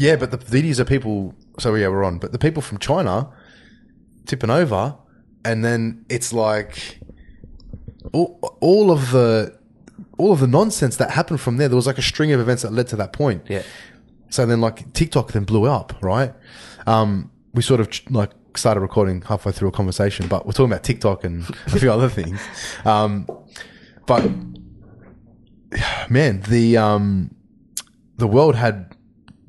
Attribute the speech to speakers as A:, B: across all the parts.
A: Yeah, but the, these are people. So yeah, we're on. But the people from China tipping over, and then it's like all, all of the all of the nonsense that happened from there. There was like a string of events that led to that point.
B: Yeah.
A: So then, like TikTok, then blew up, right? Um, we sort of like started recording halfway through a conversation, but we're talking about TikTok and a few other things. Um, but man, the um, the world had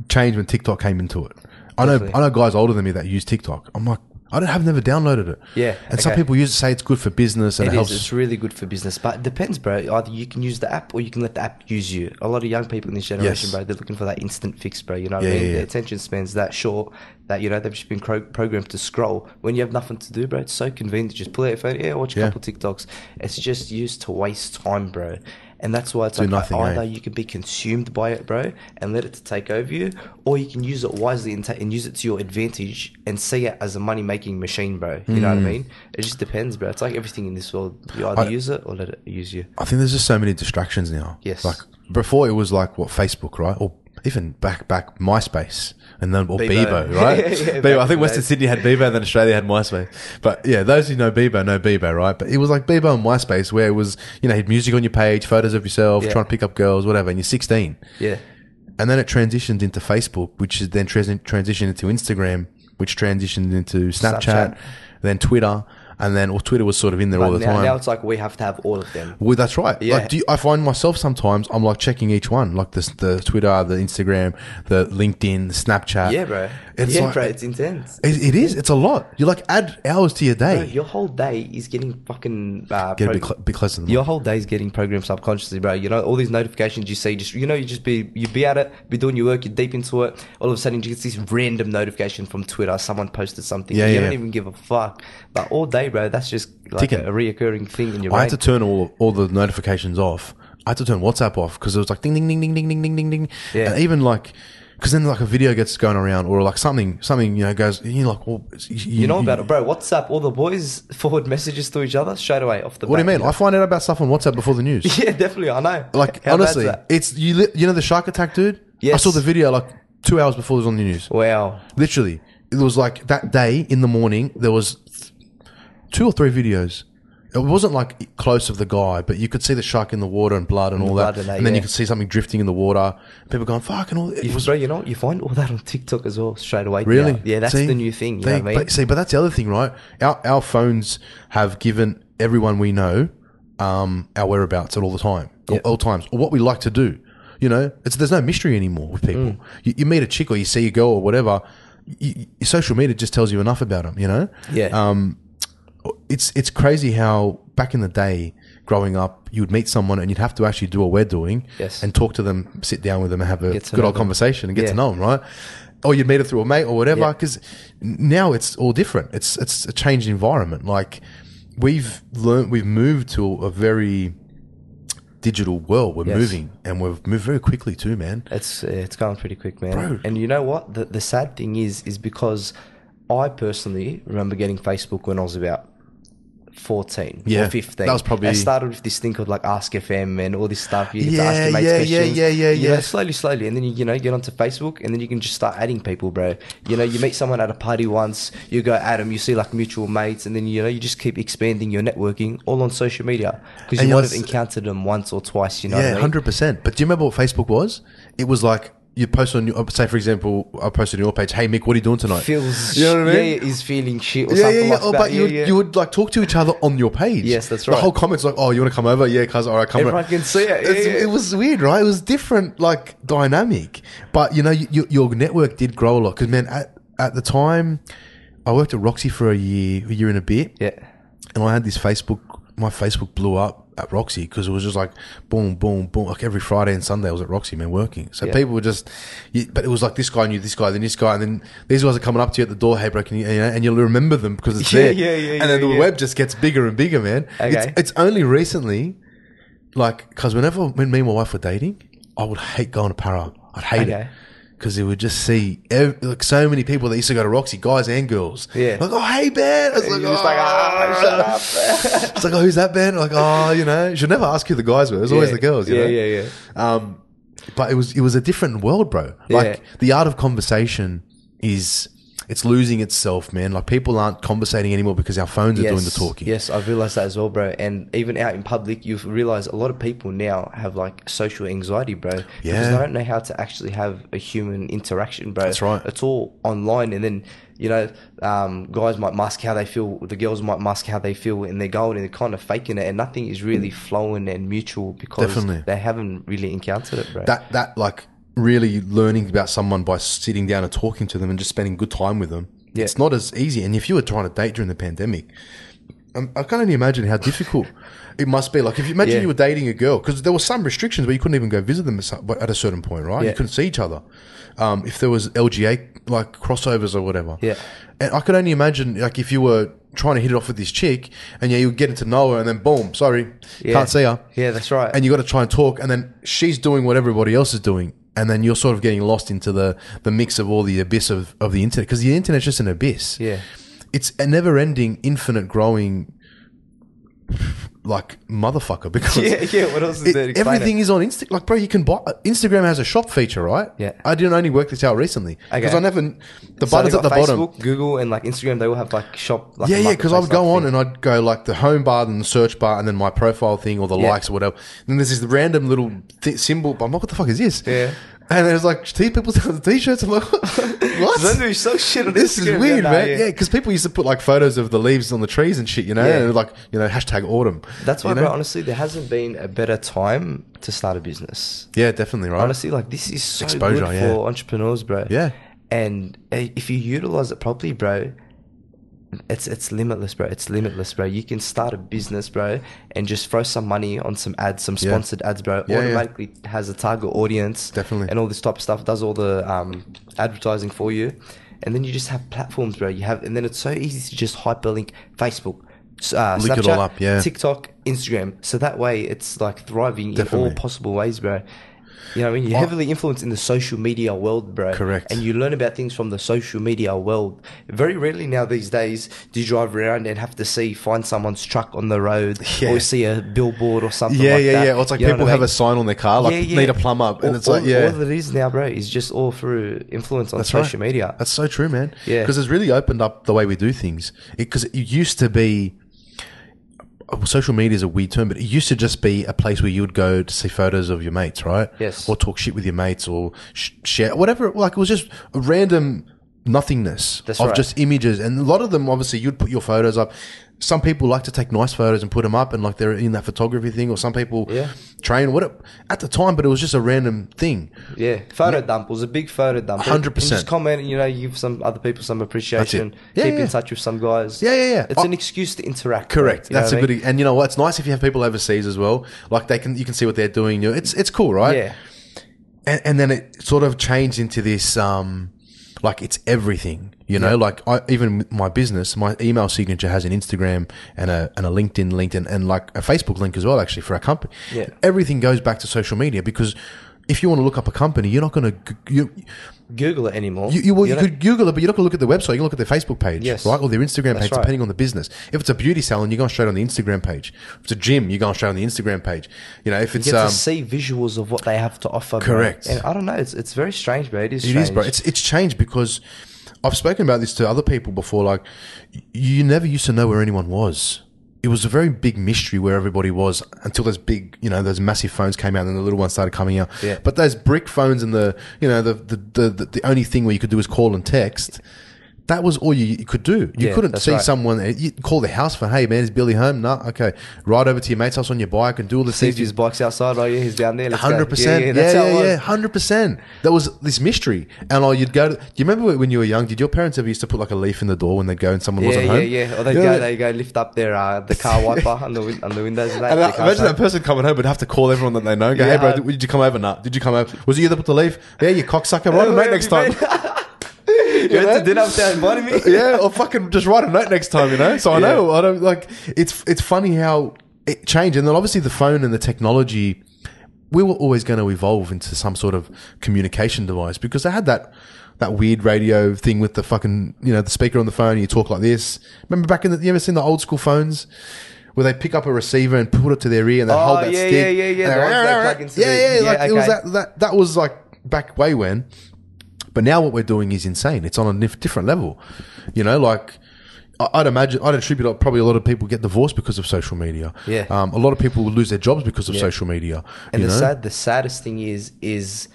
A: changed when TikTok came into it. I know, I know guys older than me that use TikTok. I'm like, I don't have never downloaded it.
B: Yeah,
A: and some
B: okay.
A: people use it say it's good for business and it,
B: It
A: helps.
B: is. It's really good for business, but it depends, bro. Either you can use the app or you can let the app use you. A lot of young people in this generation,
A: Yes.
B: bro, they're looking for that instant fix, bro. You know what
A: Yeah,
B: I mean?
A: yeah, yeah.
B: Their attention span's that short that, you know, they've just been cro- programmed to scroll. When you have nothing to do, bro, it's so convenient. Just pull out your phone, yeah, watch a
A: Yeah.
B: couple TikToks. It's just used to waste time, bro. And that's why it's like
A: nothing, eh?
B: either you can be consumed by it, bro, and let it to take over you, or you can use it wisely and, ta- and use it to your advantage and see it as a money making machine, bro. You know what I mean? It just depends, bro. It's like everything in this world. You either
A: Hmm. I-
B: use it or let it use you.
A: I think there's just so many distractions now.
B: Yes.
A: Like before, it was like what Facebook, right? Or even back back MySpace and then or
B: Bebo.
A: Bebo, right?
B: Yeah, yeah,
A: Bebo.
B: back
A: I
B: in the
A: think Western
B: days.
A: Sydney had Bebo, then Australia had MySpace. But yeah, those who know Bebo know Bebo, right? But it was like Bebo and MySpace, where it was you know you had music on your page, photos of yourself,
B: Yeah.
A: trying to pick up girls, whatever, and you're 16,
B: Yeah.
A: and then it transitioned into Facebook, which is then trans- transitioned into Instagram, which transitioned into Snapchat,
B: Snapchat.
A: then Twitter, and then or Twitter was sort of in there all the
B: now,
A: time.
B: now it's like we have to have all of them.
A: Well, that's right.
B: Yeah.
A: Like, do you, I find myself sometimes I'm like checking each one, like the the Twitter, the Instagram, the LinkedIn, the Snapchat.
B: Yeah, bro.
A: It's
B: yeah,
A: like,
B: bro. It's intense.
A: It, it is. It's a lot. You like add hours to your
B: Bro,
A: day.
B: your whole day is getting fucking. Uh,
A: Get a
B: pro-
A: bit, cl- bit closer to the
B: Your whole day's getting programmed subconsciously, bro. You know all these notifications you see. Just you know, you just be you be at it, be doing your work, you're deep into it. All of a sudden, you get this random notification from Twitter. Someone posted something.
A: Yeah,
B: you
A: yeah.
B: don't even give a fuck. But all day, bro, that's just like
A: Ticking.
B: a reoccurring thing in your
A: I
B: brain.
A: had to turn all all the notifications off. I had to turn WhatsApp off because it was like ding ding ding ding ding ding ding ding ding.
B: Yeah.
A: And even like because then like a video gets going around or like something something you know goes you're like well it's-
B: you know about it, bro. WhatsApp, all the boys forward messages to each other straight away off the.
A: What do you
B: bat,
A: mean? I find out about stuff on WhatsApp before the news.
B: know? Yeah, definitely. I know.
A: Like
B: How bad's
A: honestly,
B: that?
A: it's you. Li- you know the shark attack, dude. I
B: Yes.
A: saw the video like two hours before it was on the news.
B: Wow.
A: Literally, it was like that day in the morning. There was two or three videos. It wasn't like close of the guy, but you could see the shark in the water and blood and all that.
B: blood and that,
A: and then you
B: yeah.
A: could see something drifting in the water. People going fuck and all. It
B: You,
A: was
B: bro, you know what? You find all that on TikTok as well straight away.
A: Really?
B: Yeah, that's
A: See?
B: the new thing. You
A: They-
B: know what I mean?
A: But, see, but that's the other thing, right? Our our phones have given everyone we know um, our whereabouts at all the time,
B: Yep.
A: all, all times, or what we like to do. You know, it's there's no mystery anymore with people.
B: Mm.
A: You, you meet a chick or you see a girl or whatever. You, you, social media just tells you enough about them. You know.
B: Yeah.
A: Um, it's it's crazy how back in the day. Growing up, you would meet someone and you'd have to actually do what we're doing
B: Yes.
A: and talk to them, sit down with them, and have a
B: Get to
A: good
B: know
A: old
B: them.
A: conversation and get to
B: Yeah.
A: know them, right? Or you'd meet it through a mate or whatever.
B: Yeah.
A: Because now it's all different. It's it's a changed environment. Like we've learned, we've moved to a very digital world. We're
B: Yes.
A: moving, and we've moved very quickly too, man.
B: It's uh, it's going pretty quick, man.
A: Bro.
B: And you know what? The the sad thing is is because I personally remember getting Facebook when I was about fourteen
A: Yeah.
B: or fifteen.
A: That was probably-
B: I started with this thing called like Ask FM and all this stuff. You get to ask
A: Yeah,
B: your mates
A: yeah, yeah,
B: questions.
A: yeah, yeah,
B: You
A: yeah.
B: know, slowly, slowly, and then you you know get onto Facebook and then you can just start adding people, bro. You know, you meet someone at a party once, you go at 'em, you see like mutual mates, and then you know you just keep expanding your networking all on social media because
A: And
B: you
A: you
B: might
A: must-
B: have encountered them once or twice. You know, what I
A: Yeah,
B: mean?
A: hundred percent. But do you remember what Facebook was? It was like you post on your say, for example, I posted on your page, "Hey Mick, what are you doing tonight?"
B: feels
A: you know what I mean?
B: yeah, yeah, he's feeling shit or
A: Yeah,
B: something
A: yeah, yeah.
B: like
A: oh,
B: that.
A: but you,
B: yeah,
A: would,
B: yeah.
A: you would like talk to each other on your page.
B: Yes, that's
A: The
B: right.
A: whole comments like, "Oh, you want to come over? Yeah, cuz all right, come."
B: Everyone
A: over."
B: can see it. Yeah,
A: It's-
B: yeah.
A: It was weird, right? It was different, like dynamic. But you know, you, you, your network did grow a lot because man, at, at the time, I worked at Roxy for a year, a year and a bit,
B: yeah.
A: and I had this Facebook. My Facebook blew up at Roxy because it was just like boom, boom, boom. Like every Friday and Sunday, I was at Roxy, man, working. So
B: Yeah.
A: people were just, you, but it was like this guy knew this guy, then this guy, and then these guys are coming up to you at the door. Hey, bro, can you, you know, and you'll remember them because it's
B: Yeah,
A: there.
B: yeah, yeah,
A: And then
B: yeah,
A: the
B: yeah.
A: web just gets bigger and bigger, man.
B: Okay.
A: It's, it's only recently, like, because whenever when me and my wife were dating, I would hate going to Para. I'd hate it.
B: Okay.
A: Because you would just see ev- like so many people that used to go to Roxy, guys and girls.
B: Yeah.
A: Like, oh, hey, man. I was like,
B: You're just
A: "Oh."
B: like, ah, shut up.
A: It's "Ah, like, oh, who's that band? Like, oh, you know, she'll never ask who the guys were. It was always
B: Yeah.
A: the girls. You
B: yeah,
A: know?
B: yeah, yeah.
A: Um, but it was it was a different world, bro. Like
B: Yeah.
A: the art of conversation is it's losing itself, man. Like people aren't conversating anymore because our phones are doing the talking.
B: Yes, I've realized that as well, bro. And even out in public, you've realized a lot of people now have like social anxiety, bro. Because
A: Yeah.
B: they don't know how to actually have a human interaction, bro.
A: That's right.
B: It's all online. And then, you know, um, guys might mask how they feel, the girls might mask how they feel in their goal, and they're kind of faking it. And nothing is really flowing and mutual because
A: Mm. Definitely.
B: they haven't really encountered it, bro.
A: That that like really learning about someone by sitting down and talking to them and just spending good time with them.
B: Yeah.
A: It's not as easy. And if you were trying to date during the pandemic, um, I can only imagine how difficult it must be. Like if you imagine
B: Yeah.
A: you were dating a girl because there were some restrictions where you couldn't even go visit them at some- but at a certain point, right? You
B: Yeah.
A: couldn't see each other. Um, if there was LGA like crossovers or whatever,
B: Yeah.
A: And I could only imagine like if you were trying to hit it off with this chick and yeah, you were getting to know her and then boom, sorry,
B: Yeah.
A: can't see her
B: yeah, that's right.
A: and you got to try and talk and then she's doing what everybody else is doing and then you're sort of getting lost into the the mix of all the abyss of, of the internet because the internet's just an abyss
B: yeah.
A: it's a never ending infinite growing like motherfucker because
B: Yeah, yeah. What else is
A: it-
B: there? to explain it?
A: everything is on Insta. Like, bro, you can buy. Instagram has a shop feature, right?
B: Yeah.
A: I didn't only work this out recently because
B: Okay.
A: I never. The
B: So
A: buttons
B: they've
A: at the
B: got
A: bottom.
B: Facebook, Google, and like Instagram, they all have like shop. Like
A: Yeah,
B: a
A: yeah, because I would
B: marketplace
A: go
B: like
A: on
B: thing.
A: and I'd go like the home bar and the search bar and then my profile thing or the
B: Yeah.
A: likes or whatever. And then there's this random little th- symbol. I'm like, what the fuck is this?
B: Yeah.
A: And there's like t- people selling t-shirts. I'm like, what?
B: Don't do so shit on
A: this is
B: Instagram,
A: weird,
B: nah,
A: man. Yeah, because people used to put like photos of the leaves on the trees and shit, you know,
B: Yeah.
A: and like you know, hashtag autumn.
B: That's why,
A: you know?
B: bro, honestly, there hasn't been a better time to start a business.
A: Yeah, definitely, right?
B: Honestly, like this is so
A: Exposure,
B: good
A: yeah.
B: for entrepreneurs, bro.
A: Yeah.
B: And uh, if you utilize it properly, bro, it's it's limitless, bro. It's limitless, bro. You can start a business, bro, and just throw some money on some ads, some
A: Yeah.
B: sponsored ads, bro.
A: Yeah, yeah.
B: Automatically has a target audience,
A: Definitely.
B: and all this type of stuff. Does all the um, advertising for you, and then you just have platforms, bro. You have, and then it's so easy to just hyperlink Facebook. s- Uh,
A: Link it
B: Snapchat,
A: all up, yeah.
B: TikTok, Instagram. So that way, it's like thriving in
A: Definitely.
B: all possible ways, bro. You know what I mean? You're heavily influenced in the social media world, bro.
A: Correct.
B: And you learn about things from the social media world. Very rarely now these days do you drive around and have to see find someone's truck on the road
A: Yeah.
B: or see a billboard or something.
A: yeah,
B: like
A: yeah,
B: that.
A: yeah. Or it's like
B: You know
A: people
B: what I
A: have a
B: mean?
A: sign on their car, like
B: Yeah, yeah.
A: need a plum up, and
B: All-
A: it's like,
B: all-
A: yeah,
B: all that is now, bro, is just all through influence on
A: That's
B: social
A: right.
B: media.
A: That's so true, man.
B: Yeah.
A: because it's really opened up the way we do things. Because it, used to be, oh, social media is a weird term, but it used to just be a place where you would go to see photos of your mates, right?
B: Yes.
A: or talk shit with your mates, or sh- share whatever. Like it was just a random nothingness
B: That's
A: of
B: right.
A: just images, and a lot of them obviously you'd put your photos up. Some people like to take nice photos and put them up, and like they're in that photography thing, or some people
B: Yeah.
A: train what at the time, but it was just a random thing.
B: Yeah, photo dump was a big photo dump.
A: 100%.
B: And Just comment, you know, you give some other people some appreciation.
A: Yeah,
B: keep
A: yeah.
B: in touch with some guys.
A: Yeah, yeah, yeah.
B: It's
A: I-
B: an excuse to interact. bro.
A: Correct.
B: You know
A: That's
B: what
A: a
B: I
A: good. e-,
B: mean?
A: And you know what? It's nice if you have people overseas as well. Like they can, you can see what they're doing. You know, It's it's cool, right?
B: Yeah.
A: And, and then it sort of changed into this, um, like it's everything. You know, like I, even with my business, my email signature has an Instagram and a and a LinkedIn, LinkedIn, and like a Facebook link as well. Actually, for our company,
B: Yeah.
A: Everything goes back to social media because if you want to look up a company, you're not going to you
B: Google it anymore.
A: you, you, well, you,
B: know-
A: could Google it, but you're not going to look at the website. You look at their Facebook page,
B: Yes.
A: right, or their Instagram page,
B: right.
A: depending on the business. If it's a beauty salon, you're going straight on the Instagram page. If it's a gym, you're going straight on the Instagram page. You know, if it's
B: get
A: um,
B: to see visuals of what they have to offer. bro.
A: Correct.
B: And I don't know. It's it's very strange, bro. It is.
A: it
B: strange.
A: is, bro. It's it's changed because I've spoken about this to other people before. Like, y- you never used to know where anyone was. It was a very big mystery where everybody was until those big, you know, those massive phones came out and the little ones started coming out.
B: Yeah.
A: But those brick phones and the, you know, the the, the the the only thing where you could do is call and text. That was all you, you could do. You
B: Yeah,
A: couldn't
B: that's
A: see
B: right.
A: someone. eh, You call the house for, hey man, is Billy home? Nah, okay. Ride over to your mate's house on your bike and do all the
B: See if
A: things.
B: his bike's outside. Oh yeah, he's down there. Let's go.
A: Hundred percent. Yeah,
B: that's how it
A: yeah,
B: was.
A: yeah. Hundred percent. That was this mystery, and oh, you'd go. To, do you remember when you were young? Did your parents ever used to put like a leaf in the door when they would go and someone
B: Yeah,
A: wasn't
B: yeah,
A: home?
B: yeah. Or they
A: Yeah.
B: go, they go lift up their uh, the car wiper on the win- on the windows. And that,
A: And
B: their
A: I,
B: car's
A: imagine
B: like-
A: that person coming home would have to call everyone that they know. and Go, hey bro,
B: Yeah.
A: did, did you come over? Nah, did you come over? Was it you that put the leaf? Yeah, you cocksucker. Write a note next time.
B: you went
A: know?
B: to dinner without inviting me.
A: yeah, or fucking just write a note next time, you know. So I
B: Yeah.
A: know I don't like. It's it's funny how it changed, and then obviously the phone and the technology. We were always going to evolve into some sort of communication device because they had that that weird radio thing with the fucking you know the speaker on the phone. and You talk like this. Remember back in the you ever seen the old school phones? where they pick up a receiver and put it to their ear and they
B: Oh,
A: hold that
B: yeah,
A: stick.
B: yeah, yeah, yeah.
A: and
B: The
A: they go,
B: ones they
A: "Arr, arr,
B: plug
A: arr."
B: into
A: Yeah,
B: the-
A: yeah,
B: yeah,
A: like it was
B: okay.
A: that, that that was like back way when. But now what we're doing is insane. It's on a nif- different level. You know, like I- I'd imagine I'd attribute uh, probably a lot of people get divorced because of social media.
B: Yeah.
A: Um, a lot of people will lose their jobs because of social media.
B: And
A: you
B: the
A: know?
B: sad, the saddest thing is, is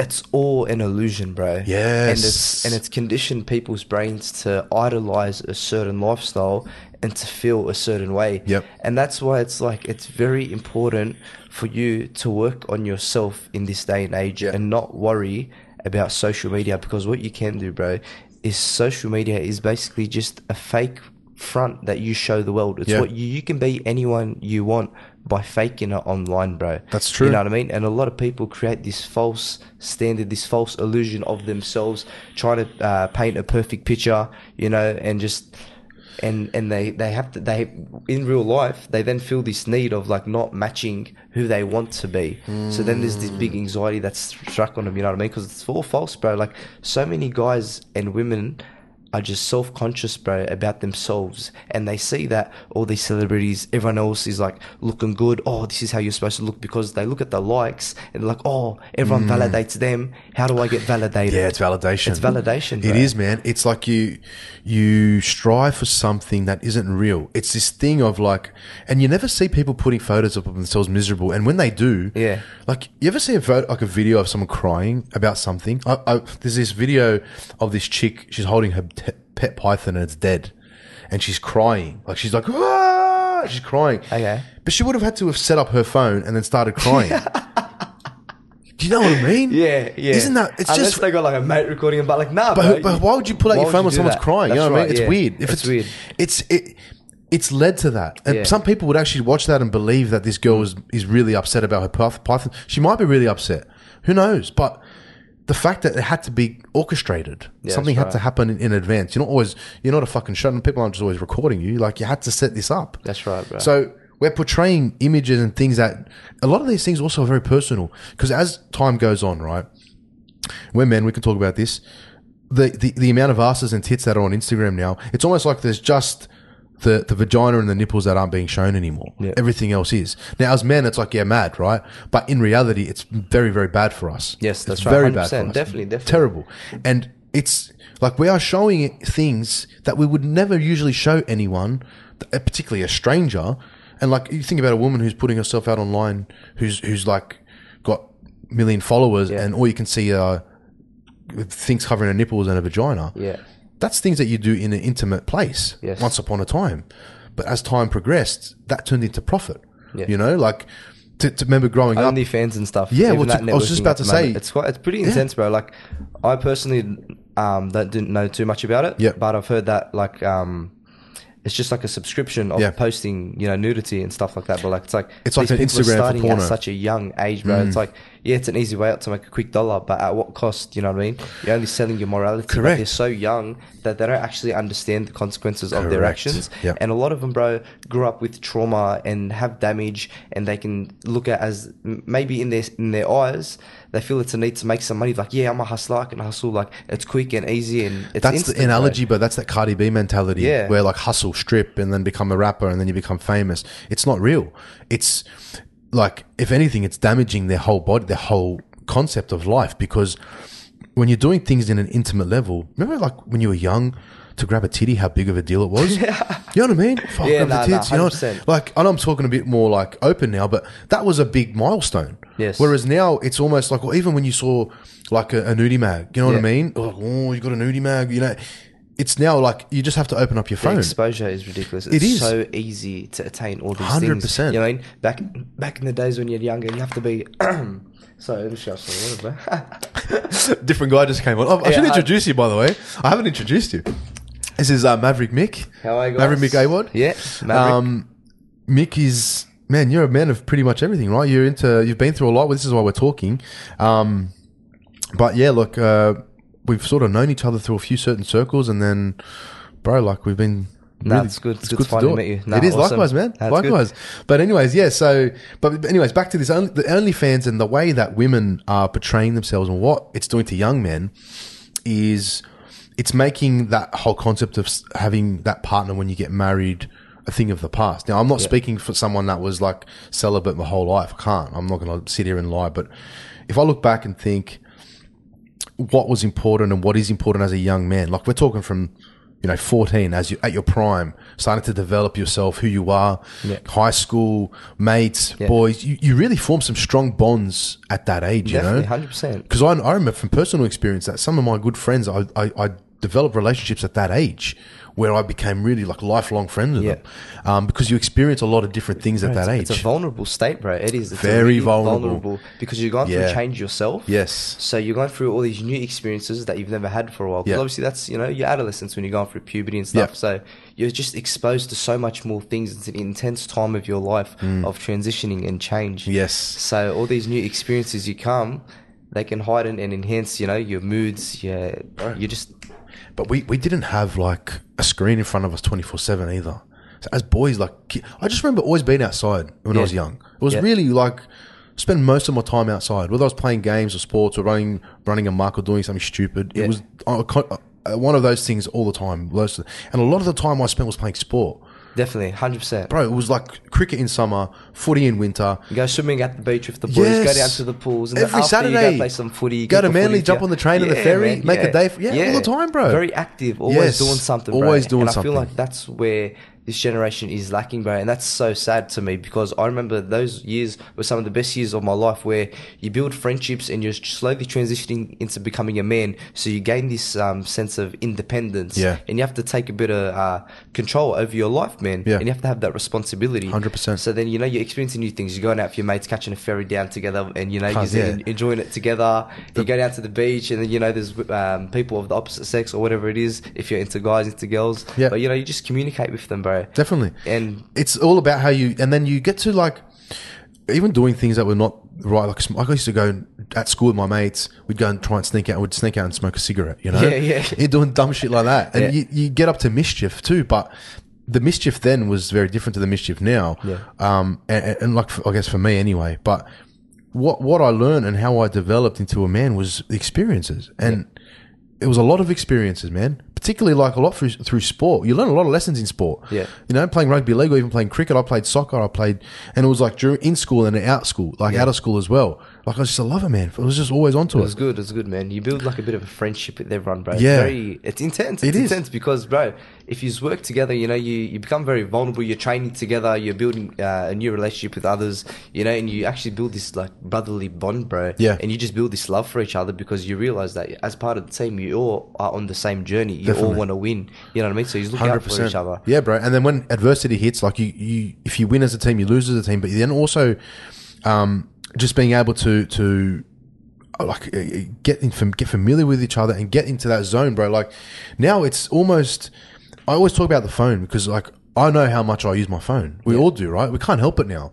B: it's all an illusion, bro. And
A: Yes.
B: it's and it's conditioned people's brains to idolize a certain lifestyle and to feel a certain way.
A: Yep.
B: And that's why it's like it's very important for you to work on yourself in this day and age
A: Yep.
B: and not worry about social media because what you can do, bro, is social media is basically just a fake front that you show the world. It's
A: Yeah.
B: what you, you can be anyone you want by faking it online, bro.
A: That's true.
B: You know what I mean? And a lot of people create this false standard, this false illusion of themselves, try to uh, paint a perfect picture, you know, and just and and they they have to they in real life they then feel this need of like not matching who they want to be. So then there's this big
A: Hmm.
B: anxiety that's struck on them. You know what I mean? Because it's all false, bro. Like so many guys and women are just self conscious, bro, about themselves. And they see that all these celebrities, everyone else is like looking good. Oh, this is how you're supposed to look because they look at the likes and they're like, oh, everyone validates them. How do I get validated?
A: Mm. Yeah, it's validation.
B: It's validation,
A: It
B: bro.
A: is, man. It's like you you strive for something that isn't real. It's this thing of like, and you never see people putting photos of themselves miserable. And when they do,
B: Yeah.
A: like you ever see a photo, like a video of someone crying about something? I, I, there's this video of this chick. She's holding her te- pet python and it's dead, and she's crying. Like she's like, ah, she's crying.
B: Okay.
A: but she would have had to have set up her phone and then started crying. Do you know what I mean?
B: Yeah, yeah.
A: Isn't that? It's
B: Unless
A: just
B: they got like a mate recording and but like nah,
A: but,
B: bro,
A: but why would you pull out
B: why
A: your
B: would
A: phone
B: you
A: when
B: do
A: someone's
B: that?
A: crying? you
B: That's
A: know what I mean?
B: right,
A: It's
B: yeah.
A: weird. If
B: It's
A: it's
B: weird.
A: it's it, it's led to that, and
B: Yeah.
A: some people would actually watch that and believe that this girl is is really upset about her pyth- python. She might be really upset. Who knows? But the fact that it had to be orchestrated,
B: that's
A: something had
B: right.
A: to happen in, in advance. You're not always you're not a fucking shut. People aren't just always recording you. Like you had to set this up.
B: That's right, bro.
A: So we're portraying images and things that a lot of these things also are very personal because as time goes on, right? We're men. We can talk about this. The, the the amount of asses and tits that are on Instagram now, it's almost like there's just the, the vagina and the nipples that aren't being shown anymore.
B: Yeah.
A: Everything else is now. As men, it's like yeah, mad, right? But in reality, it's very very bad for us.
B: Yes,
A: It's
B: that's right. 100%, definitely, definitely.
A: terrible. And it's like we are showing it things that we would never usually show anyone, uh, particularly a stranger. And like you think about a woman who's putting herself out online, who's who's like got a million followers, and all you can see are things covering her nipples and her vagina.
B: Yeah.
A: That's things that you do in an intimate place
B: Yes.
A: once upon a time. But as time progressed, that turned into profit.
B: Yeah.
A: You know, like to, to remember growing up.
B: Only fans and stuff.
A: Yeah,
B: even
A: well,
B: that
A: to- I was just
B: networking
A: about
B: at the
A: to say-
B: moment. it's quite it's pretty intense, bro. Like, I personally um that didn't know too much about it.
A: Yep.
B: but I've heard that like um. It's just like a subscription of
A: Yeah.
B: posting, you know, nudity and stuff like that. But like, it's like
A: It's like
B: these
A: an
B: people are
A: Instagram for
B: starting
A: porno. Mm.
B: at such a young age, bro. It's like, yeah, it's an easy way out to make a quick dollar, but at what cost? You know what I mean? You're only selling your morality. but
A: Correct.
B: they're so young that they don't actually understand the consequences of their
A: Correct.
B: actions.
A: Yep.
B: And a lot of them, bro, grew up with trauma and have damage, and they can look at as m- maybe in their in their eyes, they feel it's a need to make some money. Like, yeah, I'm a hustler, I can hustle. Like, it's quick and easy, and it's
A: That's
B: instant,
A: the
B: bro.
A: analogy, but that's that Cardi B mentality
B: Yeah.
A: where like hustle, strip, and then become a rapper, and then you become famous. It's not real. It's like if anything, it's damaging their whole body, their whole concept of life because when you're doing things in an intimate level, remember like when you were young. To grab a titty, how big of a deal it was. You know what I mean? Fuck,
B: Yeah,
A: grab the
B: nah, nah,
A: tits. you know, what-
B: 100%.
A: like, I know I'm talking a bit more like open now, but that was a big milestone.
B: Yes.
A: Whereas now it's almost like, well, even when you saw like a, a nudie mag, you know what I
B: Yeah.
A: mean? Oh, oh, you got a nudie mag, you know. It's now like you just have to open up your phone.
B: Exposure is ridiculous. It's
A: It is.
B: so easy to attain all these 100%. things.
A: 100%.
B: You know, what I mean? back back in the days when you're younger, you have to be. Sorry, I'm just gasping for water, bro.
A: Different guy just came on. Oh, I should
B: Yeah, I-
A: introduce you, by the way. I haven't introduced you. This is uh, Maverick Mick.
B: How are you guys?
A: Maverick Mick Awad.
B: Yeah, Maverick.
A: Um, Mick is man. You're a man of pretty much everything, right? You're into. You've been through a lot. This is why we're talking. Um, but yeah, look, uh, we've sort of known each other through a few certain circles, and then, bro, like we've been.
B: Nah, it's good. It's good to finally meet you. Nah,
A: it is
B: awesome.
A: likewise, man.
B: That's good.
A: likewise. But anyways, yeah. So, but but anyways, back to this only, the OnlyFans and the way that women are portraying themselves and what it's doing to young men is it's making that whole concept of s- having that partner when you get married a thing of the past. Now, I'm not speaking for someone that was like celibate my whole life. I can't. I'm not going to sit here and lie. But if I look back and think what was important and what is important as a young man, like we're talking from, you know, 14 as you at your prime, starting to develop yourself, who you are,
B: Yeah.
A: high school, mates, boys, you, you really form some strong bonds at that age, you
B: Definitely,
A: know?
B: hundred percent.
A: because I, I remember from personal experience that some of my good friends, I, I, I developed relationships at that age where I became really like lifelong friends with
B: Yeah.
A: them. Um, because you experience a lot of different things at that age.
B: It's a vulnerable state, bro. It is. It's a
A: Very
B: really
A: vulnerable.
B: because you're going through
A: Yeah.
B: change yourself.
A: Yes.
B: So you're going through all these new experiences that you've never had for a while. 'Cause
A: Yeah.
B: obviously that's you know your adolescence when you're going through puberty and stuff.
A: Yeah.
B: So you're just exposed to so much more things. It's an intense time of your life
A: Mm.
B: of transitioning and change.
A: Yes.
B: So all these new experiences you come, they can heighten and enhance you know your moods. Yeah. You just
A: But we, we didn't have like a screen in front of us 24 7 either. So as boys, like, ki- I just remember always being outside when I
B: Yeah.
A: was young. It was
B: Yeah.
A: really like, spend most of my time outside, whether I was playing games or sports or running, running a muck or doing something stupid. It
B: Yeah.
A: was I- I con- uh, one of those things all the time. Most of- And a lot of the time I spent was playing sport.
B: definitely hundred percent.
A: Bro, it was like cricket in summer, footy in winter.
B: Go swimming at the beach with the boys. Go
A: Yes.
B: down to the pools. And
A: Every
B: then after You
A: Saturday.
B: go play some footy.
A: Go
B: kick
A: to
B: the
A: Manly,
B: footy,
A: jump
B: yeah.
A: on the train to the ferry, make a day for- yeah, all the time, bro.
B: Very active. Always
A: Yes.
B: doing something. bro.
A: Always doing
B: and
A: something.
B: I feel like that's where this generation is lacking, bro. And that's so sad to me because I remember those years were some of the best years of my life, where you build friendships and you're slowly transitioning into becoming a man. So you gain this um, sense of independence.
A: Yeah.
B: And you have to take a bit of uh, control over your life, man.
A: Yeah.
B: And you have to have that responsibility.
A: 100%.
B: So then you know you're experiencing new things. You're going out with your mates, catching a ferry down together, and you know
A: Cuz,
B: you're
A: yeah.
B: enjoying it together. you go down to the beach, and then you know there's um, people of the opposite sex or whatever it is. If you're into guys, into girls,
A: Yeah.
B: But you know you just communicate with them, bro.
A: Definitely.
B: And
A: it's all about how you and then you get to like even doing things that were not right like sm- i used to go at school with my mates we'd go and try and sneak out we'd sneak out and smoke a cigarette you know
B: Yeah, yeah.
A: you're doing dumb shit like that and
B: Yeah.
A: you, you get up to mischief too but the mischief then was very different to the mischief now
B: Yeah.
A: um and, and- and like for, i guess for me anyway but what what i learned and how i developed into a man was the experiences and it was a lot of experiences, man. Particularly like a lot through through sport. You learn a lot of lessons in sport.
B: Yeah.
A: You know, playing rugby league or even playing cricket. I played soccer. I played, and it was like during in school and out school, like out of school as well. Like I was just a lover, man. It was just always onto
B: it
A: it.
B: was good. It was good, man. You build like a bit of a friendship with everyone, bro.
A: Yeah.
B: It's very, it's intense.
A: It
B: It's
A: is.
B: intense because, bro, if you work together, you know, you, you become very vulnerable. You're training together. You're building uh, a new relationship with others, you know, and you actually build this like brotherly bond, bro.
A: Yeah.
B: And you just build this love for each other because you realize that as part of the team, you all are on the same journey. You all
A: Definitely.
B: want to win. You know what I mean? So you look out for each other.
A: Yeah, bro. And then when adversity hits, like you, you, if you win as a team, you lose as a team. But then also, um, just being able to to uh, like uh, uh, get in, fam- get familiar with each other and get into that zone, bro. Like now, it's almost. I always talk about the phone because like I know how much I use my phone. We all do, right? We can't help it now.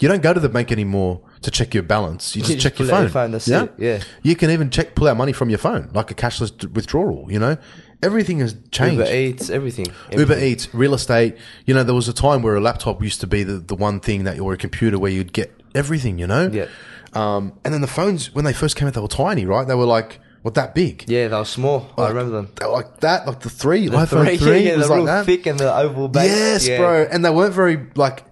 A: You don't go to the bank anymore to check your balance. You just
B: You just
A: check your
B: pull out
A: phone.
B: your phone, that's it, yeah.
A: You can even check pull out money from your phone, like a cashless d- withdrawal. You know, everything has changed.
B: Uber Eats, everything.
A: Uber Eats, real estate. You know, there was a time where a laptop used to be the, the one thing that, or a computer where you'd get everything, you know?
B: Yeah.
A: Um, and then the phones, when they first came out, they were tiny, right? They were like, what, that big?
B: Yeah, they were small. I remember them.
A: They were like that, like the three, iPhone 3,
B: yeah,
A: was like
B: they're real
A: that.
B: thick and the oval base.
A: Yes,
B: Yeah.
A: bro. And they weren't very, like,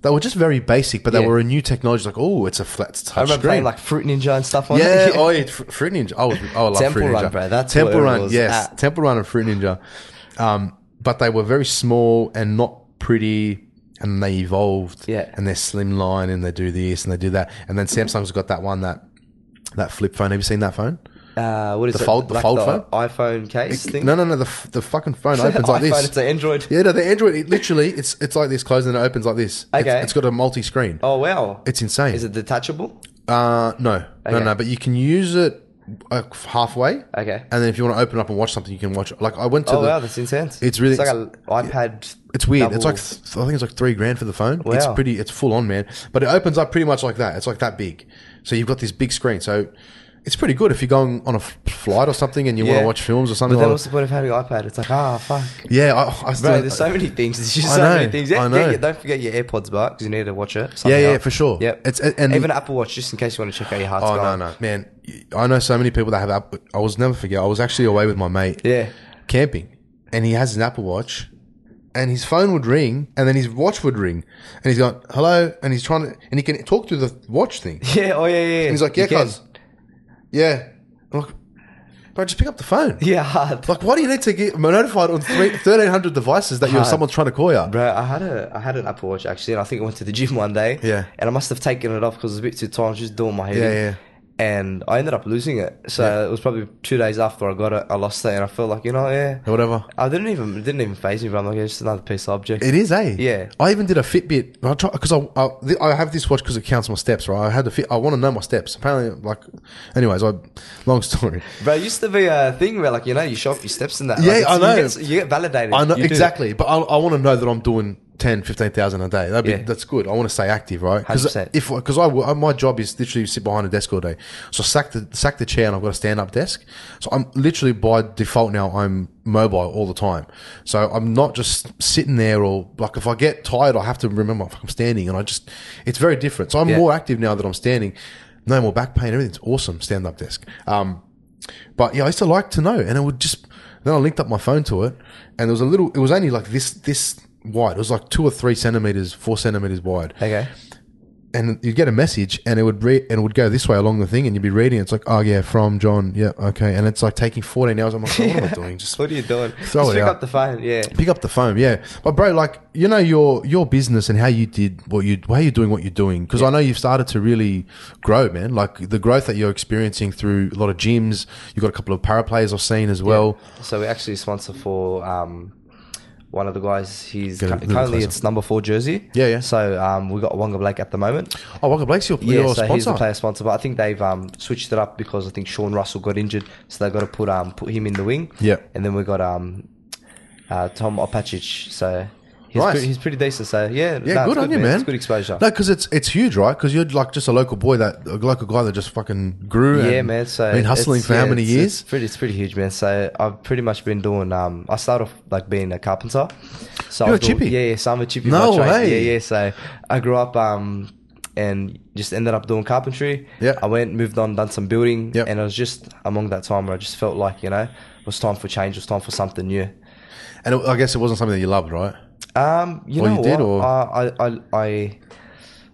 A: they were just very basic, but they
B: Yeah.
A: were a new technology. Like, oh, it's a flat touch
B: I remember
A: screen.
B: playing like Fruit Ninja and stuff on
A: yeah,
B: it.
A: oh, yeah, Fr- Fruit Ninja. I was, I would love
B: Temple
A: Fruit
B: Run,
A: Ninja.
B: bro, that's
A: Temple
B: where it
A: Run,
B: was
A: yes,
B: at.
A: Temple Run and Fruit Ninja. Um, but they were very small and not pretty, and they evolved.
B: Yeah.
A: and they're slimline, and they do this and they do that, and then Samsung's got that one that that flip phone. Have you seen that phone?
B: Uh, what is
A: The
B: it?
A: fold- the fold phone?
B: iPhone case thing.
A: No, no, no. The f- the fucking phone opens like
B: iPhone,
A: this.
B: It's an Android.
A: yeah, no, the Android. It literally, it's it's like this closed and it opens like this. It's-
B: Okay.
A: it's got a multi screen.
B: Oh wow!
A: It's insane.
B: Is it detachable?
A: Uh, no, no,
B: Okay.
A: no. But you can use it uh, halfway.
B: Okay.
A: And then if you want to open up and watch something, you can watch. it. Like I went to
B: Oh
A: the.
B: wow, that's intense.
A: It's really-
B: it's like an iPad.
A: It's weird. It's
B: double-
A: like th- I think it's like three grand for the phone. It's
B: Wow.
A: pretty. It's full on, man. But it opens up pretty much like that. It's like that big. So you've got this big screen. So it's pretty good if you're going on a f- flight or something and you want
B: Yeah.
A: to watch films or
B: But
A: something.
B: then
A: like-
B: what's the point of having an iPad? It's like ah fuck.
A: yeah, I, I still,
B: Bro, there's so many things. There's just
A: I
B: so
A: know,
B: many things.
A: I
B: Yeah,
A: know.
B: yeah, yeah, don't forget your AirPods, but because you need to watch it.
A: yeah, yeah,
B: somehow.
A: for sure.
B: Yep.
A: It's and
B: Even an Apple Watch, just in case you want to check out your heart.
A: oh no no man, I know so many people that have Apple. I was never forget. I was actually away with my mate.
B: Yeah.
A: camping, and he has an Apple Watch, and his phone would ring, and then his watch would ring, and he's going hello, and he's trying to, and he can talk through the watch thing.
B: Yeah, oh yeah, yeah.
A: He's like,
B: You
A: yeah,
B: can.
A: cuz. Yeah. I'm like, bro, just pick up the phone.
B: Yeah, hard.
A: Like, why do you need to get notified on three, 1,300 devices that you're
B: Hard.
A: someone's trying to call you?
B: Bro, I had a I had an Apple Watch actually, and I think I went to the gym one day.
A: Yeah.
B: And I must have taken it off because it was a bit too tight. I was just doing my head.
A: Yeah,
B: in.
A: yeah.
B: And I ended up losing it. So it was probably two days after I got it, I lost it, and I felt like you know, yeah,
A: Whatever.
B: I didn't even it didn't even phase me, bro. I'm like, it's just another piece of object.
A: It is, eh?
B: Yeah.
A: I even did a Fitbit. I try because I, I th- I have this watch because it counts my steps, right? I had the fit. I want to know my steps. Apparently, like, anyways, I long story.
B: Bro, it used to be a thing where like you know you show up your steps and that.
A: Yeah,
B: like, it's-
A: I know.
B: You get, you get validated.
A: I know
B: You do that.
A: exactly, but I, I want to know that I'm doing 10, 15,000 a day. That'd be,
B: Yeah.
A: That's good. I want to stay active, right? Because
B: 100%.
A: if because I wo- my job is literally sit behind a desk all day. So sack the sack the chair, and I've got a stand up desk. So I'm literally by default now I'm mobile all the time. So I'm not just sitting there or like if I get tired, I have to remember if I'm standing, and I just it's very different. So I'm
B: Yeah.
A: more active now that I'm standing. No more back pain. Everything's awesome. Stand up desk. Um, but yeah, I used to like to know, and it would just. Then I linked up my phone to it, and there was a little. It was only like this this wide. It was like two or three centimeters, four centimeters wide,
B: Okay.
A: and you'd get a message, and it would read, and it would go this way along the thing, and you'd be reading. It's like, oh yeah, from John. Yeah, okay, and it's like taking fourteen hours. I'm like, "Oh, what am I doing? Just
B: What are you doing?
A: Throw
B: just
A: it
B: pick
A: out.
B: up the phone. Yeah.
A: pick up the phone. Yeah, but bro, like you know your your business and how you did what you how you're doing what you're doing because I know you've started to really grow, man. Like the growth that you're experiencing through a lot of gyms. You've got a couple of para players I've seen as well.
B: So we actually sponsor for um, one of the guys. He's
A: Get a
B: cu-
A: little
B: currently
A: closer.
B: it's number four jersey.
A: Yeah, yeah.
B: So um, we got Wonga Blake at the moment.
A: Oh, Waka Blake's your,
B: Yeah,
A: your
B: so he's
A: sponsor.
B: the player sponsor, but I think they've um, switched it up because I think Sean Russell got injured, so they got to put um put him in the wing.
A: Yeah.
B: and then we got um uh, Tom Opacic. So he's
A: Nice.
B: pre- he's pretty decent. So yeah,
A: yeah,
B: no, it's
A: good on you, man.
B: It's good exposure.
A: No, because it's it's huge, right? Because you're like just a local boy that a local guy that just fucking grew.
B: Yeah,
A: and
B: man. So
A: been hustling
B: it's-
A: for how
B: yeah,
A: many
B: it's-
A: years?
B: It's pretty, it's pretty huge, man. So I've pretty much been doing. Um, I started off like being a carpenter. So I
A: You're
B: was
A: a chippy?
B: Doing, yeah, yeah. So I'm a chippy.
A: No
B: by trade.
A: way.
B: Yeah, yeah. So I grew up. Um, and just ended up doing carpentry.
A: Yeah.
B: I went, moved on, done some building.
A: Yep.
B: And it was just among that time where I just felt like you know it was time for change. It was time for something new.
A: and it, I guess it wasn't something that you loved, right?
B: Um, you
A: Or
B: know
A: you did,
B: what?
A: or-
B: I, I, I, I,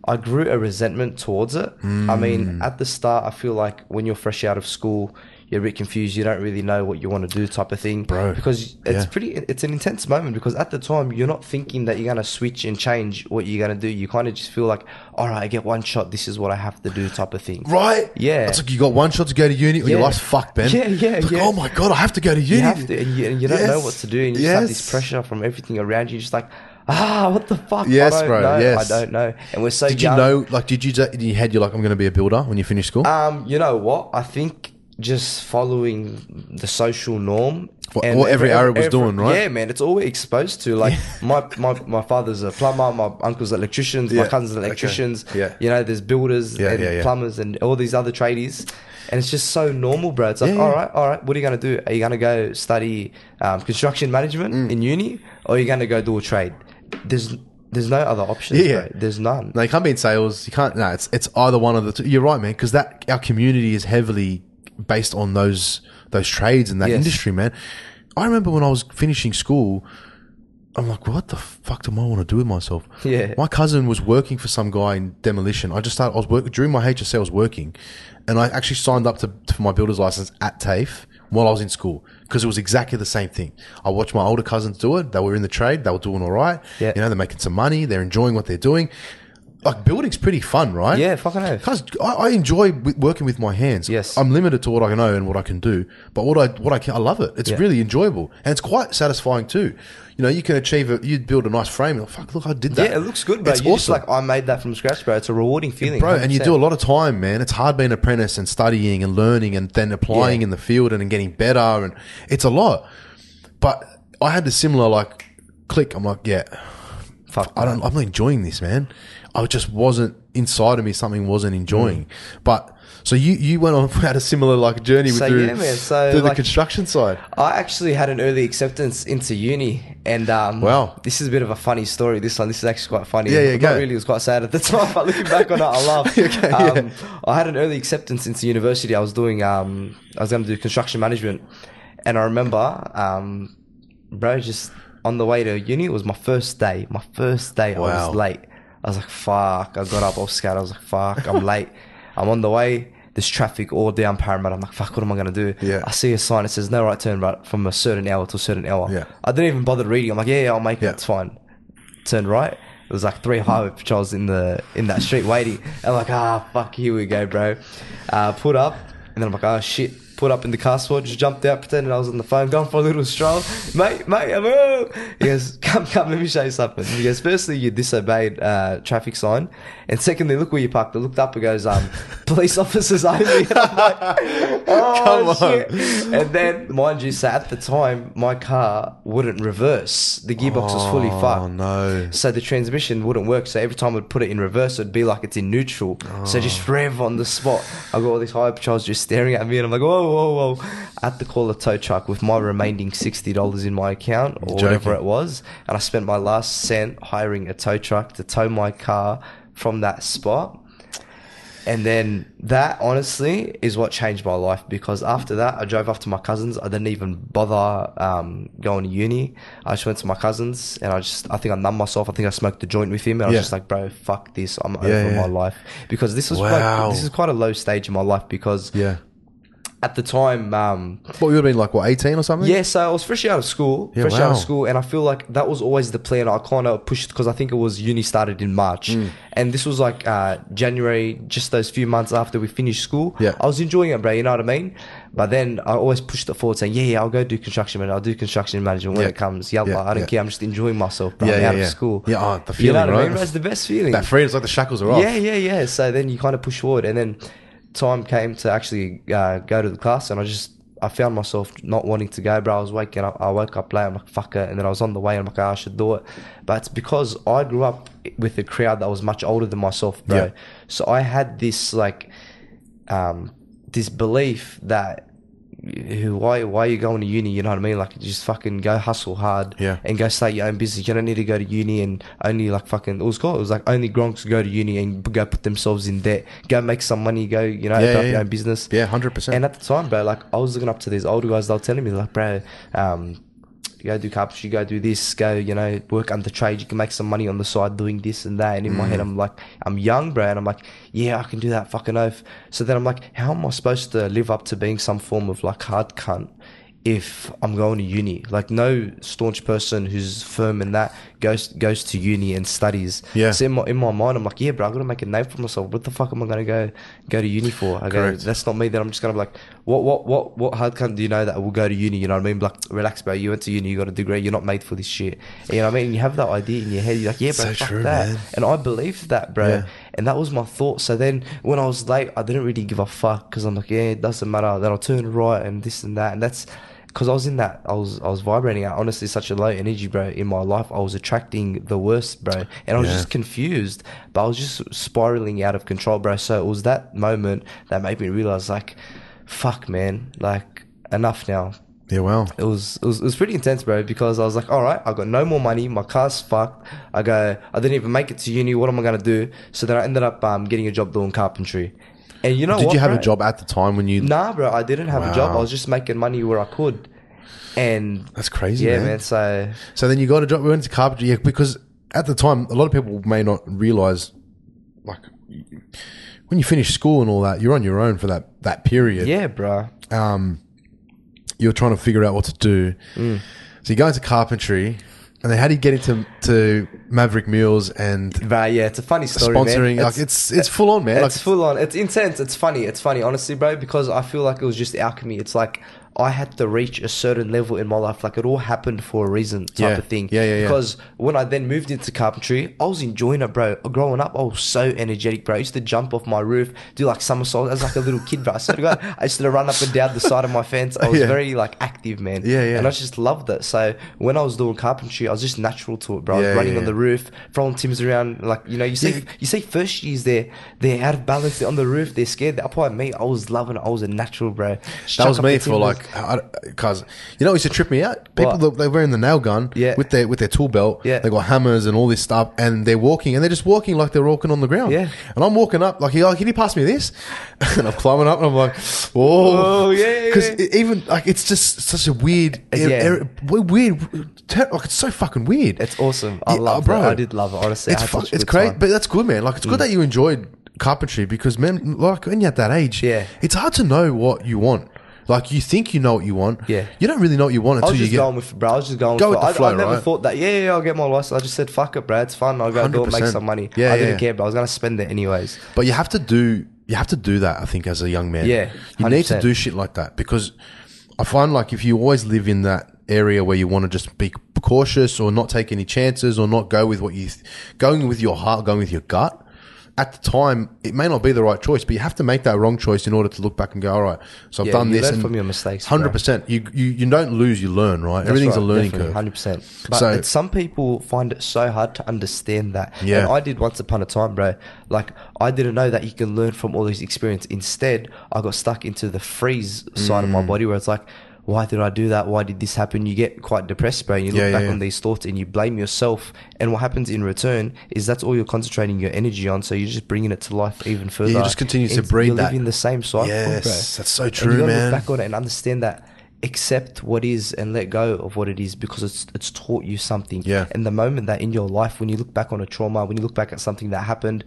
B: I grew a resentment towards it. I
A: Hmm.
B: mean, at the start, I feel like when you're fresh out of school, you're a bit confused. You don't really know what you want to do, type of thing,
A: Bro,
B: Because
A: yeah.
B: it's pretty, it's an intense moment. Because at the time, you're not thinking that you're gonna switch and change what you're gonna do. You kind of just feel like, all right, I get one shot. This is what I have to do, type of thing.
A: Right?
B: Yeah.
A: It's like you got one shot to go to uni, or your
B: Yeah.
A: life's fucked, Ben.
B: Yeah, yeah,
A: It's like,
B: yeah.
A: Oh my god, I have to go to uni.
B: You have to, and you, and you don't know
A: Yes.
B: what to do, and you just have
A: Yes.
B: this pressure from everything around you. You're just like, ah, what the fuck?
A: Yes,
B: I don't
A: bro,
B: Know.
A: yes.
B: I don't know. And we're so
A: Did you
B: young.
A: know? Like, did you did you had you like I'm going to be a builder when you finish school?
B: Um, you know what? I think just following the social norm.
A: What- what every Arab was doing, right?
B: Yeah, man, it's all we're exposed to. Like my, my my father's a plumber, my uncle's electricians, my
A: Yeah,
B: cousins are
A: okay.
B: electricians.
A: Yeah.
B: you know, there's builders
A: Yeah,
B: and
A: yeah, yeah.
B: plumbers and all these other tradies, and it's just so normal, bro. It's like,
A: Yeah, yeah.
B: all right, all right, what are you gonna do? Are you gonna go study um, construction management
A: Mm.
B: in uni, or are you gonna go do a trade? There's there's no other options,
A: Yeah, yeah.
B: bro. There's none.
A: no, you can't be in sales. You can't. No, it's it's either one of the two. You're right, man. Because that our community is heavily based on those those trades and that
B: Yes.
A: industry, man. I remember when I was finishing school, I'm like, what the fuck do I want to do with myself?
B: Yeah.
A: My cousin was working for some guy in demolition. I just started. I was working during my HSC. I was working, and I actually signed up to for my builder's license at TAFE while I was in school because it was exactly the same thing. I watched my older cousins do it. They were in the trade. They were doing all right.
B: Yeah.
A: You know, they're making some money. They're enjoying what they're doing. Like building's pretty fun, right?
B: Yeah, fucking hell.
A: Cause I, I enjoy w- working with my hands.
B: Yes.
A: I'm limited to what I know and what I can do, but what I what I can, I love it. It's
B: Yeah.
A: really enjoyable and it's quite satisfying too. You know, you can achieve it. You build a nice frame. Like, Fuck, look, I did that.
B: Yeah, it looks good, bro.
A: It's
B: You're
A: awesome,
B: just like, I made that from scratch, bro. It's a rewarding feeling.
A: bro. And you
B: 100%.
A: do a lot of time, man. It's hard being an apprentice and studying and learning and then applying
B: Yeah.
A: in the field and, and getting better. And it's a lot. But I had the similar like click. I'm like, yeah,
B: Fuck,
A: I don't. I'm not enjoying this, man. I just wasn't inside of me. Something wasn't
B: Mm.
A: enjoying. But so you you went on had a similar like journey with
B: So,
A: through,
B: yeah, man, so,
A: through the
B: like-
A: construction side.
B: I actually had an early acceptance into uni, and um,
A: Wow.
B: this is a bit of a funny story. This one, this is actually quite funny.
A: Yeah, yeah,
B: Not
A: go.
B: really, it was quite sad at the time, but looking back on it, I laugh.
A: Okay,
B: um, I had an early acceptance into university. I was doing, um, I was going to do construction management, and I remember, um, bro, just on the way to uni, it was my first day. My first day, I
A: Wow.
B: was late. I was like, fuck. I got up, I was scared. I was like, fuck, I'm late. I'm on the way. There's traffic all down Parramatta. I'm like, fuck, what am I going to do?
A: Yeah.
B: I see a sign that says no right turn right from a certain hour to a certain hour.
A: Yeah.
B: I didn't even bother reading. I'm like, yeah, yeah I'll make it.
A: Yeah.
B: It's fine. Turn right. It was like three highway patrols in the in that street waiting. I'm like, ah, fuck, here we go, bro. Uh, put up, and then I'm like, oh shit. Put up in the car spot, just jumped out, pretended I was on the phone, gone for a little stroll. Mate, mate, I'm up. He goes, come, come, let me show you something. He goes, firstly, you disobeyed uh, traffic sign. And secondly, look where you parked. I looked up and goes, um, police officers only. And I'm like, oh,
A: Come on.
B: shit. And then, mind you, so at the time, my car wouldn't reverse. The gearbox was fully
A: Oh
B: fucked.
A: no.
B: So the transmission wouldn't work. So every time I'd put it in reverse, it'd be like it's in neutral. So
A: Oh.
B: just rev on the spot. I got all these high patrols just staring at me, and I'm like, whoa, whoa, whoa. I had to call a tow truck with my remaining $60 in my account or whatever
A: joking.
B: it was. And I spent my last cent hiring a tow truck to tow my car from that spot. And then that honestly is what changed my life because after that, I drove off to my cousins. I didn't even bother um, going to uni. I just went to my cousins and I just, I think I numbed myself. I think I smoked a joint with him and I
A: Yeah.
B: was just like, bro, fuck this. I'm over
A: yeah.
B: my life because this was
A: Wow.
B: like, this is quite a low stage in my life because
A: Yeah.
B: at the time, um,
A: Well, you would have been like what, eighteen or something?
B: yeah, so I uh, was fresh out of school, fresh out of
A: wow.
B: school, and I feel like that was always the plan. I kind of pushed because I think it was uni started in March,
A: Mm.
B: and this was like uh, January, just those few months after we finished school.
A: Yeah.
B: I was enjoying it, bro. You know what I mean? But then I always pushed it forward, saying, "Yeah, yeah, I'll go do construction management. I'll do construction management when
A: Yeah.
B: it comes. Yalla,
A: Yeah,
B: I don't
A: yeah.
B: care. I'm just enjoying myself, bro.
A: Yeah,
B: I'm
A: yeah,
B: out
A: yeah.
B: of school.
A: Yeah, oh, the
B: you know
A: feeling,
B: what I
A: right?
B: mean? bro? It's the best feeling.
A: That freedom's like the shackles are off.
B: Yeah, yeah, yeah. So then you kind of push forward, and then time came to actually uh, go to the class, and I just I found myself not wanting to go, bro. I was waking up, I woke up late. I'm like, fuck it, and then I was on the way, and I'm like, "Ah, I should do it, but it's because I grew up with a crowd that was much older than myself, bro.
A: Yeah.
B: So I had this like, um, this belief that. y- Why, why are you going to uni? You know what I mean? Like, just fucking go hustle hard
A: Yeah.
B: and go start your own business. You don't need to go to uni and only like fucking. It was called. It was like only gronks go to uni and go put themselves in debt. Go make some money. Go you know
A: Yeah,
B: open up
A: yeah,
B: your
A: yeah.
B: own business.
A: Yeah, hundred percent.
B: And at the time, bro, like I was looking up to these older guys. They were telling me like, bro, um, you go do carpentry, go do this, go you know work under trade. You can make some money on the side doing this and that. And in my head, I'm like, I'm young, bro, and I'm like, yeah, I can do that fucking oath. So then I'm like, how am I supposed to live up to being some form of like hard cunt? If I'm going to uni, like no staunch person who's firm in that goes goes to uni and studies.
A: Yeah.
B: So in my, in my mind, I'm like, yeah, bro, I gotta make a name for myself. What the fuck am I gonna go go to uni for? I go,
A: Correct.
B: that's not me. Then I'm just gonna be like, what, what, what, what hard cunt do you know that will go to uni? You know what I mean? Be Like, relax, bro. You went to uni. You got a degree. You're not made for this shit. You know what I mean? You have that idea in your head. You're like, yeah, bro,
A: So
B: fuck
A: true,
B: that.
A: man.
B: And I believed that, bro.
A: Yeah.
B: And that was my thought. So then when I was late, I didn't really give a fuck because I'm like, yeah, it doesn't matter. Then I'll turn right and this and that. And that's because I was in that. I was I was vibrating at honestly such a low energy, bro. In my life, I was attracting the worst, bro. And I was
A: Yeah.
B: just confused, but I was just spiraling out of control, bro. So it was that moment that made me realize, like, fuck, man, like enough now
A: Yeah, wow.
B: it was, it was it was pretty intense, bro. Because I was like, all right, I got no more money, my car's fucked. I go, I didn't even make it to uni. What am I gonna do? So then I ended up um, getting a job doing carpentry. And you know,
A: Did
B: what,
A: you have
B: bro?
A: a job at the time when you?
B: Nah, bro, I didn't have a job. I
A: Wow.
B: was just making money where I could. And
A: That's crazy,
B: yeah,
A: man.
B: man. So
A: So then you got a job. We went to carpentry yeah, because at the time, a lot of people may not realize, like, when you finish school and all that, you're on your own for that that period.
B: yeah, bro.
A: um, you're trying to figure out what to do.
B: Mm.
A: So you go into carpentry, and then how do you get into to Maverick Meals and
B: Bro, yeah, it's a funny story, man.
A: sponsoring?
B: It's-
A: like it's it's full on, man. Like
B: It's full on. It's intense. It's funny. It's funny, honestly, bro, because I feel like it was just alchemy. It's like I had to reach a certain level in my life. Like it all happened for a reason type
A: Yeah.
B: of thing.
A: Yeah, yeah, yeah.
B: Because when I then moved into carpentry, I was enjoying it, bro. Growing up, I was so energetic, bro. I used to jump off my roof, do like somersaults. I was like a little kid, bro. I swear to God, I used to run up and down the side of my fence. I was
A: Yeah.
B: very like active, man.
A: Yeah, yeah.
B: And I just loved it. So when I was doing carpentry, I was just natural to it, bro. I was
A: Yeah,
B: running
A: yeah,
B: on
A: yeah.
B: the roof, throwing Tim's around. Like, you know, you see, you see first years, they're, they're out of balance, they're on the roof, they're scared. They're up on me. I was loving it. I was a natural, bro. Just
A: that was
B: chuck up
A: me
B: the
A: for
B: timbers.
A: like like, I, cause you know, it used to trip me out. People
B: What?
A: that they're wearing the nail gun,
B: Yeah.
A: with their with their tool belt,
B: Yeah.
A: They got hammers and all this stuff, and they're walking, and they're just walking like they're walking on the ground,
B: Yeah.
A: And I'm walking up, like, he like, can you pass me this? and I'm climbing up, and I'm like, oh,
B: Oh, yeah, yeah,
A: because
B: yeah.
A: even like it's just such a weird,
B: Yeah.
A: er- er- weird, ter- like it's so fucking weird.
B: It's awesome. I
A: Yeah,
B: love
A: bro.
B: it. I did love it. Mm. Honestly, I
A: it's
B: had
A: fu-
B: such a
A: it's
B: good
A: great,
B: time.
A: but that's good, man. Like it's good that you enjoyed carpentry because, man, like when you're at that age,
B: Yeah.
A: it's hard to know what you want. Like you think you know what you want,
B: Yeah.
A: you don't really know what you want
B: I
A: until
B: was
A: you
B: just
A: get.
B: going with, bro. I was just going
A: Go
B: with
A: with
B: flow.
A: the flow,
B: I, I never
A: right?
B: thought that. Yeah, yeah, I'll get my license. I just said, fuck it, bro. It's fun. I'll go do it, make
A: 100%.
B: some money.
A: Yeah,
B: I
A: yeah,
B: didn't
A: yeah.
B: care, bro. I was gonna spend it anyways.
A: But you have to do you have to do that. I think as a young man,
B: Yeah,
A: you need to
B: 100%.
A: do shit like that because I find like if you always live in that area where you want to just be cautious or not take any chances or not go with what you th- going with your heart, going with your gut. At the time, it may not be the right choice, but you have to make that wrong choice in order to look back and go, all right. So I've
B: Yeah,
A: done
B: you
A: this.
B: learn
A: and
B: from your mistakes, bro.
A: Hundred percent. You you you don't lose, you learn, right? Everything's a learning curve.
B: Hundred percent. But
A: So-
B: it's- some people find it so hard to understand that.
A: Yeah.
B: And I did once upon a time, bro. Like I didn't know that you can learn from all these experience. Instead, I got stuck into the freeze side of my
A: Mm.
B: body where it's like. Why did I do that? Why did this happen? You get quite depressed, bro. And you look
A: Yeah, yeah,
B: back
A: yeah.
B: on these thoughts and you blame yourself. And what happens in return is that's all you're concentrating your energy on. So you're just bringing it to life even further.
A: just continue to
B: It's-
A: breed
B: You're
A: that.
B: living the same cycle, bro.
A: Yes, that's so
B: And you
A: true,
B: gotta
A: man.
B: Look back on it and understand that. Accept what is and let go of what it is because it's it's taught you something.
A: Yeah.
B: And the moment that in your life, when you look back on a trauma, when you look back at something that happened,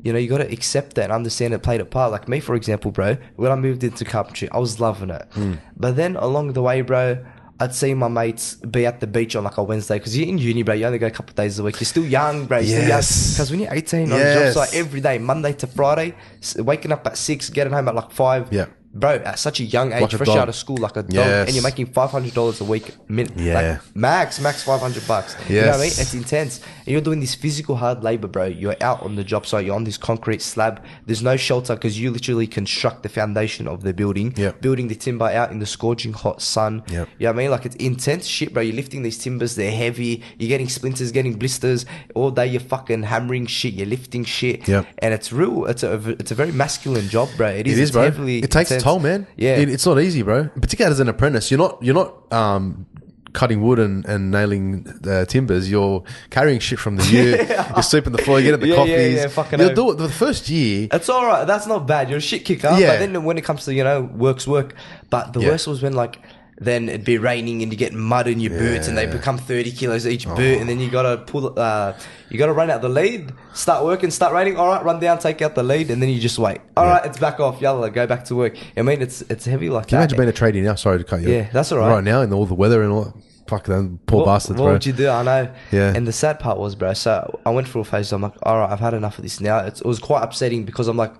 B: you know you got to accept that and understand it played a part. Like me, for example, bro, when I moved into carpentry, I was loving it,
A: Hmm.
B: but then along the way, bro. I'd see my mates be at the beach on like a Wednesday because you're in uni, bro. You only go a couple of days a week. You're still young, bro. You're
A: Yes.
B: Because when you're 18 on a
A: Yes.
B: job site every day, Monday to Friday, s- waking up at six, getting home at like five.
A: Yeah.
B: Bro, at such a young age,
A: Like a
B: fresh
A: dog.
B: out of school, like a dog,
A: Yes.
B: and you're making five hundred dollars a week, min-
A: Yeah.
B: like max, max five hundred bucks. You know what I mean?
A: Yes.
B: It's intense, and you're doing this physical hard labor, bro. You're out on the job site, you're on this concrete slab. There's no shelter because you literally construct the foundation of the building,
A: Yeah.
B: building the timber out in the scorching hot sun.
A: Yeah.
B: You know what I mean? Like it's intense shit, bro. You're lifting these timbers, they're heavy. You're getting splinters, getting blisters all day. You're fucking hammering shit. You're lifting shit.
A: Yeah.
B: and it's real. It's a it's a very masculine job, bro. It
A: It
B: is.
A: is,
B: it's
A: bro.
B: heavily
A: It takes a
B: intense.
A: toll, man.
B: Yeah,
A: It- it's not easy, bro. Particularly as an apprentice, you're not you're not um, cutting wood and, and nailing uh, timbers. You're carrying shit from the year. You're sweeping the floor. You get at the
B: Yeah, yeah,
A: coffees.
B: yeah, fucking
A: You'll
B: hell.
A: do it the first year.
B: It's all right. That's not bad. You're a shit kicker.
A: Yeah.
B: But then when it comes to you know works work, but the
A: Yeah.
B: worst was when like then it'd be raining and you get mud in your boots and they become thirty kilos each
A: Oh.
B: boot and then you gotta pull. Uh, you gotta run out the lead. Start working. Start raining. All right, run down. Take out the lead and then you just wait. All right, it's back off. Yalla, go back to work. I mean, it's it's heavy like
A: Can you
B: that.
A: imagine being a tradie now? Sorry to cut you.
B: Yeah,
A: off.
B: that's all right.
A: Right now, and all the weather and all. that. Fuck them poor
B: what,
A: bastards,
B: what
A: bro.
B: would you do? I know.
A: Yeah.
B: And the sad part was, bro. So I went through a phase. I'm like, all right, I've had enough of this now. It's, it was quite upsetting because I'm like,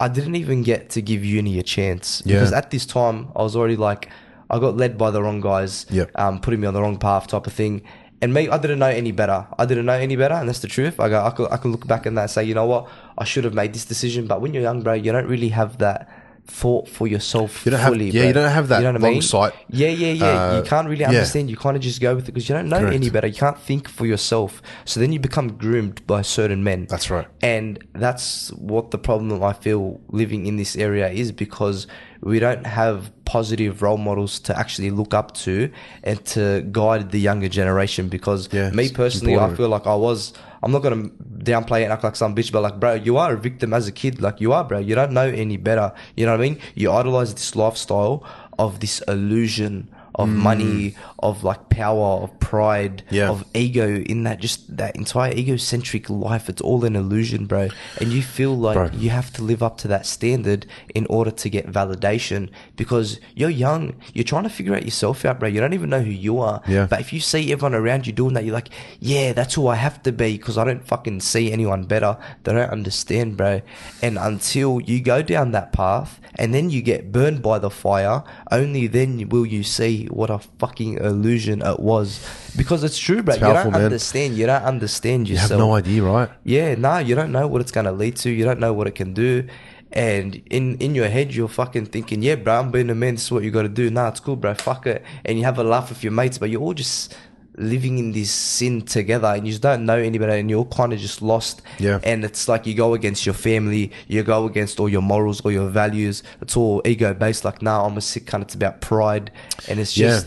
B: I didn't even get to give uni a chance
A: Yeah.
B: because at this time I was already like, I got led by the wrong guys.
A: Yep.
B: Um, putting me on the wrong path, type of thing. And me, I didn't know any better. I didn't know any better, and that's the truth. I go, I can, I can look back on that and say, you know what, I should have made this decision. But when you're young, bro, you don't really have that thought for yourself
A: You don't have-
B: fully.
A: yeah,
B: bro.
A: you don't have that
B: what
A: long sight.
B: Yeah, yeah, yeah.
A: Uh,
B: you can't really
A: yeah.
B: understand. You kind of just go with it because you don't know
A: Correct.
B: any better. You can't think for yourself. So then you become groomed by certain men.
A: That's right.
B: And that's what the problem I feel living in this area is because we don't have positive role models to actually look up to and to guide the younger generation. Because
A: Yeah,
B: me
A: it's
B: personally, I
A: important.
B: feel like I was. I'm not gonna downplay it and act like some bitch, but like, bro, you are a victim as a kid. Like, you are, bro. You don't know any better. You know what I mean? You idolize this lifestyle of this illusion of money, of like power, of pride,
A: Mm. Yeah.
B: of ego. In that, just that entire egocentric life, it's all an illusion, bro. And you feel like
A: Bro.
B: you have to live up to that standard in order to get validation because you're young. You're trying to figure out yourself out, bro. You don't even know who you are.
A: Yeah.
B: But if you see everyone around you doing that, you're like, yeah, that's who I have to be because I don't fucking see anyone better. They don't understand, bro. And until you go down that path and then you get burned by the fire, only then will you see what a fucking illusion it was. Because it's true, bro. you
A: powerful,
B: don't
A: man.
B: understand. You don't understand
A: You have
B: yourself.
A: no idea, right?
B: Yeah, nah, you don't know what it's gonna lead to. You don't know what it can do, and in in your head you're fucking thinking, yeah, bro, I'm being a man. This is what you got to do. Nah, it's cool, bro. Fuck it, and you have a laugh with your mates, but you're all just living in this sin together and you just don't know anybody and you're kind of just lost.
A: Yeah.
B: And it's like you go against your family, you go against all your morals or your values. It's all ego based. Like, nah, I'm a sick cunt. It's about pride. And it's
A: Yeah.
B: just,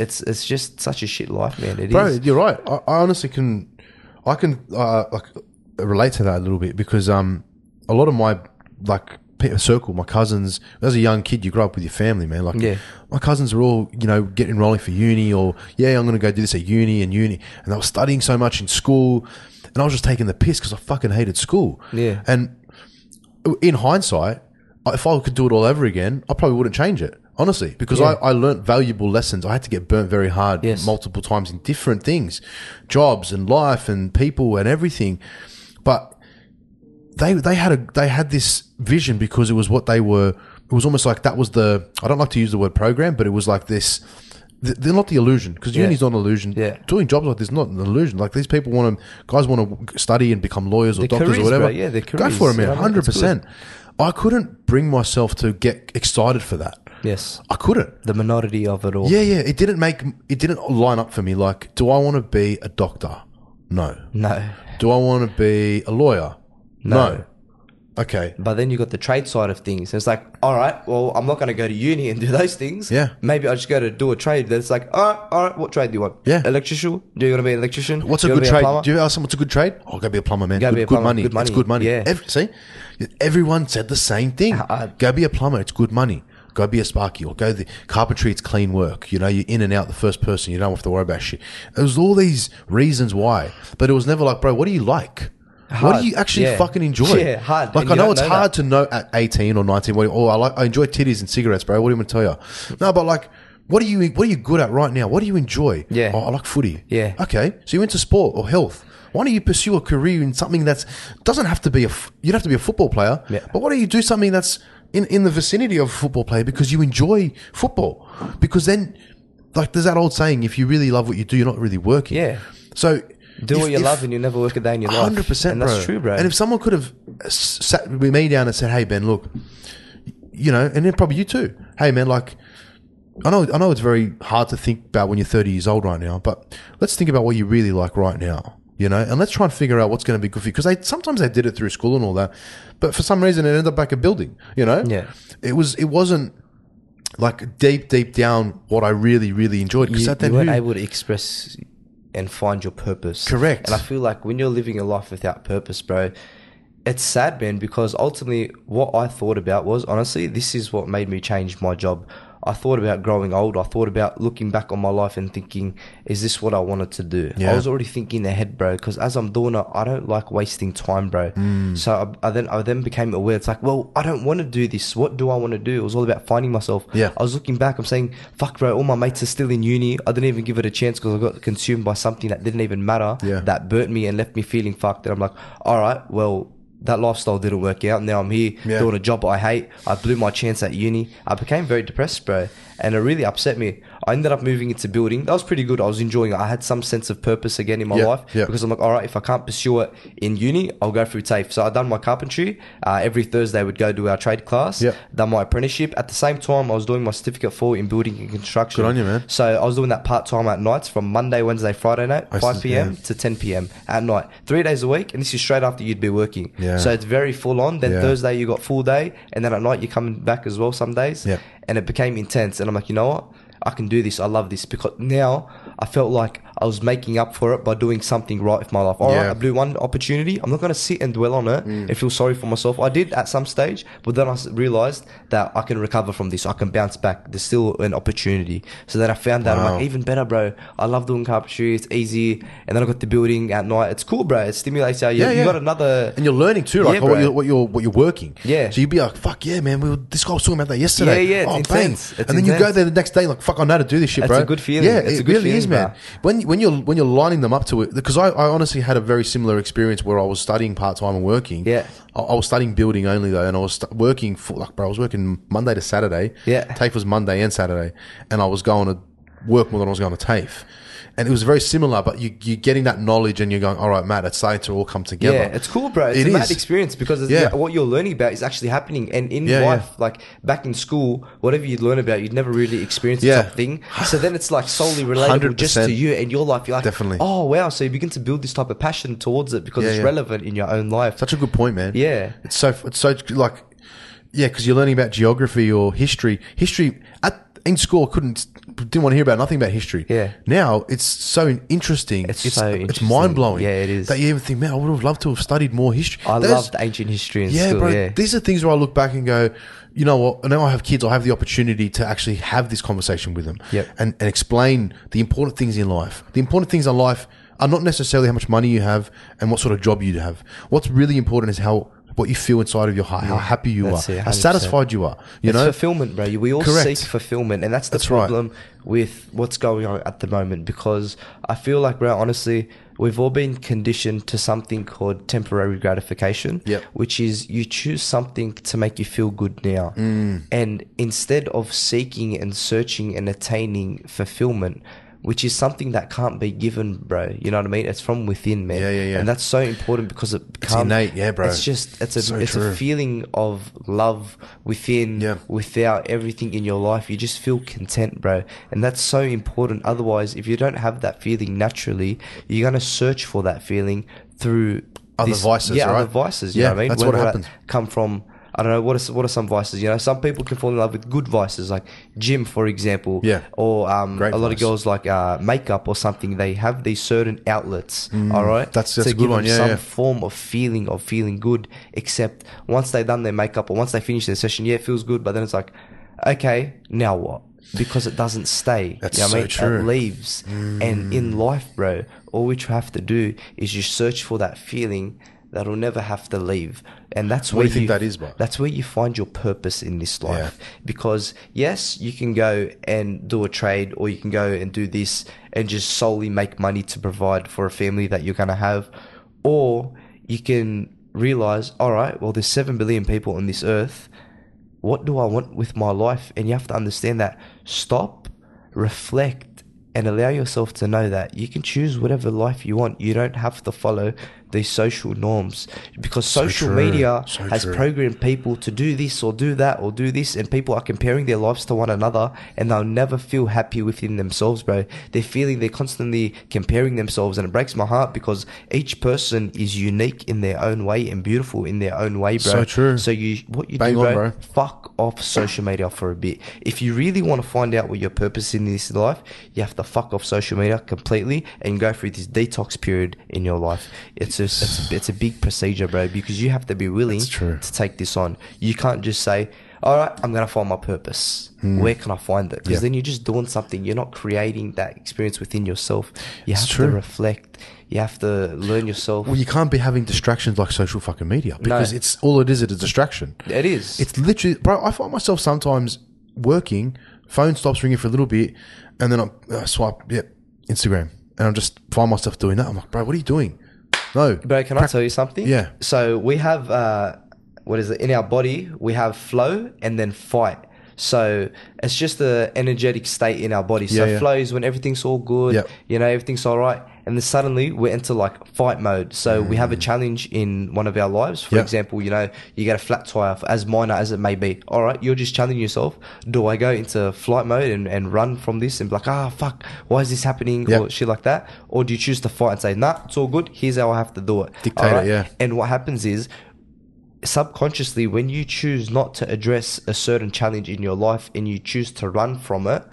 B: it's it's just such a shit life, man. It is.
A: bro. You're right. I, I honestly can, I can uh, like relate to that a little bit because um, a lot of my like pe- circle, my cousins. As a young kid, you grow up with your family, man. Like,
B: Yeah.
A: my cousins were all you know getting enrolling for uni, or yeah, I'm going to go do this at uni and uni, and they were studying so much in school, and I was just taking the piss because I fucking hated school.
B: Yeah.
A: and in hindsight, if I could do it all over again, I probably wouldn't change it. Honestly, because
B: Yeah.
A: I, I learnt valuable lessons. I had to get burnt very hard
B: Yes.
A: multiple times in different things, jobs and life and people and everything. But they they had a they had this vision because it was what they were. It was almost like that was the I don't like to use the word program, but it was like this. th- They're not the illusion because uni's not an illusion.
B: Yeah.
A: Doing jobs like this is not an illusion. Like these people want to, guys want to study and become lawyers or
B: Their
A: doctors or
B: careers,
A: whatever.
B: bro. Yeah, their
A: Go for it,
B: careers.
A: man.
B: I think
A: Hundred
B: it's good.
A: percent. I couldn't bring myself to get excited for that.
B: Yes.
A: I couldn't.
B: The minority of it all.
A: Yeah, yeah. It didn't make it didn't line up for me. Like, do I want to be a doctor? No.
B: No.
A: Do I want to be a lawyer? No. Okay.
B: But then you got the trade side of things. And it's like, all right, well, I'm not going to go to uni and do those things.
A: Yeah.
B: Maybe I just go to do a trade. Then it's like, all right, all right, what trade do you want?
A: Yeah.
B: Electrician? Do you want to be an electrician?
A: What's a
B: Do you wanna
A: good
B: be
A: trade?
B: plumber?
A: Do you ask someone what's a good trade? Oh, go be a plumber, man.
B: Go
A: good,
B: be a
A: good
B: plumber.
A: money.
B: Good
A: It's
B: money.
A: good money.
B: Yeah. Uh,
A: Ev- see, everyone said the same thing.
B: I-
A: go be a plumber. It's good money. Go be a sparky or go the carpentry. It's clean work. You know, you're in and out the first person. You don't have to worry about shit. There was all these reasons why, but it was never like, bro, what do you like? What
B: Hard.
A: do you actually
B: Yeah.
A: fucking enjoy?
B: Yeah, hard.
A: Like
B: And
A: I
B: you
A: know
B: don't
A: it's
B: know that.
A: hard to know at 18 or 19 what oh I like I enjoy titties and cigarettes, bro. What do you want to tell you? No, but like what are you what are you good at right now? What do you enjoy?
B: Yeah.
A: Oh, I like footy.
B: Yeah.
A: Okay. So you're into sport or health. Why don't you pursue a career in something that's doesn't have to be a f- you don't have to be a football player,
B: Yeah.
A: but why don't you do something that's in, in the vicinity of a football player because you enjoy football? Because then like there's that old saying if you really love what you do, you're not really working.
B: Yeah.
A: So
B: Do
A: if-
B: what you
A: if-
B: love and you never work a day in your life.
A: Hundred percent,
B: And
A: bro.
B: that's true, bro.
A: And if someone could have s- sat with me down and said, "Hey, Ben, look, you know," and then probably you too. Hey, man, like, I know, I know, it's very hard to think about when you're 30 years old right now, but let's think about what you really like right now. You know, and let's try and figure out what's going to be good for you. Because they sometimes they did it through school and all that, but for some reason it ended up like a building. You know,
B: Yeah.
A: it was it wasn't like deep deep down what I really really enjoyed.
B: you,
A: Because that
B: you
A: then
B: weren't
A: who-
B: able to express and find your purpose.
A: Correct.
B: And I feel like when you're living a life without purpose, bro, it's sad, man, because ultimately what I thought about was honestly, this is what made me change my job. I thought about growing old. I thought about looking back on my life and thinking, is this what I wanted to do?
A: Yeah.
B: I was already thinking ahead, bro, because as I'm doing it, I don't like wasting time, bro.
A: Mm.
B: So I, I then I then became aware. It's like, well, I don't want to do this. What do I want to do? It was all about finding myself.
A: Yeah.
B: I was looking back. I'm saying, fuck, bro. All my mates are still in uni. I didn't even give it a chance because I got consumed by something that didn't even matter.
A: Yeah.
B: That burnt me and left me feeling fucked. And I'm like, all right, well, that lifestyle didn't work out. Now I'm here
A: Yeah.
B: doing a job I hate. I blew my chance at uni. I became very depressed, bro, and it really upset me. I ended up moving into building. That was pretty good. I was enjoying it. I had some sense of purpose again in my
A: Yeah,
B: life
A: yeah.
B: because I'm like, all right, if I can't pursue it in uni, I'll go through TAFE. So I done my carpentry. Uh, every Thursday, we'd go do our trade class.
A: Yeah.
B: Done my apprenticeship. At the same time, I was doing my certificate for in building and construction.
A: Good on you, man.
B: So I was doing that part time at nights from Monday, Wednesday, Friday night,
A: I see,
B: 5 p.m.
A: yeah.
B: to 10 p.m. at night, three days a week. And this is straight after you'd be working.
A: Yeah.
B: So it's very full on. Then
A: Yeah.
B: Thursday, you got full day. And then at night, you're coming back as well some days.
A: Yeah.
B: And it became intense. And I'm like, you know what? I can do this. I love this because now I felt like I was making up for it by doing something right with my life. All right,
A: Yeah. Mm.
B: I blew one opportunity. I'm not going to sit and dwell on it and feel sorry for myself. I did at some stage, but then I s- realized that I can recover from this. I can bounce back. There's still an opportunity. So then I found that I'm
A: Wow.
B: like, even better, bro. I love doing carpentry. It's easy. And then I got the building at night. It's cool, bro. It stimulates you.
A: Yeah,
B: you
A: yeah.
B: got another.
A: and you're learning too,
B: Yeah,
A: like
B: bro.
A: what, you're, what you're what you're working.
B: Yeah.
A: So you'd be like, "Fuck yeah, man! We were, this guy was talking about that yesterday."
B: Yeah, yeah, it's
A: oh,
B: intense.
A: bang.
B: It's
A: and then you go
B: intense.
A: there the next day, like, "Fuck, I know how to do this shit,
B: That's
A: bro."
B: a good feeling.
A: Yeah,
B: It's
A: it
B: a good
A: really
B: feeling,
A: is, man.
B: bro.
A: When when you're when you're lining them up to it, because I, I honestly had a very similar experience where I was studying part time and working.
B: Yeah.
A: I, I was studying building only though, and I was st- working for like, bro, I was working Monday to Saturday.
B: Yeah.
A: TAFE was Monday and Saturday, and I was going to work more than I was going to TAFE. And it was very similar, but you, you're getting that knowledge and you're going, all right, Matt, it's starting to all come together.
B: Yeah, it's cool, bro. It's
A: It
B: a mad
A: is.
B: experience because it's,
A: Yeah.
B: what you're learning about is actually happening. And in
A: Yeah, yeah.
B: life, like back in school, whatever you'd learn about, you'd never really experience
A: Yeah.
B: something. So then it's like solely relatable just to
A: 100%.
B: you and your life. You're like,
A: Definitely.
B: oh, wow. So you begin to build this type of passion towards it because
A: Yeah,
B: it's
A: yeah.
B: relevant in your own life.
A: Such a good point, man.
B: Yeah.
A: It's so it's so like yeah, because you're learning about geography or history. History at in school I couldn't didn't want to hear about nothing about history.
B: Yeah.
A: Now it's so interesting.
B: It's so
A: It's
B: interesting.
A: mind blowing.
B: Yeah, it is.
A: That you even think, man, I would have loved to have studied more history.
B: I
A: Those-
B: loved ancient history in
A: Yeah,
B: school.
A: bro.
B: yeah.
A: These are things where I look back and go, you know what? Now I have kids. I have the opportunity to actually have this conversation with them
B: Yep.
A: and, and explain the important things in life. The important things in life are not necessarily how much money you have and what sort of job you have. What's really important is how what you feel inside of your heart, how happy you
B: that's
A: are,
B: it,
A: how
B: 100%.
A: satisfied you are. You
B: it's
A: know,
B: fulfillment, bro. We all
A: Correct.
B: seek fulfillment, and that's the
A: That's right.
B: problem with what's going on at the moment. Because I feel like, bro, honestly, we've all been conditioned to something called temporary gratification,
A: Yep.
B: which is you choose something to make you feel good now,
A: Mm.
B: and instead of seeking and searching and attaining fulfillment. Which is something that can't be given, bro. You know what I mean? It's from within, man.
A: Yeah, yeah, yeah.
B: And that's so important because it becomes
A: innate, yeah, bro.
B: It's just it's a
A: So
B: it's a
A: true.
B: feeling of love within
A: Yeah.
B: without everything in your life you just feel content bro and that's so important otherwise if you don't have that feeling naturally you're going to search for that feeling through
A: Other vices,
B: yeah other
A: right?
B: vices you
A: Yeah,
B: know what i mean
A: that's what
B: that
A: happens.
B: come from I don't know what are what are some vices. You know, some people can fall in love with good vices, like gym, for example.
A: Yeah.
B: Or um,
A: Great
B: a lot of
A: vice.
B: girls like uh, makeup or something. They have these certain outlets. all right.
A: Mm. That's- that's a
B: to
A: good
B: give
A: one,
B: them
A: yeah,
B: some
A: yeah.
B: form of feeling of feeling good. Except once they've done their makeup or once they finish their session, yeah, it feels good. But then it's like, okay, now what? Because it doesn't stay.
A: That's
B: you know what I mean?
A: so
B: It
A: true. Mm.
B: leaves. And in life, bro, all we have to do is you search for that feeling that'll never have to leave. And that's
A: What do
B: where
A: you think that is, bro?
B: That's where you find your purpose in this life.
A: Yeah.
B: Because yes, you can go and do a trade or you can go and do this and just solely make money to provide for a family that you're gonna have. Or you can realize, all right, well there's seven billion people on this earth what do I want with my life? And you have to understand that. Stop, reflect, and allow yourself to know that you can choose whatever life you want. You don't have to follow these social norms because social
A: true.
B: media
A: So
B: has
A: true.
B: programmed people to do this or do that or do this, and people are comparing their lives to one another, and they'll never feel happy within themselves, bro. They're feeling they're constantly comparing themselves, and it breaks my heart because each person is unique in their own way and beautiful in their own way, bro.
A: So true.
B: So you, what you
A: Bang
B: do,
A: on,
B: bro,
A: bro.
B: fuck off social media for a bit. If you really want to find out what your purpose in this life, you have to fuck off social media completely and go through this detox period in your life. It's a, it's, a- it's a big procedure, bro, because you have to be willing
A: That's true.
B: to take this on. You can't just say, all right, I'm going to find my purpose. Where can I find it? Because
A: Hmm. Yeah.
B: then you're just doing something. You're not creating that experience within yourself. You have
A: true.
B: to reflect. You have to learn yourself.
A: well, you can't be having distractions like social fucking media because it's all it is. It's a distraction.
B: it is.
A: It's literally, bro. I find myself sometimes working, phone stops ringing for a little bit, and then I, I swipe, yep, Instagram, and I just find myself doing that. I'm like, bro, what are you doing? No,
B: Bro, can I tell you something?
A: Yeah.
B: So we have uh, what is it in our body? We have flow and then fight. So it's just the energetic state in our body. So
A: Yeah, yeah.
B: flow is when everything's all good.
A: Yep.
B: You know everything's all right, and then suddenly we're into like fight mode. So we have
A: Mm.
B: a challenge in one of our lives. For
A: Yep.
B: example, you know you get a flat tire, as minor as it may be. All right, you're just challenging yourself. Do I go into flight mode and, and run from this and be like, ah, fuck, why is this happening?
A: Yep.
B: Or shit like that? Or do you choose to fight and say, nah, it's all good. Here's how I have to do it.
A: Dictate it,
B: Alright?
A: yeah.
B: And what happens is, subconsciously, when you choose not to address a certain challenge in your life and you choose to run from it,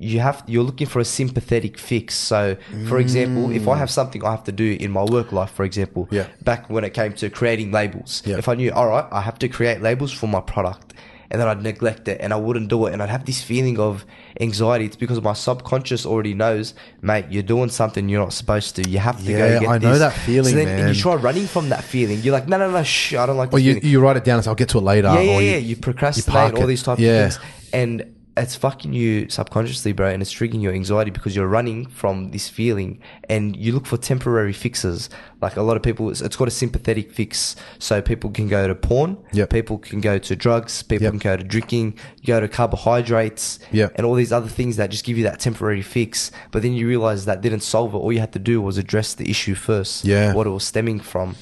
B: you have you're looking for a sympathetic fix. So, for example, if I have something I have to do in my work life, for example,
A: Yeah.
B: back when it came to creating labels,
A: Yeah.
B: if I knew, all right, I have to create labels for my product. And then I'd neglect it and I wouldn't do it. And I'd have this feeling of anxiety. It's because my subconscious already knows, mate, you're doing something you're not supposed to. You have to
A: Yeah,
B: go get
A: I know
B: this."
A: that feeling,
B: So then, And
A: man.
B: you try running from that feeling. You're like, no, no, no, shh, I don't like
A: Or
B: this
A: oh, you,
B: feeling.
A: you write it down and say, I'll get to it later.
B: yeah, yeah,
A: or
B: yeah. You procrastinate
A: park
B: all
A: it.
B: these types
A: Yeah.
B: of things. And it's fucking you subconsciously, bro, and it's triggering your anxiety because you're running from this feeling and you look for temporary fixes. Like a lot of people, it's, it's got a sympathetic fix. So people can go to porn,
A: Yep.
B: people can go to drugs, people
A: Yep.
B: can go to drinking, you go to carbohydrates,
A: Yep.
B: and all these other things that just give you that temporary fix. But then you realize that didn't solve it. All you had to do was address the issue first,
A: Yeah.
B: what it was stemming from.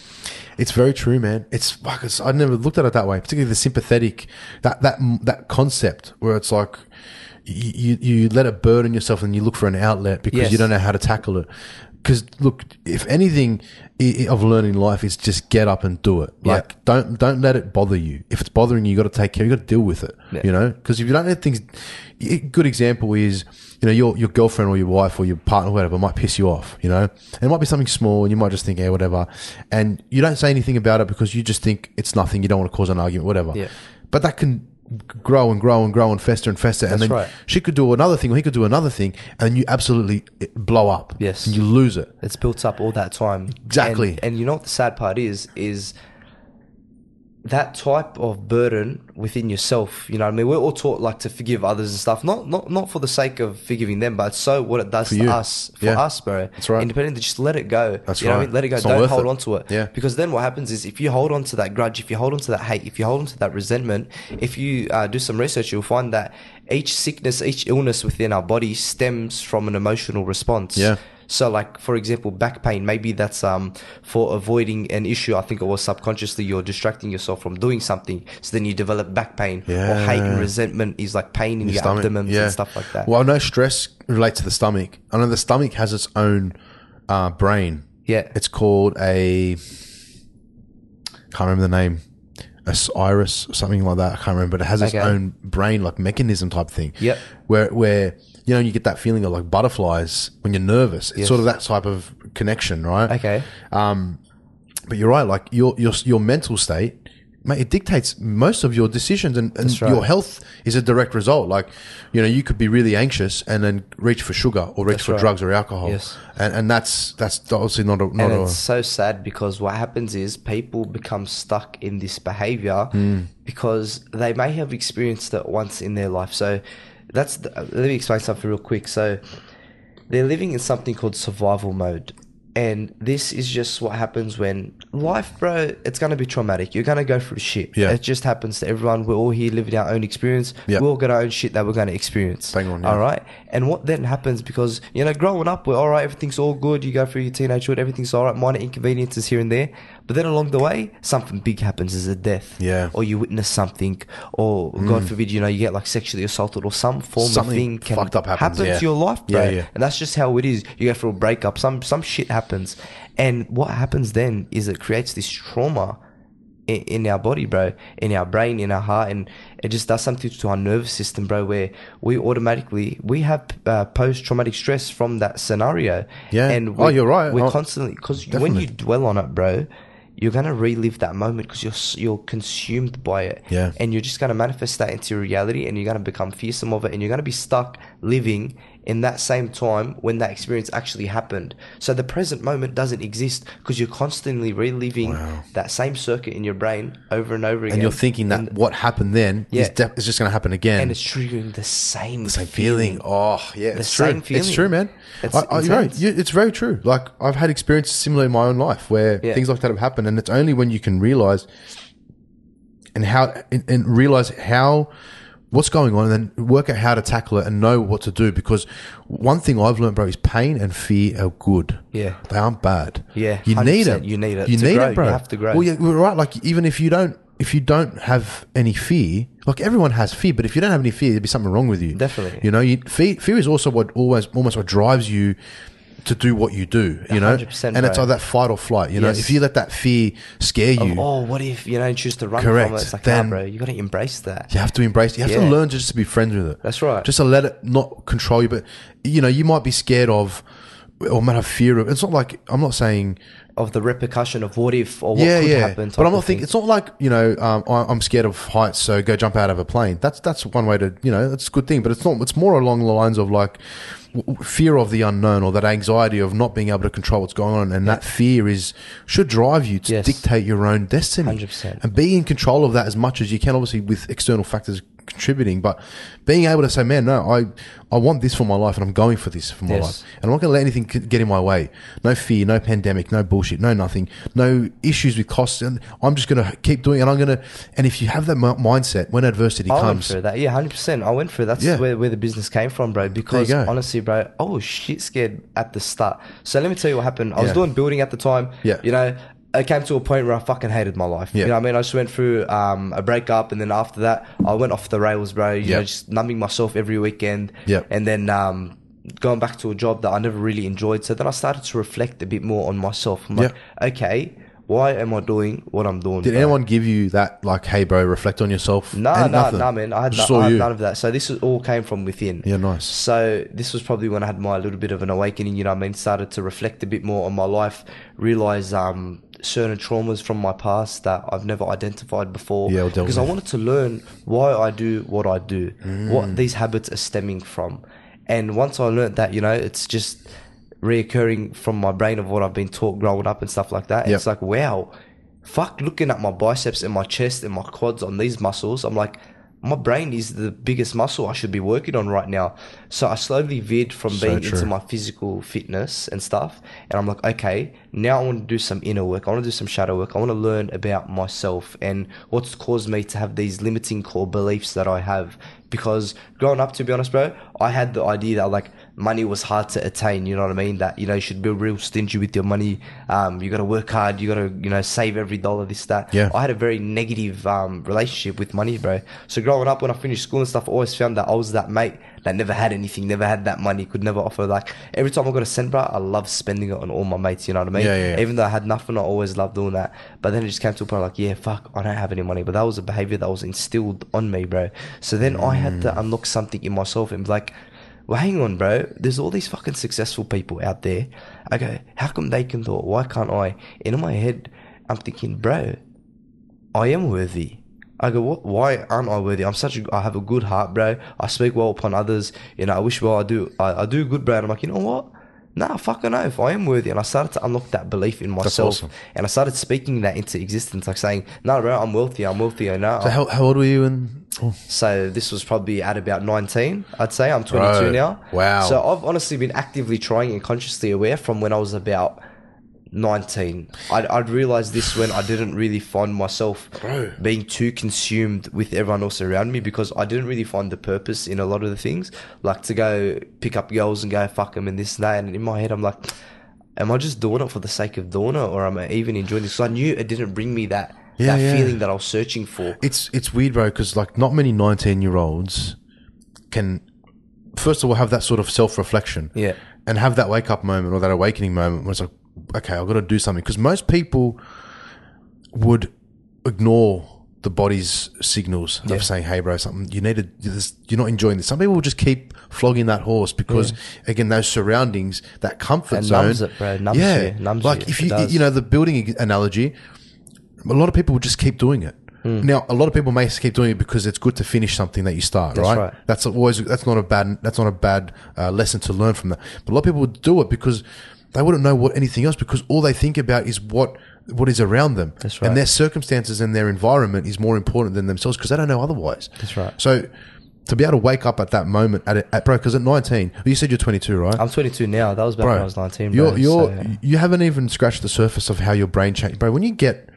A: It's very true, man. It's fuck. It's, I never looked at it that way. Particularly the sympathetic that that that concept where it's like you you you let it burden yourself and you look for an outlet because
B: Yes.
A: you don't know how to tackle it. Because look, if anything i- i- I've learned in life is just get up and do it.
B: Yeah.
A: Like don't don't let it bother you. If it's bothering you, you got to take care. You got to deal with it.
B: Yeah.
A: You know, because if you don't let things. A good example is you know your your girlfriend or your wife or your partner or whatever might piss you off. You know, and it might be something small, and you might just think, "Hey, whatever," and you don't say anything about it because you just think it's nothing. You don't want to cause an argument, whatever.
B: Yeah.
A: But that can grow and grow and grow and fester and fester, and
B: That's
A: then
B: right.
A: she could do another thing or he could do another thing, and you absolutely blow up.
B: Yes.
A: and you lose it.
B: It's built up all that time.
A: Exactly.
B: And, and you know what the sad part is? Is that type of burden within yourself. You know what I mean? We're all taught like to forgive others and stuff. Not not not for the sake of forgiving them, but so what it does to
A: you.
B: us. For
A: Yeah.
B: us, bro.
A: That's right.
B: Independently, just let it go.
A: That's
B: you know what I
A: right.
B: mean? Let it go.
A: It's not
B: Don't
A: worth
B: hold
A: it.
B: on to it.
A: Yeah.
B: Because then what happens is if you hold on to that grudge, if you hold on to that hate, if you hold on to that resentment, if you uh, do some research, you'll find that each sickness, each illness within our body stems from an emotional response.
A: Yeah.
B: So, like for example, back pain. Maybe that's um for avoiding an issue. I think it was subconsciously you're distracting yourself from doing something. So then you develop back pain or hate and
A: Yeah.
B: resentment is like pain in your,
A: stomach,
B: abdomen and stuff like that.
A: Well, I know stress relates to the stomach. I know the stomach has its own uh, brain.
B: Yeah.
A: It's called a. Can't remember the name. A s- iris, something like that. I can't remember, but it has its
B: Okay.
A: own brain, like mechanism type thing.
B: Yep.
A: Where, where you know, you get that feeling of like butterflies when you're nervous. It's
B: Yes.
A: sort of that type of connection, right?
B: Okay.
A: But you're right. Like your your your mental state, mate, it dictates most of your decisions, and, and
B: right.
A: your health is a direct result. Like, you know, you could be really anxious and then reach for sugar or reach for
B: right.
A: drugs or alcohol,
B: Yes.
A: and and that's that's obviously not a not
B: And
A: a
B: it's so sad because what happens is people become stuck in this behavior
A: Hmm.
B: because they may have experienced it once in their life. So that's the, let me explain something real quick. So they're living in something called survival mode. And this is just what happens when life, bro, it's going to be traumatic. You're going to go through shit.
A: Yeah.
B: It just happens to everyone. We're all here living our own experience.
A: Yeah.
B: We all got our own shit that we're going to experience.
A: Bang on, yeah.
B: All right. And what then happens because, you know, growing up, we're all right, everything's all good. You go through your teenagehood, everything's all right, minor inconveniences here and there. But then along the way, something big happens is a death.
A: Yeah. Mm.
B: Or you witness something, or God forbid, you know, you get like sexually assaulted or some form
A: Something
B: of thing can
A: fucked up happens,
B: happen
A: yeah.
B: to your life, bro.
A: Yeah, yeah.
B: And that's just how it is. You go through a breakup, some some shit happens. And what happens then is it creates this trauma in, in our body, bro, in our brain, in our heart, and it just does something to our nervous system, bro, where we automatically we have uh, post traumatic stress from that scenario.
A: Yeah.
B: And
A: Oh, you're right.
B: We're
A: Oh,
B: constantly because when
A: definitely.
B: you dwell on it, bro. You're gonna relive that moment because you're s- you're consumed by it,
A: Yeah.
B: and you're just gonna manifest that into your reality, and you're gonna become fearsome of it, and you're gonna be stuck living in that same time when that experience actually happened. So the present moment doesn't exist because you're constantly reliving that same circuit in your brain over and over again,
A: and you're thinking that what happened then is,
B: Yeah.
A: de- is just going to happen again.
B: and it's triggering the same
A: the same feeling. Oh, yeah, it's true.
B: same feeling.
A: It's true, man.
B: It's
A: I, I, you're right.
B: intense.
A: You- it's very true. Like I've had experiences similar in my own life where
B: Yeah.
A: things like that have happened, and it's only when you can realize and how and, and realize how what's going on, and then work out how to tackle it and know what to do. Because one thing I've learned, bro, is pain and fear are good.
B: Yeah.
A: they aren't bad.
B: Yeah,
A: you need it.
B: 100%. You need it
A: You
B: to
A: need
B: grow.
A: it, bro.
B: You have to grow.
A: Well, yeah, we're right. Like even if you don't. If you don't have any fear, like everyone has fear, but if you don't have any fear, there'd be something wrong with you.
B: Definitely.
A: You know, you, fear, fear is also what always almost what drives you to do what you do. You know,
B: 100%,
A: and it's
B: bro.
A: like that fight or flight. You know,
B: Yes.
A: if you let that fear scare you,
B: Oh, what if you know you choose to run from
A: Correct.
B: it? It's like,
A: Then-
B: nah, bro, you got to embrace that.
A: you have to embrace. You have to
B: Yeah.
A: learn just to be friends with it.
B: That's right.
A: Just to let it not control you. But you know, you might be scared of or might have fear of. It's not like I'm not saying
B: Of the repercussion of what if or what
A: yeah,
B: could
A: yeah.
B: happen. type
A: But I'm
B: of
A: not
B: thing.
A: thinking. It's not like you know. Um, I, I'm scared of heights, so go jump out of a plane. That's that's one way to you know. That's a good thing. But it's not. It's more along the lines of like w- w- fear of the unknown or that anxiety of not being able to control what's going on, and that fear is should drive you to
B: Yes.
A: dictate your own destiny
B: 100%.
A: and be in control of that as much as you can. Obviously, with external factors contributing, but being able to say, man, no, I, I want this for my life and I'm going for this for my
B: Yes.
A: life. And I'm not going to let anything c- get in my way. No fear, no pandemic, no bullshit, no nothing, no issues with costs. And I'm just going to keep doing it. And I'm going to, and if you have that mi- mindset, when adversity
B: I went
A: comes,
B: through that. Yeah, hundred percent. I went through. That's
A: Yeah.
B: where, where the business came from, bro. Because
A: go.
B: honestly, bro, I was shit scared at the start. So let me tell you what happened. I was
A: Yeah.
B: doing building at the time.
A: Yeah.
B: You know, I came to a point where I fucking hated my life.
A: Yeah.
B: You know what I mean? I just went through um, a breakup, and then after that, I went off the rails, bro. You
A: Yeah.
B: know, just numbing myself every weekend.
A: Yeah.
B: And then. Um, Going back to a job that I never really enjoyed, so then I started to reflect a bit more on myself. I'm like, okay, why am I doing what I'm doing?
A: did
B: bro?
A: anyone give you that, like, hey, bro, reflect on yourself?
B: No,
A: And
B: no,
A: nothing?
B: no, man. I had,
A: Just
B: no,
A: saw
B: I had
A: you.
B: none of that. So this is all came from within.
A: Yeah, nice.
B: So this was probably when I had my little bit of an awakening. You know, what I mean, started to reflect a bit more on my life, realize um, certain traumas from my past that I've never identified before.
A: Yeah, I'll deal
B: because I
A: with.
B: wanted to learn why I do what I do,
A: Mm.
B: what these habits are stemming from, and once I learnt that, you know, it's just reoccurring from my brain of what I've been taught growing up and stuff like that. And
A: Yep.
B: It's like wow, fuck, looking at my biceps and my chest and my quads on these muscles, I'm like. My brain is the biggest muscle I should be working on right now. So I slowly veered from being
A: true.
B: into my physical fitness and stuff. And I'm like, okay, now I want to do some inner work. I want to do some shadow work. I want to learn about myself and what's caused me to have these limiting core beliefs that I have. Because growing up, to be honest, bro, I had the idea that like money was hard to attain. You know what I mean? That you know you should be real stingy with your money. Um, you got to work hard. You got to you know save every dollar. This that.
A: Yeah.
B: I had a very negative um, relationship with money, bro. So growing up, when I finished school and stuff, I always found that I was that mate that never had anything, never had that money, could never offer. Like every time I got a cent, bro, I love spending it on all my mates. You know what I mean?
A: Yeah, yeah, yeah.
B: Even though I had nothing, I always loved doing that. But then it just came to a point like, yeah, fuck, I don't have any money. But that was a behavior that was instilled on me, bro. So then I had
A: Mm.
B: to unlock something in myself and be like. Well, hang on, bro. There's all these fucking successful people out there. I go, how come they can do it? Why can't I? And in my head, I'm thinking, bro, I am worthy. I go, what? Why aren't I worthy? I'm such a, I have a good heart, bro. I speak well upon others. You know, I wish well. I do. I, I do good, bro. And I'm like, you know what? Nah, fucking oath. I am worthy. And I started to unlock that belief in myself.
A: awesome.
B: And I started speaking that into existence, like saying, nah, bro, I'm wealthy. I'm wealthy. I know.
A: So how, how old were you? And oh.
B: So this was probably at about 19, I'd say. I'm 22
A: Right.
B: now.
A: Wow.
B: So I've honestly been actively trying and consciously aware from when I was about 19. I'd, I'd realized this when I didn't really find myself
A: Bro.
B: being too consumed with everyone else around me because I didn't really find the purpose in a lot of the things. Like to go pick up girls and go fuck them and this and that. And in my head, I'm like, am I just doing it for the sake of doing it or am I even enjoying this? So I knew it didn't bring me that,
A: Yeah,
B: that
A: yeah.
B: feeling that I was searching for.
A: it's it's weird, bro, because like not many nineteen year olds can, first of all, have that sort of self reflection,
B: Yeah.
A: and have that wake up moment or that awakening moment where it's like, okay, I've got to do something. Because most people would ignore the body's signals of saying, "Hey, bro, something you need to. This, you're not enjoying this." Some people will just keep flogging that horse because, again, those surroundings, that comfort
B: It
A: zone,
B: numbs it, bro. It numbs
A: yeah,
B: you. It numbs
A: like
B: you.
A: if
B: It
A: you,
B: does.
A: you know, the building analogy, a lot of people will just keep doing it.
B: Hmm.
A: Now, a lot of people may keep doing it because it's good to finish something that you start, right?
B: right.
A: That's always that's not a bad that's not a bad uh, lesson to learn from that. But a lot of people would do it because they wouldn't know what anything else because all they think about is what what is around them,
B: That's right.
A: and their circumstances and their environment is more important than themselves because they don't know otherwise.
B: That's right.
A: So. To be able to wake up at that moment, at, a- at bro, because at nineteen, you said you're 22, right?
B: I'm 22 now. That was back when I was 19. Bro.
A: You're, you're,
B: So,
A: You haven't even scratched the surface of how your brain changed. Bro, when you get,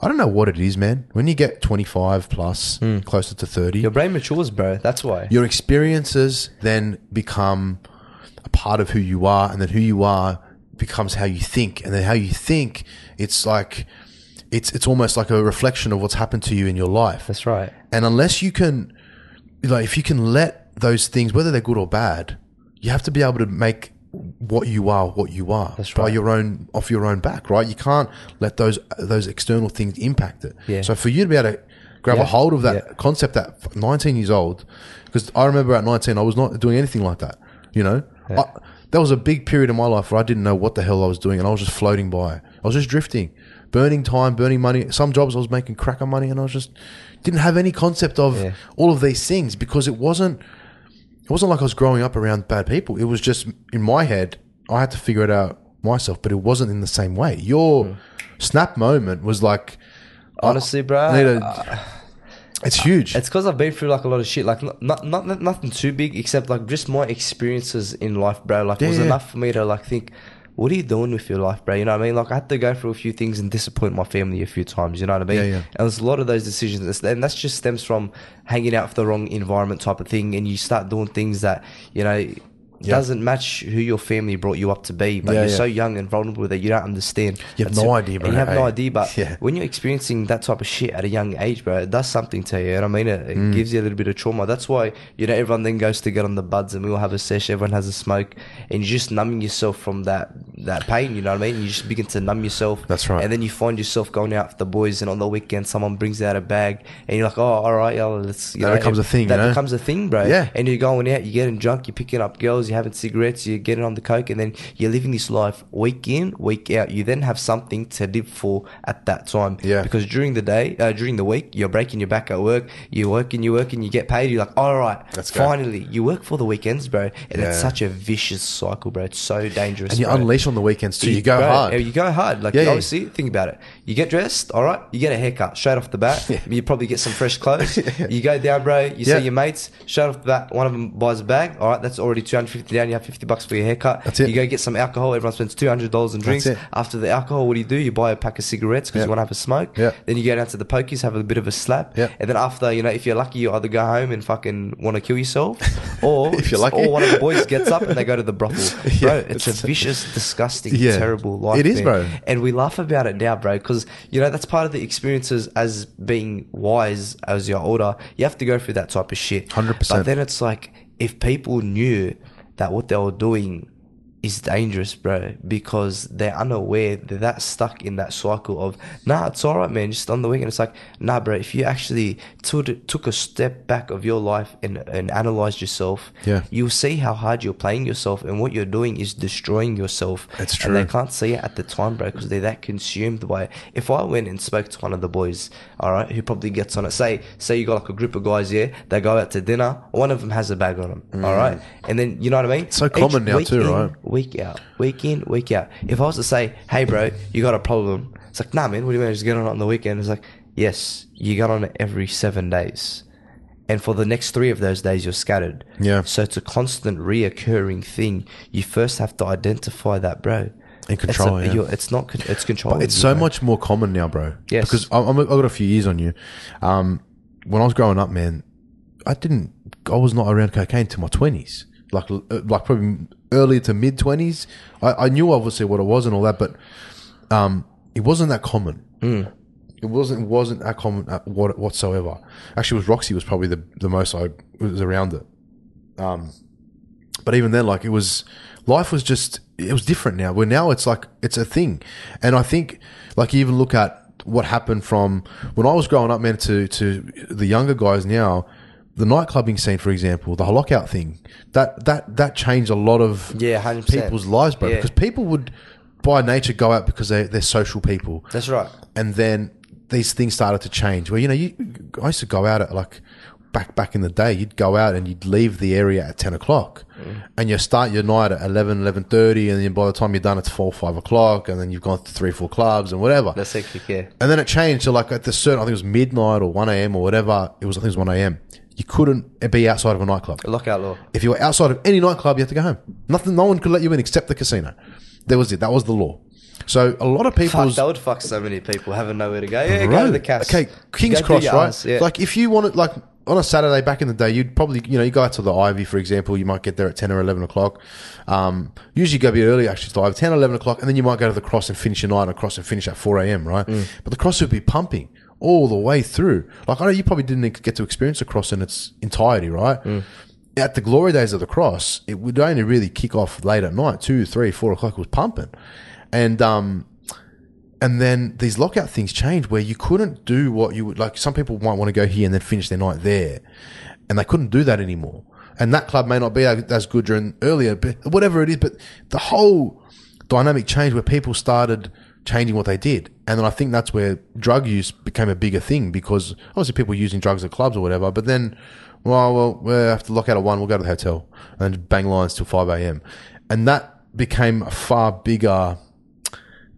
A: I don't know what it is, man. When you get 25 plus,
B: Hmm.
A: closer to 30,
B: your brain matures, bro. That's why.
A: your experiences then become a part of who you are, and then who you are becomes how you think, and then how you think, it's like, it's, it's almost like a reflection of what's happened to you in your life.
B: That's right.
A: And unless you can, like, if you can let those things, whether they're good or bad, you have to be able to make what you are what you are by
B: right.
A: your own off your own back, right? You can't let those those external things impact it.
B: Yeah.
A: So for you to be able to grab a
B: Yeah.
A: hold of that
B: Yeah.
A: concept at 19 years old, because I remember at 19 I was not doing anything like that. You know, I, that was a big period in my life where I didn't know what the hell I was doing, and I was just floating by. I was just drifting, burning time, burning money. Some jobs I was making cracker money, and I was just didn't have any concept of
B: Yeah.
A: all of these things because it wasn't it wasn't like I was growing up around bad people. It was just in my head, I had to figure it out myself, but it wasn't in the same way. Your snap moment was like,
B: Hmm. Honestly, bro.
A: I need a-
B: uh,
A: It's huge.
B: It's because I've been through like a lot of shit, like not, not, not not- nothing too big, except like just my experiences in life, bro. Like was
A: Yeah.
B: enough for me to like think, what are you doing with your life, bro? You know what I mean? Like I had to go through a few things and disappoint my family a few times. You know what I mean?
A: Yeah, yeah.
B: And there's a lot of those decisions, It's- and that's just stems from hanging out for the wrong environment type of thing, and you start doing things that you know. Doesn't match who your family brought you up to be, but
A: Yeah,
B: you're
A: yeah.
B: so young and vulnerable that you don't understand.
A: You have
B: That's
A: no
B: it.
A: idea,
B: And
A: bro,
B: You have no
A: eh?
B: idea, but
A: Yeah.
B: when you're experiencing that type of shit at a young age, bro, it does something to you. And I mean, it, it
A: Mm.
B: gives you a little bit of trauma. That's why, you know, everyone then goes to get on the buds and we all have a sesh, everyone has a smoke, and you're just numbing yourself from that, that pain, you know what I mean? You just begin to numb yourself.
A: That's right.
B: And then you find yourself going out with the boys, and on the weekend, someone brings out a bag, and you're like, oh, all right, yeah, let's. You
A: That
B: know,
A: becomes a thing,
B: That
A: you know?
B: becomes a thing, bro.
A: Yeah.
B: And you're going out, you're getting drunk, you're picking up girls, you're having cigarettes, you're getting on the coke, and then you're living this life week in, week out. You then have something to live for at that time.
A: Yeah.
B: Because during the day, uh, during the week, you're breaking your back at work, you're working, you're working, you get paid, you're like, all right,
A: Let's go.
B: finally. You work for the weekends, bro. And it's
A: Yeah.
B: such a vicious cycle, bro. It's so dangerous.
A: and you
B: bro.
A: unleash on the weekends too. You
B: Yeah,
A: go
B: bro.
A: hard.
B: Yeah, You go hard. Like
A: Yeah, yeah.
B: obviously, think about it. You get dressed, all right. You get a haircut straight off the bat. You probably get some fresh clothes. You go down, bro. You
A: Yeah.
B: see your mates straight off the bat. One of them buys a bag. All right, that's already two hundred fifty down. You have fifty bucks for your haircut.
A: That's it.
B: You go get some alcohol. Everyone spends two hundred dollars on drinks.
A: it.
B: After the alcohol, what do you do? You buy a pack of cigarettes because
A: Yeah.
B: you want to have a smoke.
A: Yeah.
B: Then you go down to the pokies, have a bit of a slap.
A: Yeah.
B: And then after, you know, if you're lucky, you either go home and fucking want to kill yourself, or
A: If you're lucky.
B: or one of the boys gets up and they go to the brothel.
A: Yeah,
B: Bro, it's a
A: it's-
B: vicious, disgusting
A: Yeah.
B: terrible life.
A: It is,
B: man.
A: bro.
B: And we laugh about it now, bro, because you know that's part of the experiences as being wise as you're older. You have to go through that type of shit.
A: 100%.
B: But then it's like if people knew that what they were doing is dangerous, bro, because they're unaware they're that stuck in that cycle of nah, it's all right, man. Just on the weekend, it's like nah, bro. If you actually took took a step back of your life and and analyzed yourself,
A: Yeah.
B: you'll see how hard you're playing yourself and what you're doing is destroying yourself.
A: That's
B: And they
A: true.
B: can't see it at the time, bro, because they're that consumed by it. If I went and spoke to one of the boys, all right, who probably gets on it, say, say you got like a group of guys, yeah, they go out to dinner, one of them has a bag on them, all right, and then you know what I mean?
A: Mm. so
B: Each
A: common now
B: week
A: too,
B: in,
A: right?
B: Week out, week in, week out. If I was to say, hey, bro, you got a problem, it's like, nah, man, what do you mean? I just get on it on the weekend. It's like, yes, you got on it every seven days. And for the next three of those days, you're scattered.
A: Yeah.
B: So it's a constant reoccurring thing. You first have to identify that, bro.
A: And control,
B: It's,
A: yeah.
B: you're- it's not. con- It's control.
A: It's so much more common now, bro.
B: Yes.
A: Because I'm, I'm, I've got a few years on you. Um, when I was growing up, man, I didn't. I was not around cocaine till my twenties, like uh, like probably early to mid twenties. I, I knew obviously what it was and all that, but um, it wasn't that common.
B: Hmm.
A: It wasn't wasn't that common at what, whatsoever. Actually, it was Roxy was probably the the most I was around it. Um, But even then, like it was, life was just it was different now. Where now it's like it's a thing, and I think like you even look at what happened from when I was growing up, man, to to the younger guys now. The nightclubbing scene, for example, the lockout thing, that that that changed a lot of
B: Yeah, 100%.
A: people's lives, bro.
B: Yeah.
A: Because people would, by nature, go out because they they're social people
B: That's right.
A: and then these things started to change. Where you know, you I used to go out at like back back in the day. You'd go out and you'd leave the area at ten o'clock, and you start your night at 11, 11.30 and then by the time you're done, it's four, five o'clock, and then you've gone to three, four clubs and whatever.
B: That's hectic. Yeah.
A: and then it changed to like at the certain, I think it was midnight or one a.m. or whatever. It was I think it was one a.m. You couldn't be outside of a nightclub.
B: Lockout law.
A: If you were outside of any nightclub, you had to go home. Nothing, no one could let you in except the casino. That was it. That was the law. So a lot of
B: Fuck,
A: people's
B: that would fuck so many people having nowhere to go. Yeah, go to
A: Right.
B: the cast.
A: Okay, King's
B: Go do
A: Cross,
B: your
A: right?
B: ass, yeah.
A: Like if you wanted, like on a Saturday back in the day, you'd probably, you know, you go out to the Ivy, for example, you might get there at 10 or 11 o'clock. Um, usually go a bit early, actually, to the Ivy, 10 or 11 o'clock, and then you might go to the Cross and finish your night on Cross and finish at 4 a.m., right?
B: Mm.
A: But the Cross would be pumping all the way through. Like I know you probably didn't get to experience the Cross in its entirety, right?
B: Mm.
A: At the glory days of the Cross, it would only really kick off late at night, two, three, four o'clock it was pumping. And, um, and then these lockout things changed where you couldn't do what you would like. Some people might want to go here and then finish their night there, and they couldn't do that anymore. And that club may not be as good during earlier, but whatever it is. But the whole dynamic changed where people started changing what they did, and then I think that's where drug use became a bigger thing because obviously people were using drugs at clubs or whatever. But then, well, well, we have to lock out at one. We'll go to the hotel and just bang lines till five a.m. And that became a far bigger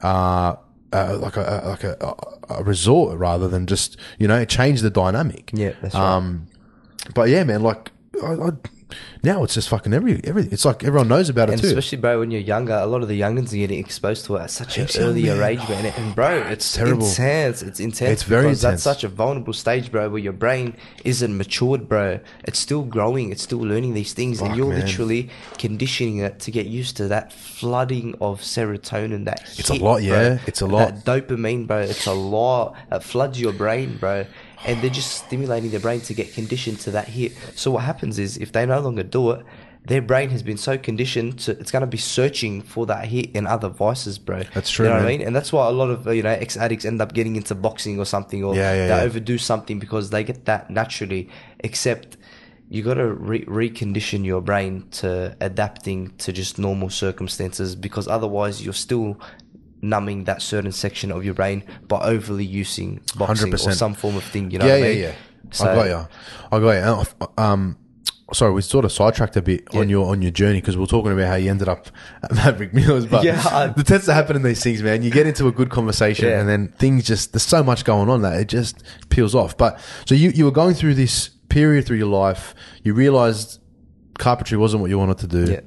A: uh, uh, like a, a- like a, a resort rather than just you know change the dynamic.
B: Yeah, that's right.
A: Um, but yeah, man, like I, I, now it's just fucking every every. It's like everyone knows about it
B: And
A: too.
B: especially, bro, when you're younger, a lot of the youngins are getting exposed to it at such an
A: Heaps of
B: earlier
A: them, man.
B: age, man. And bro, it's
A: terrible.
B: intense. It's intense.
A: It's very
B: because
A: intense.
B: That's such a vulnerable stage, bro, where your brain isn't matured, bro. It's still growing. It's still learning these things,
A: Fuck,
B: and you're
A: man.
B: literally conditioning it to get used to that flooding of serotonin. That
A: It's a
B: hit,
A: lot,
B: bro.
A: yeah. It's a lot.
B: That dopamine, bro. It's a lot. It floods your brain, bro. And they're just stimulating their brain to get conditioned to that hit. So what happens is if they no longer do it, their brain has been so conditioned to it's going to be searching for that hit in other vices, bro.
A: That's
B: You
A: true,
B: know what I
A: man.
B: mean? And that's why a lot of uh, you know ex addicts end up getting into boxing or something, or
A: Yeah, yeah,
B: they
A: yeah.
B: overdo something because they get that naturally. Except you got to re- recondition your brain to adapting to just normal circumstances because otherwise you're still numbing that certain section of your brain by overly using boxing or
A: 100%.
B: some form of thing. You know
A: yeah,
B: what I mean?
A: yeah, yeah.
B: So,
A: I got you. I got you. Um, sorry, we sort of sidetracked a bit on
B: Yeah.
A: your on your journey because we are talking about how you ended up at Maverick Mills. But
B: Yeah, I-
A: the tends to happen in these things, man. You get into a good conversation,
B: Yeah.
A: and then things just there's so much going on that it just peels off. But so you you were going through this period through your life. You realized carpentry wasn't what you wanted to do,
B: yeah.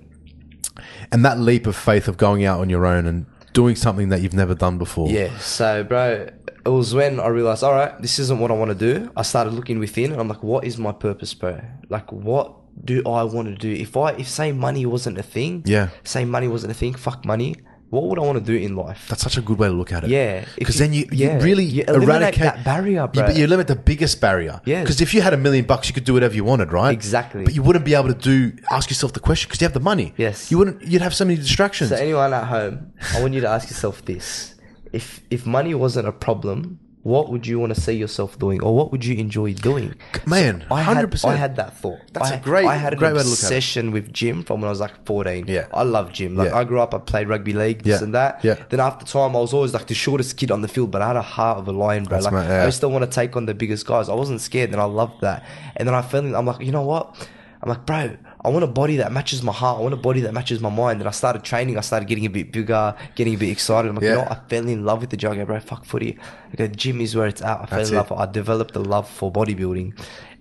A: and that leap of faith of going out on your own and doing something that you've never done before.
B: Yeah. So, bro, it was when I realized, all right, this isn't what I want to do. I started looking within, and I'm like, what is my purpose, bro? Like, what do I want to do? If I, if say money wasn't a thing,
A: Yeah.
B: say money wasn't a thing, fuck money. What would I want to do in life?
A: That's such a good way to look at it.
B: Yeah. If
A: Because
B: you-
A: then you, you
B: yeah.
A: really
B: You eliminate
A: eradicate
B: that barrier,
A: You,
B: bro.
A: but you limit the biggest barrier.
B: Yeah.
A: Because if you had a million bucks, you could do whatever you wanted, right?
B: Exactly.
A: But you wouldn't be able to do ask yourself the question because you have the money.
B: Yes.
A: You wouldn't. You'd have so many distractions.
B: So anyone at home, I want you to ask yourself this: if if money wasn't a problem, what would you want to see yourself doing, or what would you enjoy doing?
A: Man,
B: I had-
A: 100%.
B: I had that thought.
A: That's
B: I-
A: a great-
B: I had an
A: great way to look at it.
B: obsession with gym from when I was like fourteen.
A: Yeah.
B: I love gym. Like
A: Yeah.
B: I grew up, I played rugby league, this
A: Yeah.
B: and that.
A: Yeah.
B: Then after time, I was always like the shortest kid on the field, but I had a heart of a lion, bro.
A: That's
B: like
A: my- yeah.
B: I used to want to take on the biggest guys. I wasn't scared, and I loved that. And then I finally, I'm like, you know what? I'm like, bro, I want a body that matches my heart. I want a body that matches my mind. And I started training. I started getting a bit bigger, getting a bit excited. I'm like, you
A: Yeah.
B: know, what? I fell in love with the job. I go, bro, fuck footy. I go, gym is where it's at. I fell
A: That's
B: in love.
A: it.
B: I developed a love for bodybuilding,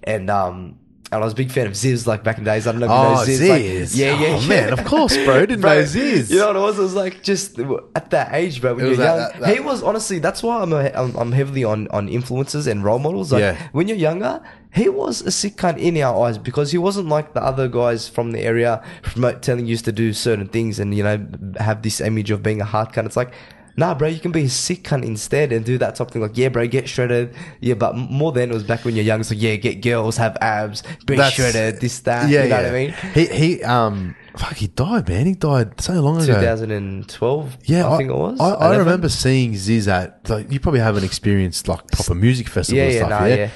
B: and um. And I was a big fan of Ziz like back in the days. I don't know if you
A: Oh,
B: know Ziz.
A: Ziz.
B: Like, yeah, yeah,
A: Oh,
B: yeah.
A: man, of course, bro. Didn't know Ziz.
B: You know what it was? It was like just at that age, bro. When
A: It
B: you're
A: was
B: young,
A: that- that- that-
B: he was honestly. That's why I'm, a, I'm I'm heavily on on influences and role models. Like,
A: Yeah.
B: When you're younger, he was a sick cunt in our eyes because he wasn't like the other guys from the area promote, telling you to do certain things and you know have this image of being a hard cunt. It's like. Nah, bro, you can be a sick cunt instead and do that type of thing. Like, yeah, bro, get shredded. Yeah, but m- more than it was back when you're young. It's like, yeah, get girls, have abs, be
A: That's-
B: shredded, uh, this, that.
A: yeah.
B: you know
A: yeah.
B: what I mean?
A: He he um fuck he died man. He died so long ago.
B: 2012,
A: Yeah,
B: I, think it was.
A: I, I
B: 11?
A: remember seeing Ziz at like you probably haven't experienced like proper music festival
B: Yeah,
A: and
B: yeah,
A: stuff.
B: nah,
A: yeah?
B: yeah.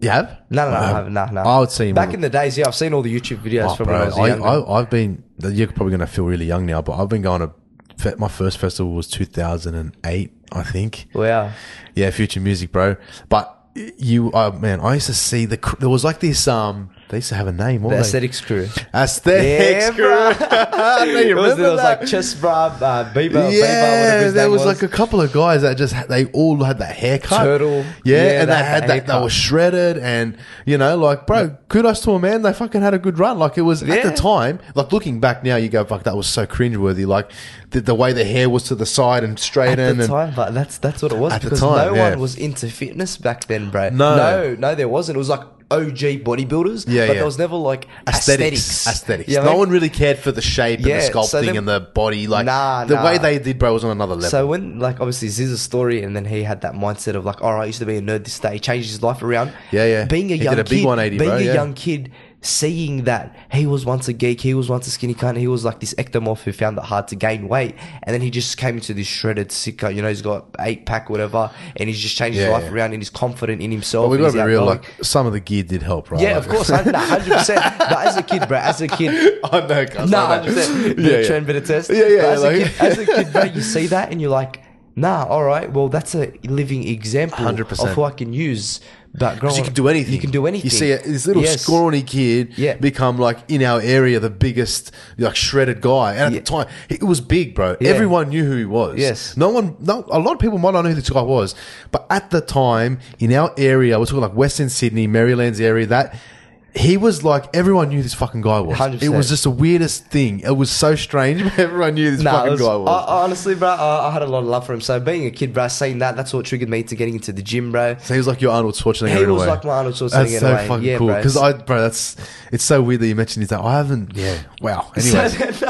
A: You have?
B: No, no, no,
A: I
B: I
A: have.
B: haven't. no, no.
A: I would see him
B: back
A: all-
B: in the days. Yeah, I've seen all the YouTube videos
A: Oh,
B: from
A: bro,
B: when I was
A: I,
B: younger.
A: I, I've been. You're probably going to feel really young now, but I've been going to. fe- My first festival was 2008, I think.
B: wow.
A: Yeah, Future Music, bro. But you, oh, man, I used to see the. cr- There was like this. Um, they used to have a name. What
B: The
A: were they?
B: aesthetics crew.
A: Aesthetics
B: Yeah,
A: crew. I know you
B: It was,
A: remember
B: there was
A: that.
B: like Chess Brab, uh, Bieber, Bieber,
A: yeah,
B: whatever his
A: there
B: name
A: was, like a couple of guys that just had- they all had that haircut,
B: Turtle.
A: yeah,
B: Yeah,
A: and
B: they
A: they
B: had
A: had that.
B: that
A: They
B: haircut.
A: were shredded, and you know, like, bro, kudos to a man. They fucking had a good run. Like it was at
B: Yeah.
A: the time. Like looking back now, you go, fuck, that was so cringeworthy. Like the, the way the hair was to the side and straight
B: at
A: in,
B: the
A: and
B: time, but that's that's what it was
A: At the
B: because
A: time,
B: no
A: yeah.
B: one was into fitness back then, bro.
A: No.
B: no, no, there wasn't. It was like OG bodybuilders.
A: Yeah,
B: but
A: yeah.
B: there was never like
A: aesthetics,
B: aesthetics.
A: aesthetics.
B: You know what I
A: no
B: mean?
A: one really cared for the shape
B: Yeah,
A: and the
B: so
A: sculpting
B: then-
A: and the body. Like
B: Nah,
A: the
B: nah.
A: way they did, bro, was on another level.
B: So when like obviously Ziz's story, and then he had that mindset of like, all right, I used to be a nerd this day, changed his life around.
A: Yeah, yeah.
B: Being a
A: He did
B: young
A: a big
B: kid,
A: 180,
B: being
A: bro,
B: a
A: yeah.
B: young kid, seeing that he was once a geek, he was once a skinny cunt, he was like this ectomorph who found it hard to gain weight, and then he just came into this shredded sicker. You know, he's got eight pack, whatever, and he's just changed his
A: Yeah,
B: life
A: yeah.
B: around, and he's confident in himself.
A: but we
B: and
A: got to
B: he's
A: be real.
B: outgoing.
A: Like oh some of the gear did help, right?
B: yeah, of course, hundred percent. But as a kid, bro, as a kid,
A: I know, cuz,
B: no,
A: I know.
B: hundred percent.
A: Yeah,
B: Yeah,
A: yeah.
B: trend bit of test.
A: Yeah, yeah,
B: But as,
A: like-
B: a kid, as a kid, bro, you see that and you're like, Nah, all right. Well, that's a living example
A: 100%.
B: of who I can use. But growing,
A: Because you can do anything.
B: You can do anything.
A: You see a, this little
B: Yes.
A: scrawny kid
B: Yeah.
A: become like in our area the biggest like shredded guy. And at
B: Yeah.
A: the time, it was big, bro.
B: Yeah.
A: Everyone knew who he was.
B: Yes.
A: No one. No, a lot of people might not know who this guy was, but at the time in our area, we're talking like Western Sydney, Maryland's area. That he was like everyone knew who this fucking guy was.
B: 100%.
A: It was just the weirdest thing. It was so strange, but everyone knew who this
B: Nah, it
A: fucking
B: was-
A: guy was.
B: I- I honestly, bro, I, I had a lot of love for him. So being a kid, bro, saying that, that's what triggered me to getting into the gym, bro.
A: So he was like your Arnold Schwarzenegger.
B: He
A: in a
B: was
A: way.
B: like my Arnold Schwarzenegger
A: That's
B: in a
A: so
B: way.
A: fucking
B: Yeah,
A: cool.
B: bro.
A: Because I, bro, that's it's so weird that you mentioned this. That I haven't. Yeah. Wow. Anyway,
B: So,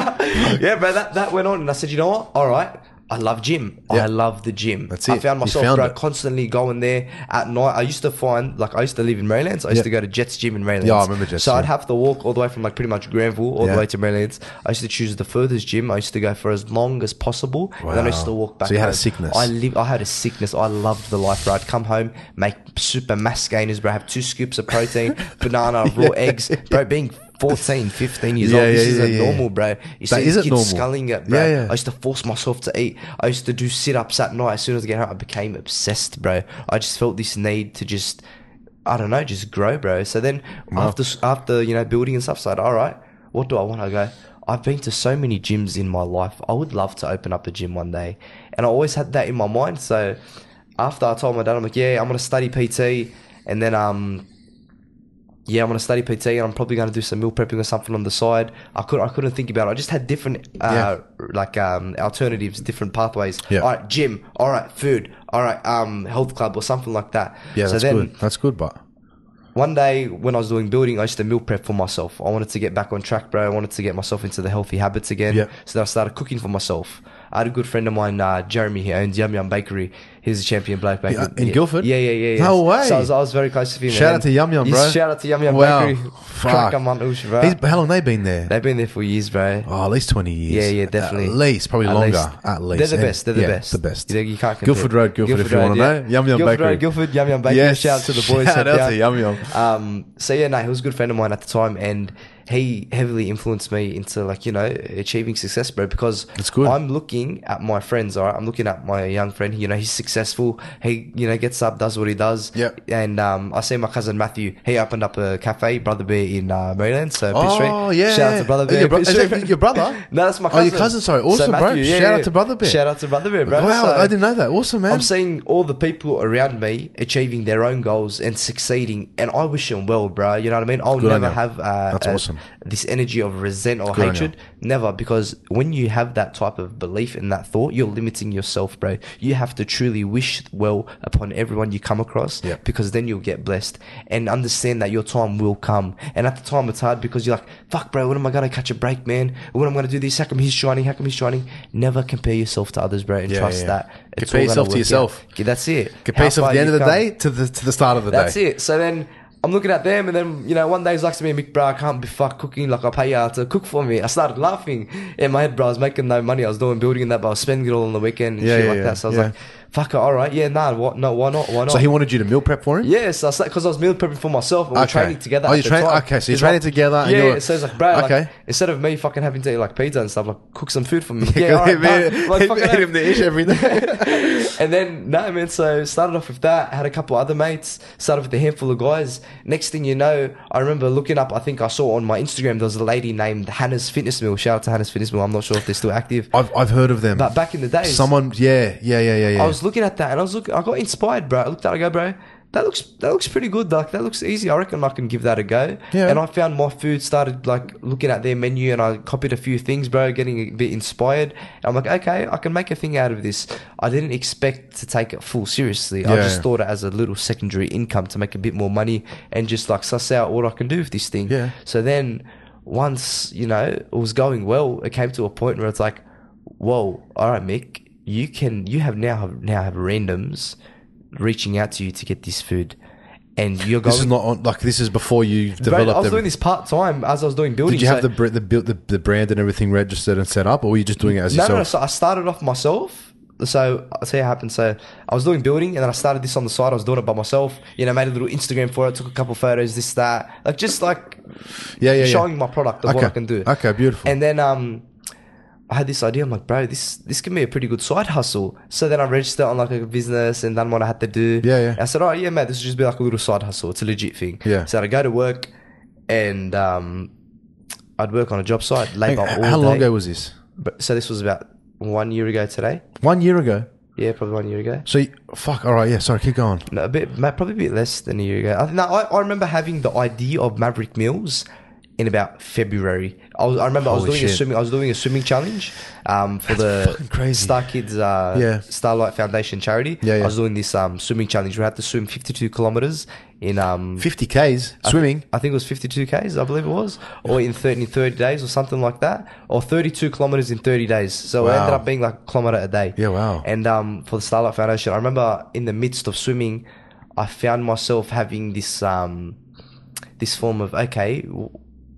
B: yeah, bro, that, that went on. And I said, you know what? All right. I love gym.
A: Yeah.
B: I love the gym.
A: That's
B: I
A: it.
B: found
A: You
B: myself,
A: found
B: bro,
A: it.
B: constantly going there at night. I used to find, like, I used to live in Maryland. So I used
A: Yeah.
B: to go to Jets Gym in Maryland.
A: Yeah, I remember Jets,
B: So I'd
A: yeah.
B: have to walk all the way from, like, pretty much Granville all
A: Yeah.
B: the way to Maryland. I used to choose the furthest gym. I used to go for as long as possible. And then I used to
A: Wow.
B: walk back.
A: So you had a
B: home.
A: sickness.
B: I live. I had a sickness. I loved the life, bro. I'd come home, make super mass gainers, bro. Have two scoops of protein, banana, raw eggs, bro. Being 14, 15 years
A: Yeah,
B: old, this
A: yeah,
B: isn't
A: yeah, yeah.
B: normal, bro.
A: That
B: You see these
A: isn't
B: kids
A: normal.
B: sculling it, bro.
A: Yeah, yeah.
B: I used to force myself to eat. I used to do sit ups at night. As soon as I get home, I became obsessed, bro. I just felt this need to just, I don't know, just grow, bro. So then after after you know building and stuff, so I all right, what do I want? I go. I've been to so many gyms in my life. I would love to open up a gym one day, and I always had that in my mind. So after I told my dad, I'm like, yeah, I'm gonna study PT, and then um yeah, I'm gonna study PT and I'm probably gonna do some meal prepping or something on the side. I could I couldn't think about it. I just had different uh, like um, alternatives, different pathways.
A: Yeah.
B: All right, gym. All right, food. All right, um, health club or something like that.
A: yeah,
B: so
A: that's
B: then
A: good. That's good, but
B: one day when I was doing building, I used to meal prep for myself. I wanted to get back on track, bro. I wanted to get myself into the healthy habits again.
A: Yeah.
B: So then I started cooking for myself. I had a good friend of mine, uh, Jeremy. He owns Yum Yum Bakery. He's a champion black baker
A: Yeah, in Guildford?
B: Yeah, yeah, yeah. yeah.
A: No way.
B: So I was, I was very close to him.
A: Shout
B: and
A: out to Yum Yum,
B: Yes,
A: bro.
B: Shout out to Yum Yum
A: Wow.
B: Bakery.
A: Fuck.
B: Crack 'em on, oosh, bro.
A: he's, how long they been there?
B: They've been there for years, bro.
A: oh, at least twenty years.
B: Yeah, yeah, definitely.
A: At least, probably
B: At
A: longer.
B: least.
A: At least
B: They're the
A: And-
B: best. They're the
A: yeah,
B: best.
A: The best.
B: You, know, you can't compare.
A: Guilford Road, Guilford. if you want to
B: Road,
A: know, Yum Yum
B: Guilford
A: Bakery.
B: Road, Guilford, Yum Yum Bakery.
A: Yes.
B: Shout out to the boys.
A: Shout
B: up
A: out
B: there.
A: to Yum Yum.
B: Um, so yeah, no, he was a good friend of mine at the time, and he heavily influenced me into like you know achieving success, bro. Because
A: That's good.
B: I'm looking at my friends. All right, I'm looking at my young friend. You know, he's successful. He you know gets up, does what he does.
A: Yep.
B: And um, I see my cousin Matthew. He opened up a cafe, Brother Bear, in uh, Maryland. So Pitt Street.
A: Oh, yeah.
B: Shout out to Brother
A: Your
B: Bear.
A: bro-
B: Pitt
A: is that
B: Street.
A: your brother?
B: no, that's my
A: Oh,
B: cousin.
A: your cousin, sorry. Awesome, bro. Shout out to Brother Bear.
B: Shout out to Brother Bear, bro.
A: wow,
B: So-
A: I didn't know that. Awesome, man.
B: I'm seeing all the people around me achieving their own goals and succeeding, and I wish them well, bro. You know what I mean? I'll
A: Good on
B: never
A: you.
B: have uh,
A: That's
B: uh,
A: awesome.
B: this energy of resent or
A: Good on
B: hatred. Never, because when you have that type of belief and that thought, you're limiting yourself, bro. You have to truly wish well upon everyone you come across
A: Yeah.
B: because then you'll get blessed and understand that your time will come. And at the time, it's hard because you're like, fuck, bro, when am I going to catch a break, man? When am I going to do this? How come he's shining? How come he's shining? Never compare yourself to others, bro, and
A: Yeah,
B: trust
A: yeah.
B: that. It's
A: Compare
B: all gonna
A: yourself to
B: work out.
A: yourself.
B: Yeah, that's it.
A: Compare
B: How
A: yourself
B: far
A: at the end
B: you
A: of the
B: come.
A: day to the to the start of the
B: That's
A: day.
B: it. So then I'm looking at them, and then you know, one day he's like to me, Mick, bro, I can't be fuck cooking. Like I pay you to cook for me. I started laughing in my head, bro. I was making no money. I was doing building and that, but I was spending it all on the weekend and
A: Yeah,
B: shit
A: yeah,
B: like
A: yeah,
B: that. So I was
A: yeah.
B: like, fuck it, all right, yeah, nah, what, no, why not, why not?
A: So he wanted you to meal prep for him.
B: Yes, I said because I was meal prepping for myself. and We were
A: Okay.
B: training together.
A: Oh,
B: at
A: you're
B: the
A: train-
B: time.
A: okay, so you're
B: He's
A: training
B: like-
A: together and
B: Yeah,
A: you're-
B: yeah, so it's like, bro, like,
A: Okay.
B: instead of me fucking having to eat like pizza and stuff, like cook some food for me. Yeah, all
A: Hit
B: right,
A: me-
B: done. like,
A: hit
B: fucking
A: me- hit him the ish every day.
B: and then no man, so started off with that. Had a couple other mates. Started with a handful of guys. Next thing you know, I remember looking up. I think I saw on my Instagram there was a lady named Hannah's Fitness Mill. Shout out to Hannah's Fitness Mill. I'm not sure if they're still active,
A: I've I've heard of them.
B: but back in the days,
A: Someone, yeah, yeah, yeah, yeah, yeah.
B: I was looking at that and I was looking. I got inspired, bro. I looked at. it, I go, bro. That looks that looks pretty good. Like that looks easy. I reckon I can give that a go.
A: Yeah.
B: And I found my food. Started like looking at their menu and I copied a few things, bro. Getting a bit inspired. And I'm like, okay, I can make a thing out of this. I didn't expect to take it full seriously. I
A: Yeah,
B: just
A: yeah.
B: thought it as a little secondary income to make a bit more money and just like suss out what I can do with this thing.
A: Yeah.
B: So then, once you know it was going well, it came to a point where it's like, whoa, all right, Mick, you can you have now have now have randoms reaching out to you to get this food, and you're going.
A: this is not on, like this is before you have
B: Bro,
A: developed.
B: I was doing
A: everything.
B: this part time as I was doing building.
A: Did you have
B: so-
A: the br- the built the, the brand and everything registered and set up, or were you just doing it as
B: no, no,
A: yourself?
B: no, so I started off myself. So I'll tell you what happened. So I was doing building and then I started this on the side. I was doing it by myself. You know, made a little Instagram for it, took a couple photos, this, that. Like just like
A: yeah, yeah, yeah.
B: showing my product of
A: okay.
B: what I can do.
A: Okay, beautiful.
B: And then um, I had this idea. I'm like, bro, this this can be a pretty good side hustle. So then I registered on like a business and done what I had to do.
A: Yeah, yeah.
B: And I said, oh yeah, man, this would just be like a little side hustle. It's a legit thing.
A: Yeah.
B: So I'd go to work, and um, I'd work on a job site
A: Hang-
B: labor. all
A: how long
B: day.
A: ago was this?
B: But, so this was about one year ago today.
A: One year ago.
B: Yeah, probably one year ago.
A: So you, fuck. All right. Yeah. Sorry. Keep going.
B: No, a bit, ma- probably a bit less than a year ago. I, no, I, I remember having the idea of Maverick Mills in about February. I, was, I remember I was
A: Holy
B: doing a
A: shit.
B: swimming. I was doing a swimming challenge um, for the
A: fucking crazy.
B: Star Kids uh,
A: Yeah.
B: Starlight Foundation charity.
A: Yeah, yeah.
B: I was doing this um, swimming challenge. We had to swim 52 kilometers in um,
A: Fifty k's swimming.
B: I think it was 52 Ks, I believe it was, or in 30, in 30 days or something like that, or 32 kilometers in 30 days. So it
A: Wow.
B: ended up being like a kilometer a day.
A: Yeah, wow.
B: And um, for the Starlight Foundation, I remember in the midst of swimming, I found myself having this um, this form of, okay, w-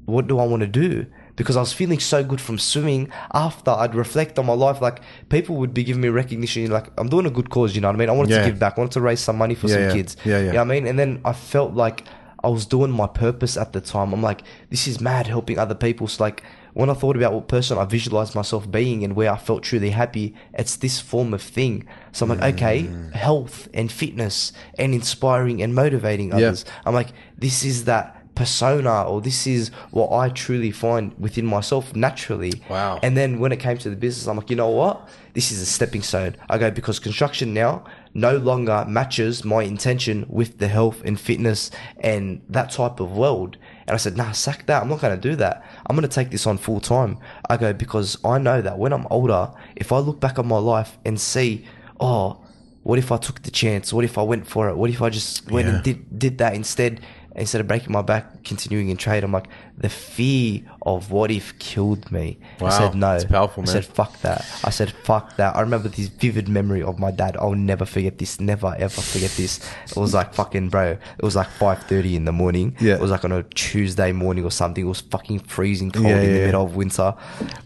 B: what do I want to do? Because I was feeling so good from swimming after I'd reflect on my life. Like, people would be giving me recognition. Like, I'm doing a good cause, you know what I mean? I wanted
A: Yeah.
B: to give back. I wanted to raise some money for
A: Yeah,
B: some
A: yeah.
B: kids.
A: Yeah, yeah.
B: You know what I mean? And then I felt like I was doing my purpose at the time. I'm like, this is mad helping other people. So like when I thought about what person I visualized myself being and where I felt truly happy, it's this form of thing. So I'm like, okay, health and fitness and inspiring and motivating others. I'm like, this is that persona or this is what I truly find within myself naturally.
A: Wow.
B: And then when it came to the business, I'm like, you know what? This is a stepping stone. I go, because construction now no longer matches my intention with the health and fitness and that type of world. And I said, nah, sack that. I'm not going to do that. I'm going to take this on full time. I go, because I know that when I'm older, if I look back on my life and see, oh, what if I took the chance? What if I went for it? What if I just went and
A: Yeah.
B: did did did that instead instead of breaking my back continuing in trade i'm like the fear of what if killed me i
A: Wow,
B: said no
A: that's powerful,
B: i
A: man.
B: said fuck that i said fuck that i remember this vivid memory of my dad i'll never forget this never ever forget this it was like fucking bro it was like 5.30 in the morning
A: Yeah.
B: it was like on a tuesday morning or something it was fucking freezing cold
A: Yeah,
B: in the
A: yeah.
B: middle of winter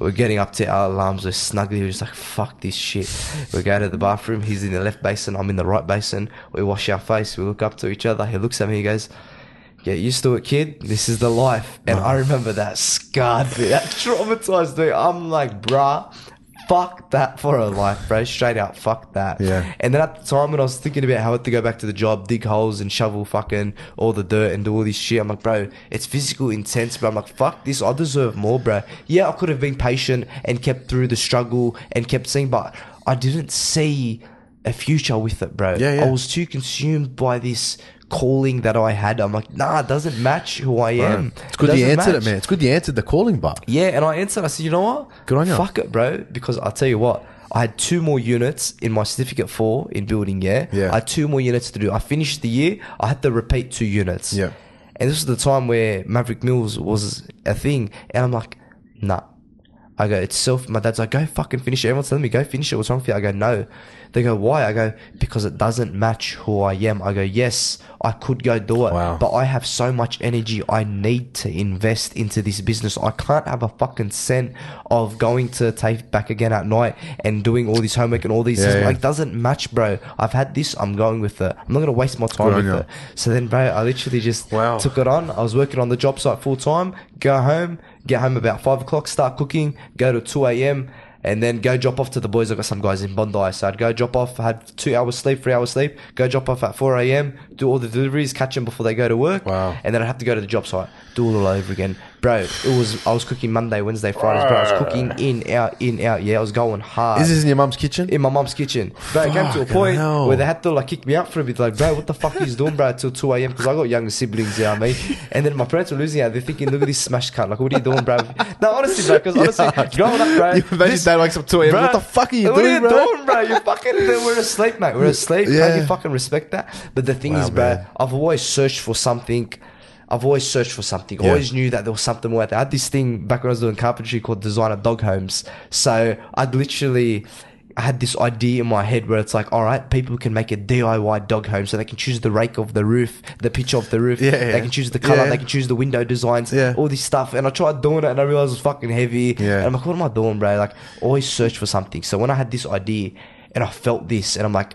B: we're getting up to our alarms we're snuggly we're just like fuck this shit we go to the bathroom he's in the left basin i'm in the right basin we wash our face we look up to each other he looks at me he goes Get used to it, kid. This is the life. And I remember that scarred me. That traumatized me. I'm like, bruh, fuck that for a life, bro. Straight out, fuck that.
A: Yeah.
B: And then at the time when I was thinking about how to go back to the job, dig holes and shovel fucking all the dirt and do all this shit, I'm like, bro, it's physical intense, bro. I'm like, fuck this. I deserve more, bro. Yeah, I could have been patient and kept through the struggle and kept seeing, but I didn't see a future with it, bro.
A: Yeah, yeah.
B: I was too consumed by this calling that I had. I'm like, nah, it doesn't match who I am.
A: It's good you
B: doesn't
A: answered
B: match.
A: it, man. It's good you answered the calling bar.
B: Yeah, and I answered. I said, you know what?
A: Good on ya.
B: Fuck it, bro. Because I'll tell you what, I had two more units in my certificate four in building, yeah?
A: Yeah.
B: I had two more units to do. I finished the year, I had to repeat two units.
A: Yeah.
B: And this was the time where Maverick Mills was a thing. And I'm like, nah. I go, it's self. My dad's like, go fucking finish it. Everyone's telling me, go finish it. What's wrong with you? I go, no. They go, why? I go, because it doesn't match who I am. I go, yes, I could go do it,
A: Wow.
B: but I have so much energy. I need to invest into this business. I can't have a fucking cent of going to TAFE back again at night and doing all this homework and all these
A: Yeah,
B: things.
A: yeah.
B: Like, doesn't match, bro. I've had this. I'm going with it. I'm not gonna waste my time
A: Good on
B: with
A: ya.
B: it. So then, bro, I literally just
A: Wow.
B: took it on. I was working on the job site full time. Go home, get home about five o'clock, start cooking, go to two a.m. And then go drop off to the boys. I got some guys in Bondi, so I'd go drop off. I had two hours sleep, three hours sleep. Go drop off at four a.m. Do all the deliveries, catch them before they go to work.
A: Wow.
B: And then I'd have to go to the job site, do it all over again, bro. It was I was cooking Monday, Wednesday, Fridays, bro. I was cooking in, out, in, out. Yeah, I was going hard
A: Is this in your mum's kitchen?
B: in my mom's kitchen. Bro, it came to a
A: Fucking
B: point
A: hell.
B: where they had to like kick me out for a bit. Like, bro, what the fuck is doing, bro, till 2 a.m. Because I got younger siblings, yeah, you know what I mean? And then my parents were losing out. They're thinking, look at this smash cut. Like, what are you doing, bro? No, honestly, bro, because honestly, growing up, bro.
A: You imagine
B: this-
A: dad wakes up 2 a.m.
B: Bruh,
A: What the fuck are you
B: what
A: doing,
B: are you
A: bro?
B: doing, bro? You fucking we're asleep, mate. We're asleep.
A: Yeah.
B: Can't you fucking respect that? But the thing
A: Wow,
B: is, bro,
A: man.
B: I've always searched for something. I've always searched for something. I
A: Yeah.
B: Always knew that there was something more out there. I had this thing back when I was doing carpentry called designer dog homes. So I'd literally I had this idea in my head where it's like, all right, people can make a DIY dog home, so they can choose the rake of the roof, the pitch of the roof,
A: Yeah, yeah.
B: they can choose the color,
A: Yeah.
B: they can choose the window designs,
A: Yeah.
B: all this stuff. And I tried doing it, and I realized it was fucking heavy.
A: Yeah.
B: And I'm like, what am I doing, bro? Like, always search for something. So when I had this idea and I felt this, and I'm like,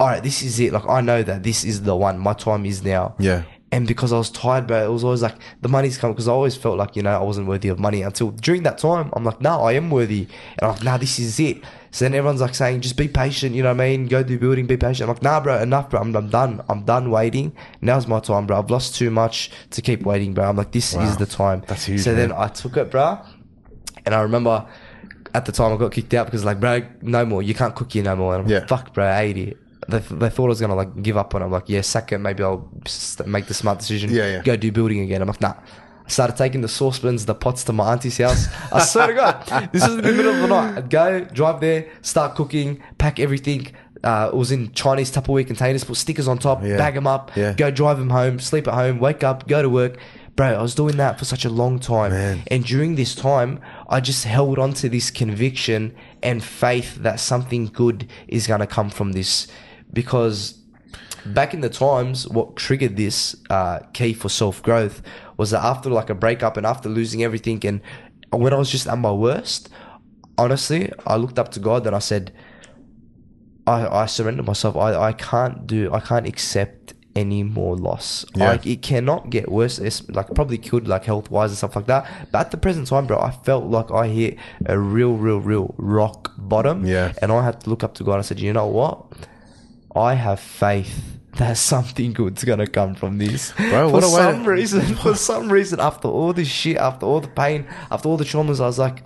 B: all right, this is it. Like, I know that this is the one. My time is now.
A: Yeah.
B: And because I was tired, bro, it was always like the money's coming because I always felt like, you know, I wasn't worthy of money until during that time. I'm like, no, I am worthy. And I'm like, nah, this is it. So then everyone's like saying, just be patient, you know what I mean? Go do building, be patient. I'm like, nah, bro, enough, bro. I'm, I'm done. I'm done waiting. Now's my time, bro. I've lost too much to keep waiting, bro. I'm like, this
A: Wow.
B: is the time.
A: That's huge,
B: So
A: man.
B: then I took it, bro. And I remember at the time I got kicked out because, like, bro, no more. You can't cook here no more. And I'm
A: Yeah.
B: like, fuck, bro, 80. They, they thought I was going to, like, give up on it. I'm like, yeah, sack it. Maybe I'll s- make the smart decision.
A: Yeah, yeah.
B: Go do building again. I'm like, nah. I started taking the saucepans, the pots to my auntie's house. I swear to God, this was in the middle of the night. I'd go, drive there, start cooking, pack everything. Uh, it was in Chinese Tupperware containers, put stickers on top,
A: Yeah.
B: bag them up,
A: Yeah.
B: go drive them home, sleep at home, wake up, go to work. Bro, I was doing that for such a long time.
A: Man.
B: And during this time, I just held on to this conviction and faith that something good is going to come from this. Because back in the times, what triggered this uh, key for self growth was that after like a breakup and after losing everything, and when I was just at my worst, honestly, I looked up to God and I said, I, I surrender myself. I, I can't do, I can't accept any more loss.
A: Yeah.
B: Like, it cannot get worse. It's like probably could, like health wise and stuff like that. But at the present time, bro, I felt like I hit a real, real, real rock bottom.
A: Yeah.
B: And I had to look up to God. I said, you know what? I have faith that something good's gonna come from this.
A: Bro,
B: for
A: what a way to-
B: some reason, for some reason, after all this shit, after all the pain, after all the traumas, I was like,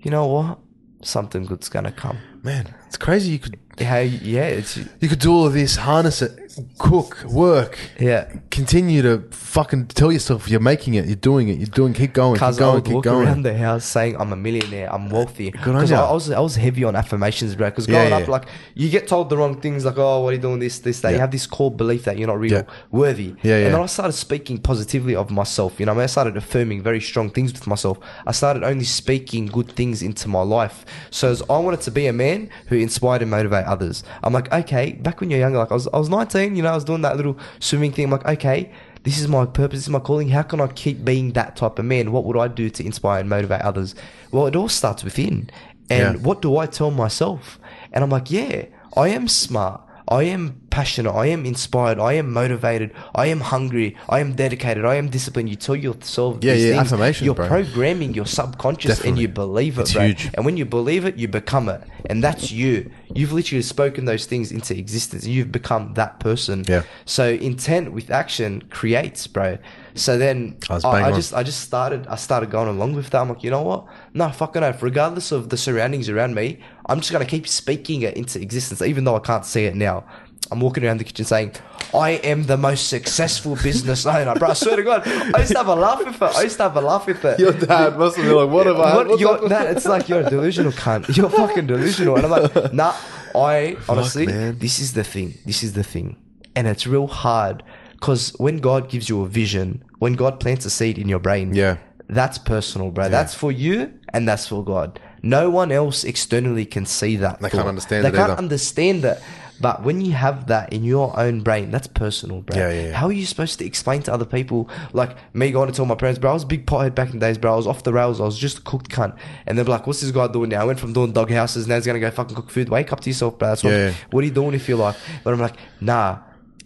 B: you know what? Something good's gonna come.
A: Man, it's crazy. You could
B: Hey, yeah, it's
A: you could do all of this, harness it, cook, work,
B: yeah.
A: continue to fucking tell yourself you're making it, you're doing it, you're doing. Keep going, keep
B: Cause I
A: going,
B: would
A: keep
B: walk
A: going.
B: around the house saying I'm a millionaire, I'm wealthy.
A: on
B: Because
A: ya.
B: I, I was I was heavy on affirmations, bro. Because
A: Yeah,
B: growing
A: yeah,
B: up,
A: yeah.
B: like you get told the wrong things, like oh, what are you doing this, this, that.
A: Yeah.
B: You have this core belief that you're not real
A: Yeah.
B: worthy.
A: Yeah, yeah.
B: And then I started speaking positively of myself. You know, I, mean, I started affirming very strong things with myself. I started only speaking good things into my life. So as I wanted to be a man who inspired and motivate others. I'm like, okay, back when you're younger, like I was, I was 19. You know, I was doing that little swimming thing. I'm like, okay. This is my purpose. This is my calling. How can I keep being that type of man? What would I do to inspire and motivate others? Well, it all starts within. And
A: Yeah.
B: what do I tell myself? And I'm like, yeah, I am smart. I am passionate. I am inspired. I am motivated. I am hungry. I am dedicated. I am disciplined. You tell yourself
A: Yeah,
B: these
A: yeah,
B: things.
A: affirmations,
B: You're
A: bro.
B: programming your subconscious and
A: Definitely.
B: you believe it,
A: It's
B: bro.
A: huge.
B: And when you believe it, you become it. And that's you. You've literally spoken those things into existence. You've become that person.
A: Yeah.
B: So intent with action creates, bro. So then
A: I was
B: I,
A: Oh, bang
B: I
A: on.
B: just I just started I started going along with that. I'm like, you know what? No, fucking oath. Regardless of the surroundings around me, I'm just gonna keep speaking it into existence, even though I can't see it now. I'm walking around the kitchen saying, I am the most successful business owner, bro. I swear to God. I used to have a laugh with it. I used to have a laugh with it.
A: Your dad must have been like, "What have I?
B: What,
A: what's
B: you're,
A: up with
B: nah, it's like you're a delusional cunt. You're fucking delusional. And I'm like, nah, I honestly,
A: man.
B: this is the thing. This is the thing. And it's real hard because when God gives you a vision, when God plants a seed in your brain,
A: Yeah.
B: that's personal, bro. That's for you and that's for God. No one else externally can see that.
A: They can't
B: thought.
A: understand
B: They
A: it
B: can't
A: either.
B: understand it. But when you have that in your own brain, that's personal, bro.
A: Yeah, yeah, yeah.
B: How how are you supposed to explain to other people like me going to tell my parents, bro? I was a big pothead back in the days, bro. I was off the rails. I was just a cooked cunt. And they're like, "What's this guy doing now? I went from doing dog houses, now he's gonna go fucking cook food. Wake up to yourself, bro. That's what,
A: Yeah.
B: what are you doing if you're like?" But I'm like, nah.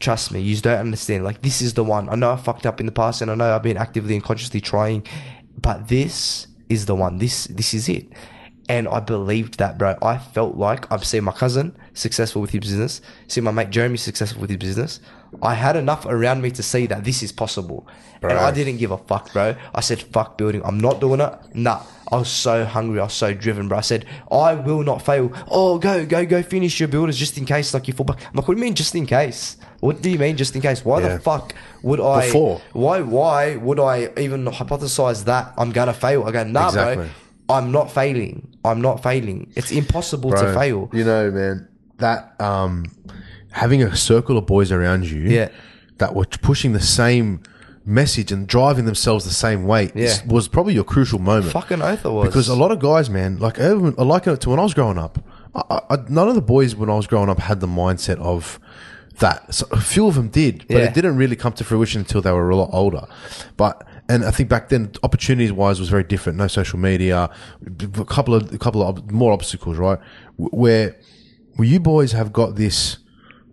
B: Trust me, you don't understand. Like this is the one. I know I fucked up in the past, and I know I've been actively and consciously trying, but this is the one. This this is it. And I believed that, bro. I felt like I've seen my cousin successful with his business, seen my mate Jeremy successful with his business. I had enough around me to see that this is possible. And I didn't give a fuck, bro. I said, fuck building. I'm not doing it. Nah. I was so hungry. I was so driven, bro. I said, I will not fail. Oh, go, go, go finish your builders just in case, like you fall back. I'm like, what do you mean just in case? What do you mean just in case? Why
A: Yeah.
B: the fuck would I?
A: Before.
B: Why, why would I even hypothesize that I'm going to fail? I go, nah,
A: Exactly.
B: bro. I'm not failing. I'm not failing. It's impossible to
A: Bro,
B: fail.
A: You know, man, that um, having a circle of boys around you
B: Yeah.
A: that were pushing the same message and driving themselves the same way is, was probably your crucial moment.
B: Fucking oath I was.
A: Because a lot of guys, man, like even like uh, to when I was growing up, I, I- I, none of the boys when I was growing up had the mindset of that. So a few of them did, but
B: Yeah.
A: it didn't really come to fruition until they were a lot older. But and I think back then, opportunities wise was very different. No social media, a couple of a couple of ob- more obstacles, right? Wh- Where where you boys have got this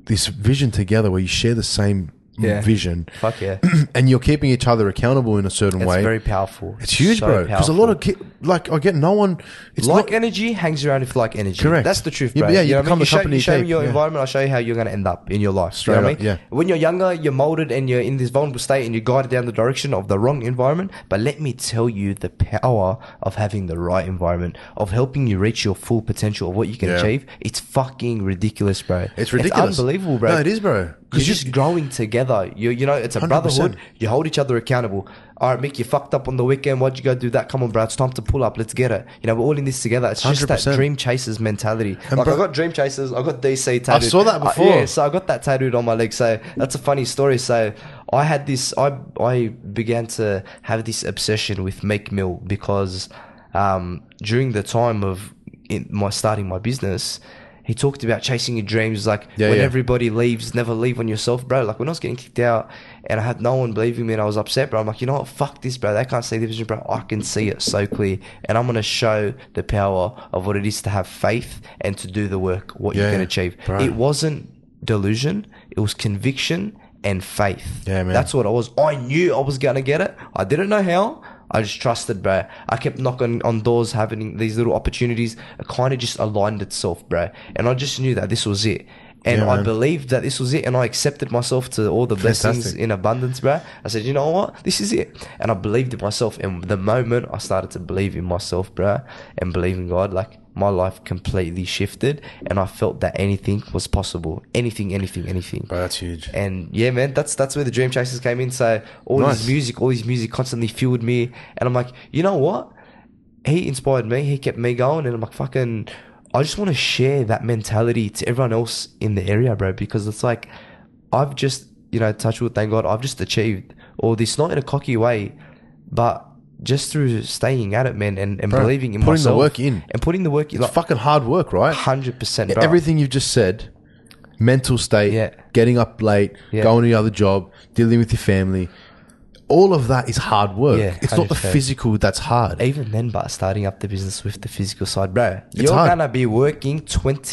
A: this vision together, where you share the same
B: Yeah.
A: vision.
B: Fuck yeah.
A: and you're keeping each other accountable in a certain
B: It's
A: way.
B: very powerful.
A: it's huge,
B: So
A: bro. Because a lot of
B: powerful.
A: ki- like I get no one. It's
B: like
A: not,
B: energy hangs around with like energy.
A: Correct.
B: That's the truth,
A: Yeah,
B: bro.
A: but yeah, you
B: know what I
A: become
B: mean?
A: the company
B: you
A: you
B: show, you show me
A: keep,
B: your
A: yeah.
B: environment, I'll show you how you're going to end up in your life. you know
A: Straight
B: what I
A: up,
B: mean?
A: yeah.
B: When you're younger, you're molded and you're in this vulnerable state and you're guided down the direction of the wrong environment. But let me tell you the power of having the right environment, of helping you reach your full potential of what you can
A: Yeah.
B: achieve. It's fucking ridiculous, bro.
A: it's ridiculous,
B: unbelievable, bro.
A: No, it is, bro.
B: You're
A: Because you,
B: just growing together. You you know, it's a
A: 100%.
B: brotherhood. You hold each other accountable. All right, Mick, you fucked up on the weekend. Why'd you go do that? Come on, bro. It's time to pull up. Let's get it. You know, we're all in this together. It's just that
A: 100%.
B: dream chasers mentality.
A: And
B: like,
A: bro-
B: I got dream chasers. I got DC tattooed.
A: saw that
B: Uh,
A: before.
B: yeah, so I got that tattooed on my leg. So that's a funny story. So I had this, I, I began to have this obsession with Make Mill because um, during the time of in my starting my business, he talked about chasing your dreams. Like,
A: Yeah,
B: when
A: yeah.
B: everybody leaves, never leave on yourself, bro. Like when I was getting kicked out and I had no one believing me and I was upset, bro. I'm like, you know what? Fuck this, bro. They can't see the vision, bro. I can see it so clear. And I'm gonna show the power of what it is to have faith and to do the work, what you
A: Yeah,
B: can achieve.
A: bro.
B: It wasn't delusion, it was conviction and faith.
A: Yeah, man.
B: That's what I was. I knew I was gonna get it. I didn't know how. I just trusted, bro. I kept knocking on doors, having these little opportunities. It kind of just aligned itself, bro. And I just knew that this was it. And
A: Yeah,
B: I
A: man.
B: believed that this was it. And I accepted myself to all the blessings
A: Fantastic.
B: in abundance, bro. I said, you know what? This is it. And I believed in myself. And the moment I started to believe in myself, bro, and believe in God, like my life completely shifted. And I felt that anything was possible. Anything, anything, anything.
A: bro, that's huge.
B: And yeah, man, that's that's where the Dream Chasers came in. So all
A: Nice.
B: his music, all his music constantly fueled me, and I'm like, you know what? He inspired me. He kept me going, and I'm like, fucking, I just want to share that mentality to everyone else in the area, bro, because it's like, I've just, you know, touch wood, thank God, I've just achieved all this, not in a cocky way, but just through staying at it, man, and, and
A: Bro,
B: believing in
A: putting the
B: myself,
A: work in.
B: and putting the work in,
A: It's
B: like,
A: fucking hard work, right?
B: hundred percent, bro.
A: Everything you've just said, mental state,
B: Yeah.
A: getting up late,
B: Yeah.
A: going to your other job, dealing with your family, all of that is hard work.
B: Yeah,
A: it's not the
B: 100%.
A: physical that's hard.
B: even then, but starting up the business with the physical side, bro, you're
A: hard.
B: gonna be working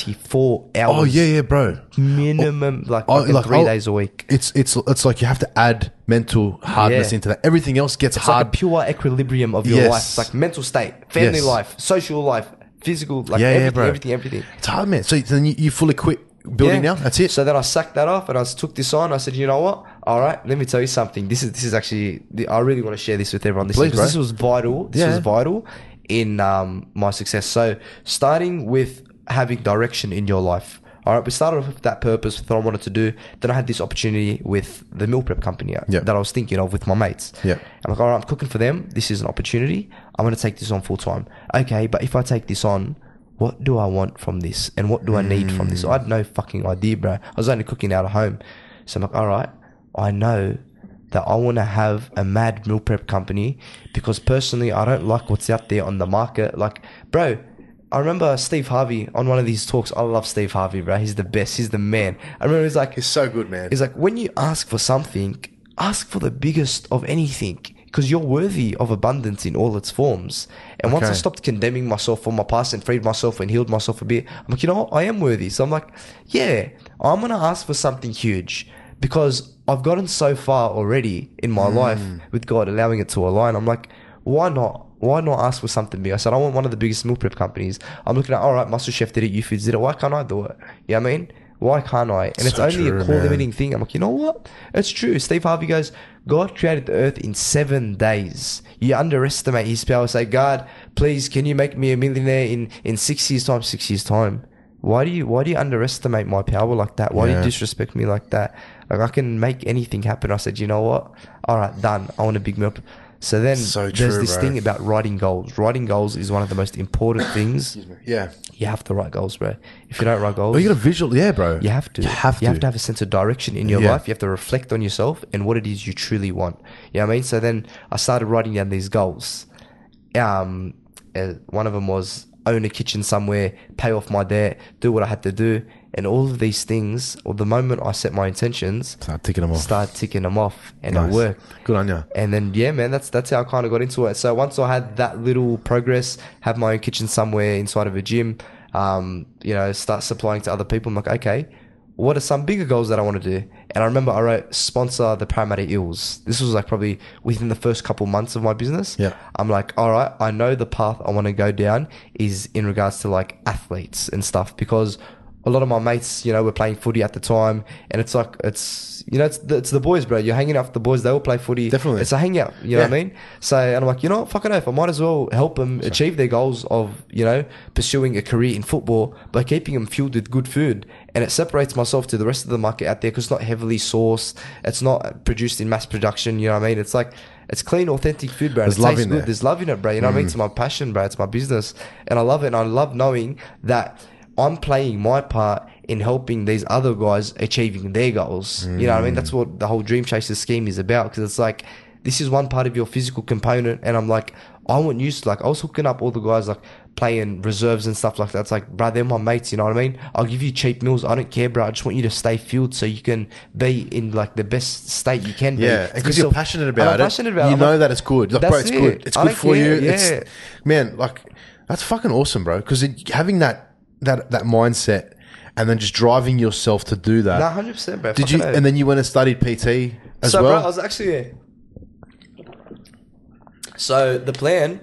B: 24 hours.
A: Oh yeah, yeah, bro.
B: minimum, like,
A: Oh,
B: fucking
A: like,
B: 3
A: I'll-
B: days a week.
A: It's it's it's like you have to add mental hardness
B: Yeah.
A: into that. Everything else gets
B: It's
A: hard.
B: like a pure equilibrium of your
A: Yes.
B: life, it's like mental state, family
A: Yes.
B: life, social life, physical, like
A: Yeah, yeah,
B: everything,
A: bro.
B: everything, everything.
A: it's hard, man. So then you, you fully quit building now. That's it.
B: So then I sacked that off and I s- took this on. I said, you know what? All right, let me tell you something. This is this is actually the- I really want to share this with everyone. This
A: Please,
B: because this
A: bro.
B: was vital. This
A: Yeah.
B: was vital in um, my success. So starting with having direction in your life. All right, we started off with that purpose, with what I wanted to do. Then I had this opportunity with the meal prep company uh,
A: Yeah.
B: that I was thinking of with my mates.
A: Yeah.
B: I'm like, all right, I'm cooking for them. This is an opportunity. I'm going to take this on full time. Okay, but if I take this on, what do I want from this? And what do I need from this? I had no fucking idea, bro. I was only cooking out of home. So I'm like, all right, I know that I want to have a mad meal prep company because personally, I don't like what's out there on the market. Like, bro, I remember Steve Harvey on one of these talks. I love Steve Harvey, bro. He's the best. He's the man. I remember he's like,
A: it's so good, man.
B: is like when you ask for something, ask for the biggest of anything because you're worthy of abundance in all its forms. And once I
A: Okay.
B: stopped condemning myself for my past and freed myself and healed myself a bit, I'm like, you know what? I am worthy. So I'm like, yeah, I'm going to ask for something huge because I've gotten so far already in my
A: Hmm.
B: life with God allowing it to align. I'm like, why not? Why not ask for something big? I said, I want one of the biggest meal prep companies. I'm looking at, all right, Master Chef did it, you foods did it. Why can't I do it? You know what I mean? Why can't I? And it's
A: So
B: only
A: true,
B: a core
A: man.
B: limiting thing. I'm like, you know what? It's true. Steve Harvey goes, God created the earth in seven days. You underestimate his power. Say, God, please, can you make me a millionaire in, in six years' time? Six years' time. Why do you why do you underestimate my power like that? Why do you
A: Yeah.
B: disrespect me like that? Like I can make anything happen. I said, you know what? All right, done. I want a big meal. So then
A: So
B: there's
A: true,
B: this
A: bro.
B: thing about writing goals. Writing goals is one of the most important things.
A: yeah.
B: You have to write goals, bro. If you don't write goals,
A: Oh, you got a visual, yeah, bro.
B: you have to.
A: You have to.
B: have a sense of direction in your
A: Yeah.
B: life. You have to reflect on yourself and what it is you truly want. You know what I mean? So then I started writing down these goals. Um, uh, one of them was own a kitchen somewhere, pay off my debt, do what I had to do. And all of these things, or the moment I set my intentions,
A: Start ticking them off.
B: started ticking them off and
A: Nice.
B: it worked.
A: Good on you.
B: And then yeah, man, that's that's how I kind of got into it. So once I had that little progress, have my own kitchen somewhere inside of a gym, um, you know, start supplying to other people. I'm like, okay, what are some bigger goals that I want to do? And I remember I wrote sponsor the Parramatta Eels. This was like probably within the first couple months of my business.
A: Yeah.
B: I'm like, all right, I know the path I want to go down is in regards to like athletes and stuff because a lot of my mates, you know, were playing footy at the time, and it's like it's you know it's the, it's the boys, bro. You're hanging out with the boys; they all play footy.
A: Definitely.
B: it's a hangout. You know what I
A: Yeah.
B: mean? So, and I'm like, you know, what, fucking off. I might as well help them achieve their goals of you know pursuing a career in football by keeping them fueled with good food, and it separates myself to the rest of the market out there because it's not heavily sourced, it's not produced in mass production. You know what I mean? It's like it's clean, authentic food, bro.
A: There's
B: it
A: love
B: tastes
A: in
B: good.
A: there.
B: There's love in it, bro. You know what I
A: Mm.
B: mean? It's my passion, bro. It's my business. And I love it. And I love knowing that I'm playing my part in helping these other guys achieving their goals. You know what I mean? That's
A: Mm.
B: what the whole Dream Chasers scheme is about. Because it's like, this is one part of your physical component. And I'm like, I want you to, like, I was hooking up all the guys, like, playing reserves and stuff like that. It's like, bro, they're my mates. You know what I mean? I'll give you cheap meals. I don't care, bro. I just want you to stay fueled so you can be in, like, the best state you can be.
A: Yeah,
B: It's
A: because you're
B: yourself-
A: passionate
B: And
A: about
B: I'm
A: it.
B: passionate about it.
A: you
B: I'm
A: know
B: like,
A: that it's good. Like, bro,
B: That's
A: it's
B: it.
A: good. It's
B: I
A: good
B: don't
A: for
B: care.
A: you.
B: Yeah.
A: It's man, like that's fucking awesome, bro. Because having that that that mindset and then just driving yourself to do that.
B: Nah, hundred percent, bro.
A: Did
B: Fucking
A: you?
B: A.
A: And then you went and studied PT as
B: so,
A: well.
B: bro, I was actually. So the plan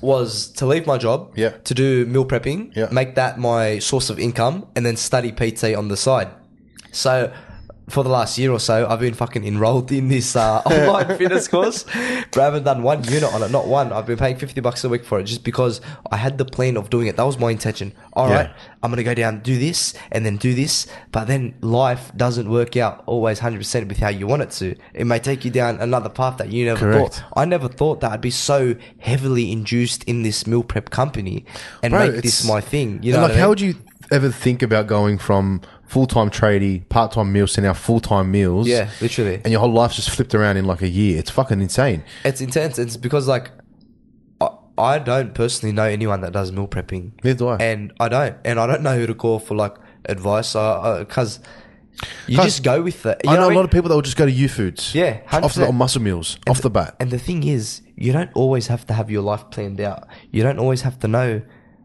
B: was to leave my job,
A: Yeah.
B: to do meal prepping,
A: Yeah.
B: make that my source of income, and then study PT on the side. So. For the last year or so, I've been fucking enrolled in this uh, online fitness course. But I haven't done one unit on it, not one. I've been paying 50 bucks a week for it just because I had the plan of doing it. That was my intention. All
A: Yeah.
B: right, I'm gonna go down, do this, and then do this. But then life doesn't work out always 100% with how you want it to. It may take you down another path that you never
A: Correct.
B: thought. I never thought that I'd be so heavily induced in this meal prep company and
A: Bro,
B: make
A: it's-
B: this my thing.
A: and
B: You know,
A: like,
B: what I
A: how
B: mean?
A: would you ever think about going from full time tradie, part time meals to now full time meals?
B: yeah, literally.
A: And your whole life's just flipped around in like a year. It's fucking insane.
B: It's intense. It's because like I, I don't personally know anyone that does meal prepping,
A: Neither do I.
B: and I don't, and I don't know who to call for like advice. Because you
A: 'Cause
B: just go with it. You
A: I know
B: what
A: a
B: mean?
A: lot of people that will just go to U Foods.
B: Yeah,
A: off the
B: 100%.
A: on muscle meals, off the bat.
B: And the thing is, you don't always have to have your life planned out. You don't always have to know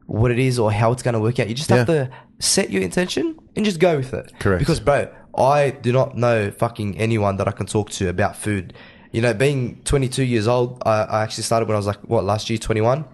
B: what it is or how it's going to work out. You just have
A: Yeah.
B: to set your intention and just go with it.
A: Correct.
B: Because, bro, I do not know fucking anyone that I can talk to about food. You know, being 22 years old, I, I actually started when I was like, what, last year, 21?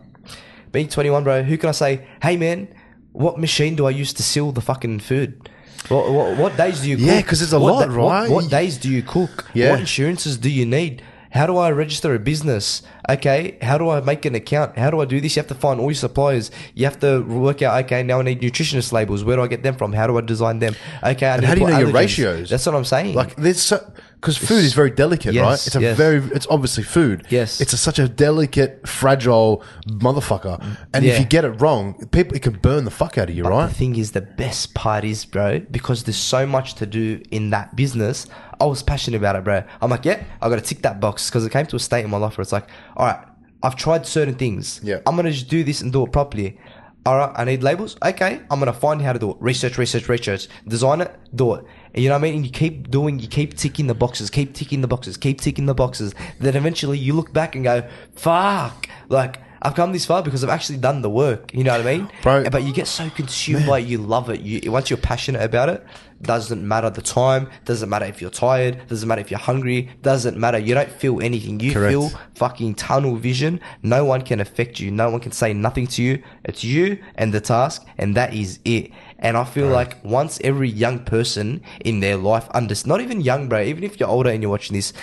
B: Being 21, bro, who can I say, hey, man, what machine do I use to seal the fucking food? What, what, what days do you cook?
A: Yeah, 'cause there's a
B: What
A: lot,
B: da- what-
A: right?
B: What, days do you cook?
A: Yeah.
B: What insurances do you need? How do I register a business? Okay, how do I make an account? How do I do this? You have to find all your suppliers. You have to work out. Okay, now I need nutritionist labels. Where do I get them from? How do I design them? Okay, I need
A: how
B: to
A: do you
B: put
A: know your
B: allergens.
A: ratios?
B: That's what I'm saying.
A: Like there's so because food is very delicate,
B: Yes,
A: right? It's a
B: yes.
A: very it's obviously food.
B: Yes.
A: it's a, such a delicate, fragile motherfucker, and
B: Yeah.
A: if you get it wrong, people it can burn the fuck out of you,
B: The
A: right?
B: thing is, the best part is, bro, because there's so much to do in that business. I was passionate about it, bro. I'm like, yeah, I got to tick that box because it came to a state in my life where it's like, all right, I've tried certain things.
A: Yeah.
B: I'm gonna just do this and do it properly. All right, I need labels. Okay, I'm gonna find how to do it. Research, research, research. Design it, do it. And you know what I mean? And you keep doing, you keep ticking the boxes, keep ticking the boxes, keep ticking the boxes. Then eventually you look back and go, fuck, like. I've come this far because I've actually done the work. You know what I mean,
A: Bro,
B: But you get so consumed by it, you love it. You once you're passionate about it, doesn't matter the time, doesn't matter if you're tired, doesn't matter if you're hungry, doesn't matter. You don't feel anything. You
A: Correct.
B: feel fucking tunnel vision. No one can affect you. No one can say nothing to you. It's you and the task, and that is it. And I feel like once every young person in their life under not even young, bro, even if you're older and you're watching this,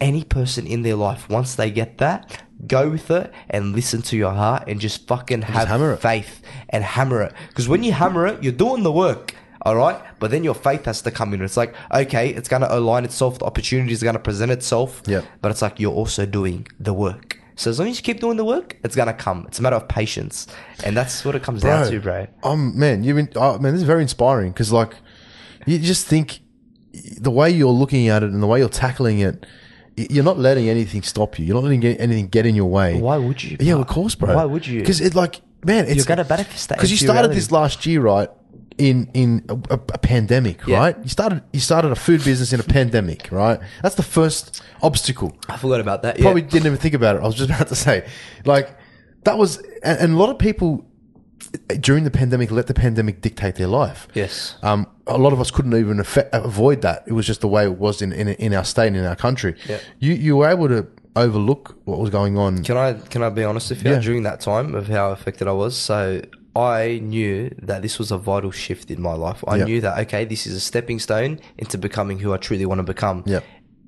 B: any person in their life, once they get that, go with it and listen to your heart and just fucking have
A: hammer it.
B: faith and hammer it. Because when you hammer it, you're doing the work. All right, but then your faith has to come in. It's like, okay, it's going to align itself. The opportunity is going to present itself.
A: Yeah.
B: But it's like you're also doing the work. So as long as you keep doing the work, it's going to come. It's a matter of patience. And that's what it comes down to, bro.
A: Um, man, you've been. Oh, man, this is very inspiring because, like, you just think the way you're looking at it and the way you're tackling it, y- you're not letting anything stop you. You're not letting get- anything get in your way.
B: Why would you?
A: Yeah, of course, bro.
B: Why would you?
A: Because it, like, man, it's
B: You're going to manifest that.
A: because you
B: into
A: started
B: reality.
A: this last year, right? In in a, a- a pandemic,
B: Yeah.
A: right? You started you started a food business in a pandemic, right? That's the first obstacle.
B: I forgot about that.
A: Probably
B: yeah.
A: didn't even think about it. I was just about to say, like, that was, and, and a lot of people during the pandemic let the pandemic dictate their life.
B: Yes.
A: Um, a lot of us couldn't even affe- avoid that. It was just the way it was in, in, in our state and in our country.
B: Yeah.
A: You you were able to overlook what was going on.
B: Can I can I be honest with you?
A: Mm. Yeah.
B: During that time of how affected I was, so I knew that this was a vital shift in my life. I
A: Yeah.
B: knew that okay, this is a stepping stone into becoming who I truly want to become.
A: Yeah.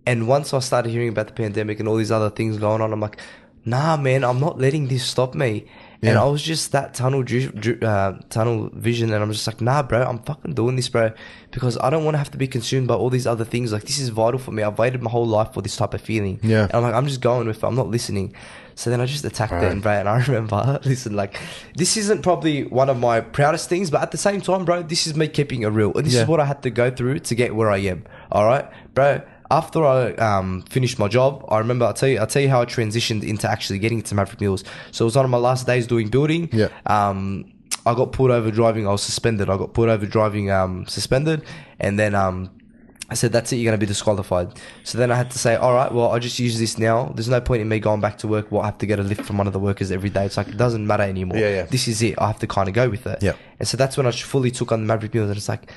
B: And once I started hearing about the pandemic and all these other things going on, I'm like, nah, man, I'm not letting this stop me. And
A: Yeah.
B: I was just that tunnel dri- dri- uh, tunnel vision, and I'm just like, nah, bro, I'm fucking doing this, bro, because I don't want to have to be consumed by all these other things. Like this is vital for me. I've waited my whole life for this type of feeling.
A: Yeah.
B: And I'm like, I'm just going with it. I'm not listening. So then I just attacked
A: Right.
B: it, and bro, and I remember, listen, like, this isn't probably one of my proudest things, but at the same time, bro, this is me keeping it real. And this
A: Yeah.
B: is what I had to go through to get where I am. All right, bro. After I um, finished my job, I remember I'll tell you I'll tell you how I transitioned into actually getting into Maverick Mills. So it was one of my last days doing building.
A: Yeah.
B: Um, I got pulled over driving. I was suspended. I got pulled over driving. Um, suspended, and then um, I said, that's it, you're going to be disqualified. So then I had to say, all right, well, I'll just use this now. There's no point in me going back to work. Well, I have to get a lift from one of the workers every day. It's like, it doesn't matter anymore.
A: Yeah, yeah.
B: This is it. I have to kind of go with it.
A: Yeah.
B: And so that's when I fully took on the Maverick Mills and it's like,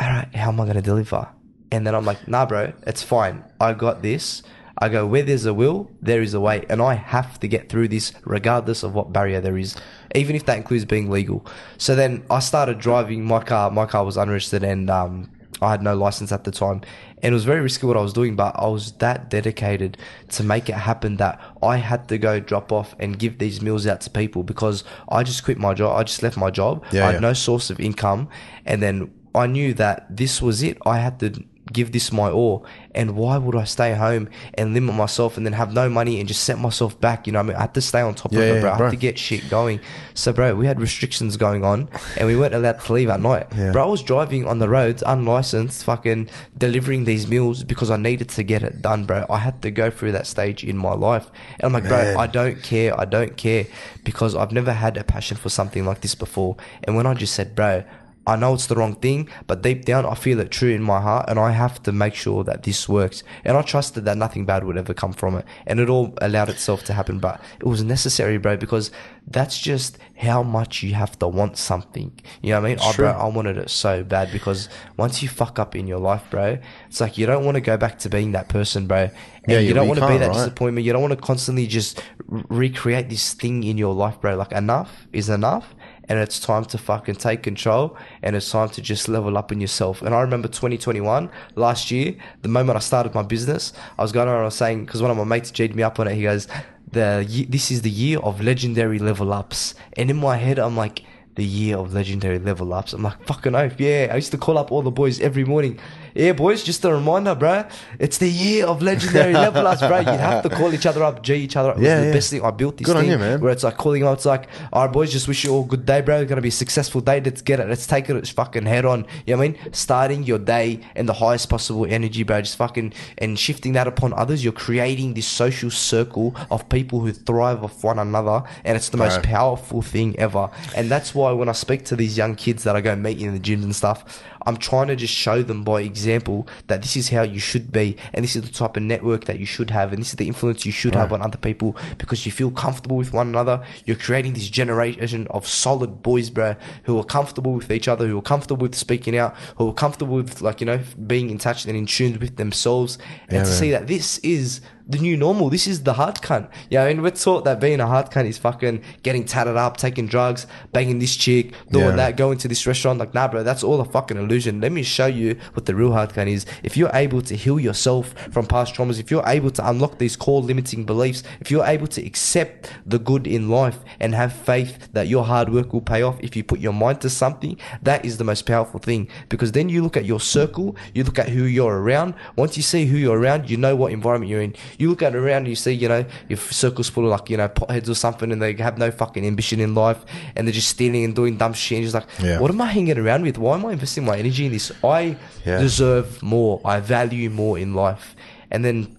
B: all right, how am I going to deliver? And then I'm like, nah, bro, it's fine. I got this. I go, where there's a will, there is a way. And I have to get through this regardless of what barrier there is, even if that includes being legal. So then I started driving my car. My car was unregistered and um, I had no license at the time. And it was very risky what I was doing, but I was that dedicated to make it happen that I had to go drop off and give these meals out to people because I just quit my job. I just left my job.
A: Yeah,
B: I had
A: yeah.
B: no source of income. And then I knew that this was it. I had to give this my all. And why would I stay home and limit myself and then have no money and just set myself back? You know, what I mean, I had to stay on top
A: Yeah,
B: of
A: yeah,
B: it, bro. I
A: bro.
B: had to get shit going. So, bro, we had restrictions going on and we weren't allowed to leave at night.
A: Yeah.
B: Bro, I was driving on the roads, unlicensed, fucking delivering these meals because I needed to get it done, bro. I had to go through that stage in my life. And I'm like,
A: Man.
B: bro, I don't care. I don't care because I've never had a passion for something like this before. And when I just said, bro, I know it's the wrong thing, but deep down, I feel it true in my heart, and I have to make sure that this works. And I trusted that nothing bad would ever come from it, and it all allowed itself to happen. But it was necessary, bro, because that's just how much you have to want something. You know what I mean? I, bro,
A: true.
B: I wanted it so bad because once you fuck up in your life, bro, it's like you don't want to go back to being that person, bro. And
A: Yeah,
B: you
A: you-
B: don't
A: you
B: want to be
A: can't,
B: that
A: right?
B: disappointment. You don't want to constantly just re- recreate this thing in your life, bro. Like enough is enough, and it's time to fucking take control, and it's time to just level up in yourself. And I remember 2021 last year, the moment I started my business, I was going around I was saying because one of my mates G'd me up on it. He goes, "The ye- this is the year of legendary level ups," and in my head, I'm like the year of legendary level ups. I'm like, fucking oath, yeah. I used to call up all the boys every morning. Yeah, boys, just a reminder, bro. It's the year of legendary level ups, bro. You have to call each other up, G each other up. It was
A: Yeah,
B: the
A: yeah.
B: best thing. I built this
A: Good on
B: thing
A: you, man.
B: where it's like calling out, it's like, all right, boys, just wish you all good day, bro. It's going to be a successful day. Let's get it. Let's take it it's fucking head on. You know what I mean? Starting your day in the highest possible energy, bro. Just fucking and shifting that upon others. You're creating this social circle of people who thrive off one another. And it's the most
A: Right.
B: powerful powerful thing ever. And that's why when I speak to these young kids that I go meet in the gyms and stuff, I'm trying to just show them by example that this is how you should be and this is the type of network that you should have and this is the influence you should have on other people because you feel comfortable with one another. You're creating this generation of solid boys, bro, who are comfortable with each other, who are comfortable with speaking out, who are comfortable with like, you know, being in touch and in tune with themselves. And to
A: man.
B: see that this is the new normal. This is the hard cunt. Yeah, I mean, we're taught that being a hard cunt is fucking getting tatted up, taking drugs, banging this chick, doing
A: Yeah.
B: that, going to this restaurant. Like, nah, bro, that's all a fucking illusion. Let me show you what the real hard cunt is. If you're able to heal yourself from past traumas, if you're able to unlock these core limiting beliefs, if you're able to accept the good in life and have faith that your hard work will pay off if you put your mind to something, that is the most powerful thing. Because then you look at your circle, you look at who you're around. Once you see who you're around, you know what environment you're in. You look at around and you see, you know, your circle's full of like, you know, potheads or something and they have no fucking ambition in life and they're just stealing and doing dumb shit. And you're just like,
A: Yeah.
B: what am I hanging around with? Why am I investing my energy in this? I
A: Yeah.
B: deserve more. I value more in life. And then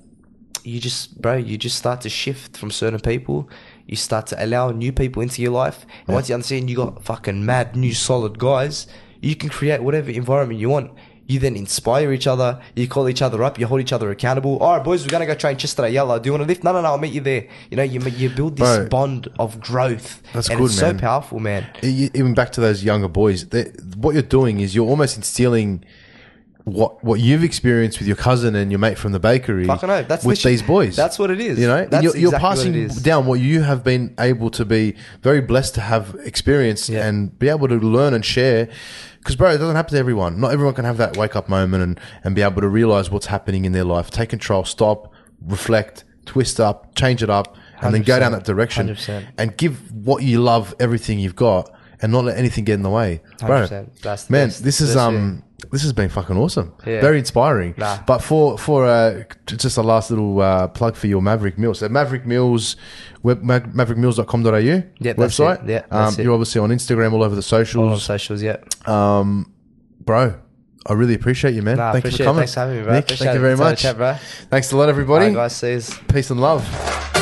B: you just, bro, you just start to shift from certain people. You start to allow new people into your life. And once you understand you got fucking mad, new, solid guys, you can create whatever environment you want. You then inspire each other. You call each other up. You hold each other accountable. All right, boys, we're gonna go train Chester at Yellow. Do you want to lift? No, no, no. I'll meet you there. You know, you you build this
A: Bro.
B: bond of growth.
A: That's
B: and
A: good,
B: it's
A: man.
B: so powerful, man.
A: E- even back to those younger boys they, what you're doing is you're almost instilling what what you've experienced with your cousin and your mate from the bakery
B: Fucking oath, that's
A: with
B: literally-
A: these boys
B: that's what it is.
A: you know And
B: That's
A: you're, you're
B: exactly what
A: passing
B: it is.
A: down what you have been able to be very blessed to have experienced
B: Yeah.
A: and be able to learn and share because bro it doesn't happen to everyone not everyone can have that wake up moment and, and be able to realize what's happening in their life take control stop reflect twist up change it up and then go down
B: 100%,
A: that direction
B: 100%.
A: and give what you love everything you've got and not let anything get in the way. Bro,
B: 100%. That's the
A: man,
B: best-
A: this is
B: best
A: um this has been fucking awesome.
B: Yeah.
A: Very inspiring.
B: Nah.
A: But for for uh, j- just a last little uh, plug for your Maverick Mills. So Maverick Mills web ma- maverickmills.com.au
B: Yeah, that's
A: website.
B: it. Yeah,
A: um,
B: that's it.
A: you're obviously on Instagram all over the
B: All on
A: socials.
B: socials, yeah.
A: Um bro, I really appreciate you, man.
B: Nah,
A: Thank you for
B: appreciate it.
A: coming.
B: Thanks for having me, bro.
A: Nick,
B: Appreciate
A: thank you
B: it.
A: very
B: It's all the
A: much.
B: chat, bro.
A: Thanks a lot
B: All
A: everybody.
B: right, guys, see yous.
A: Peace and love.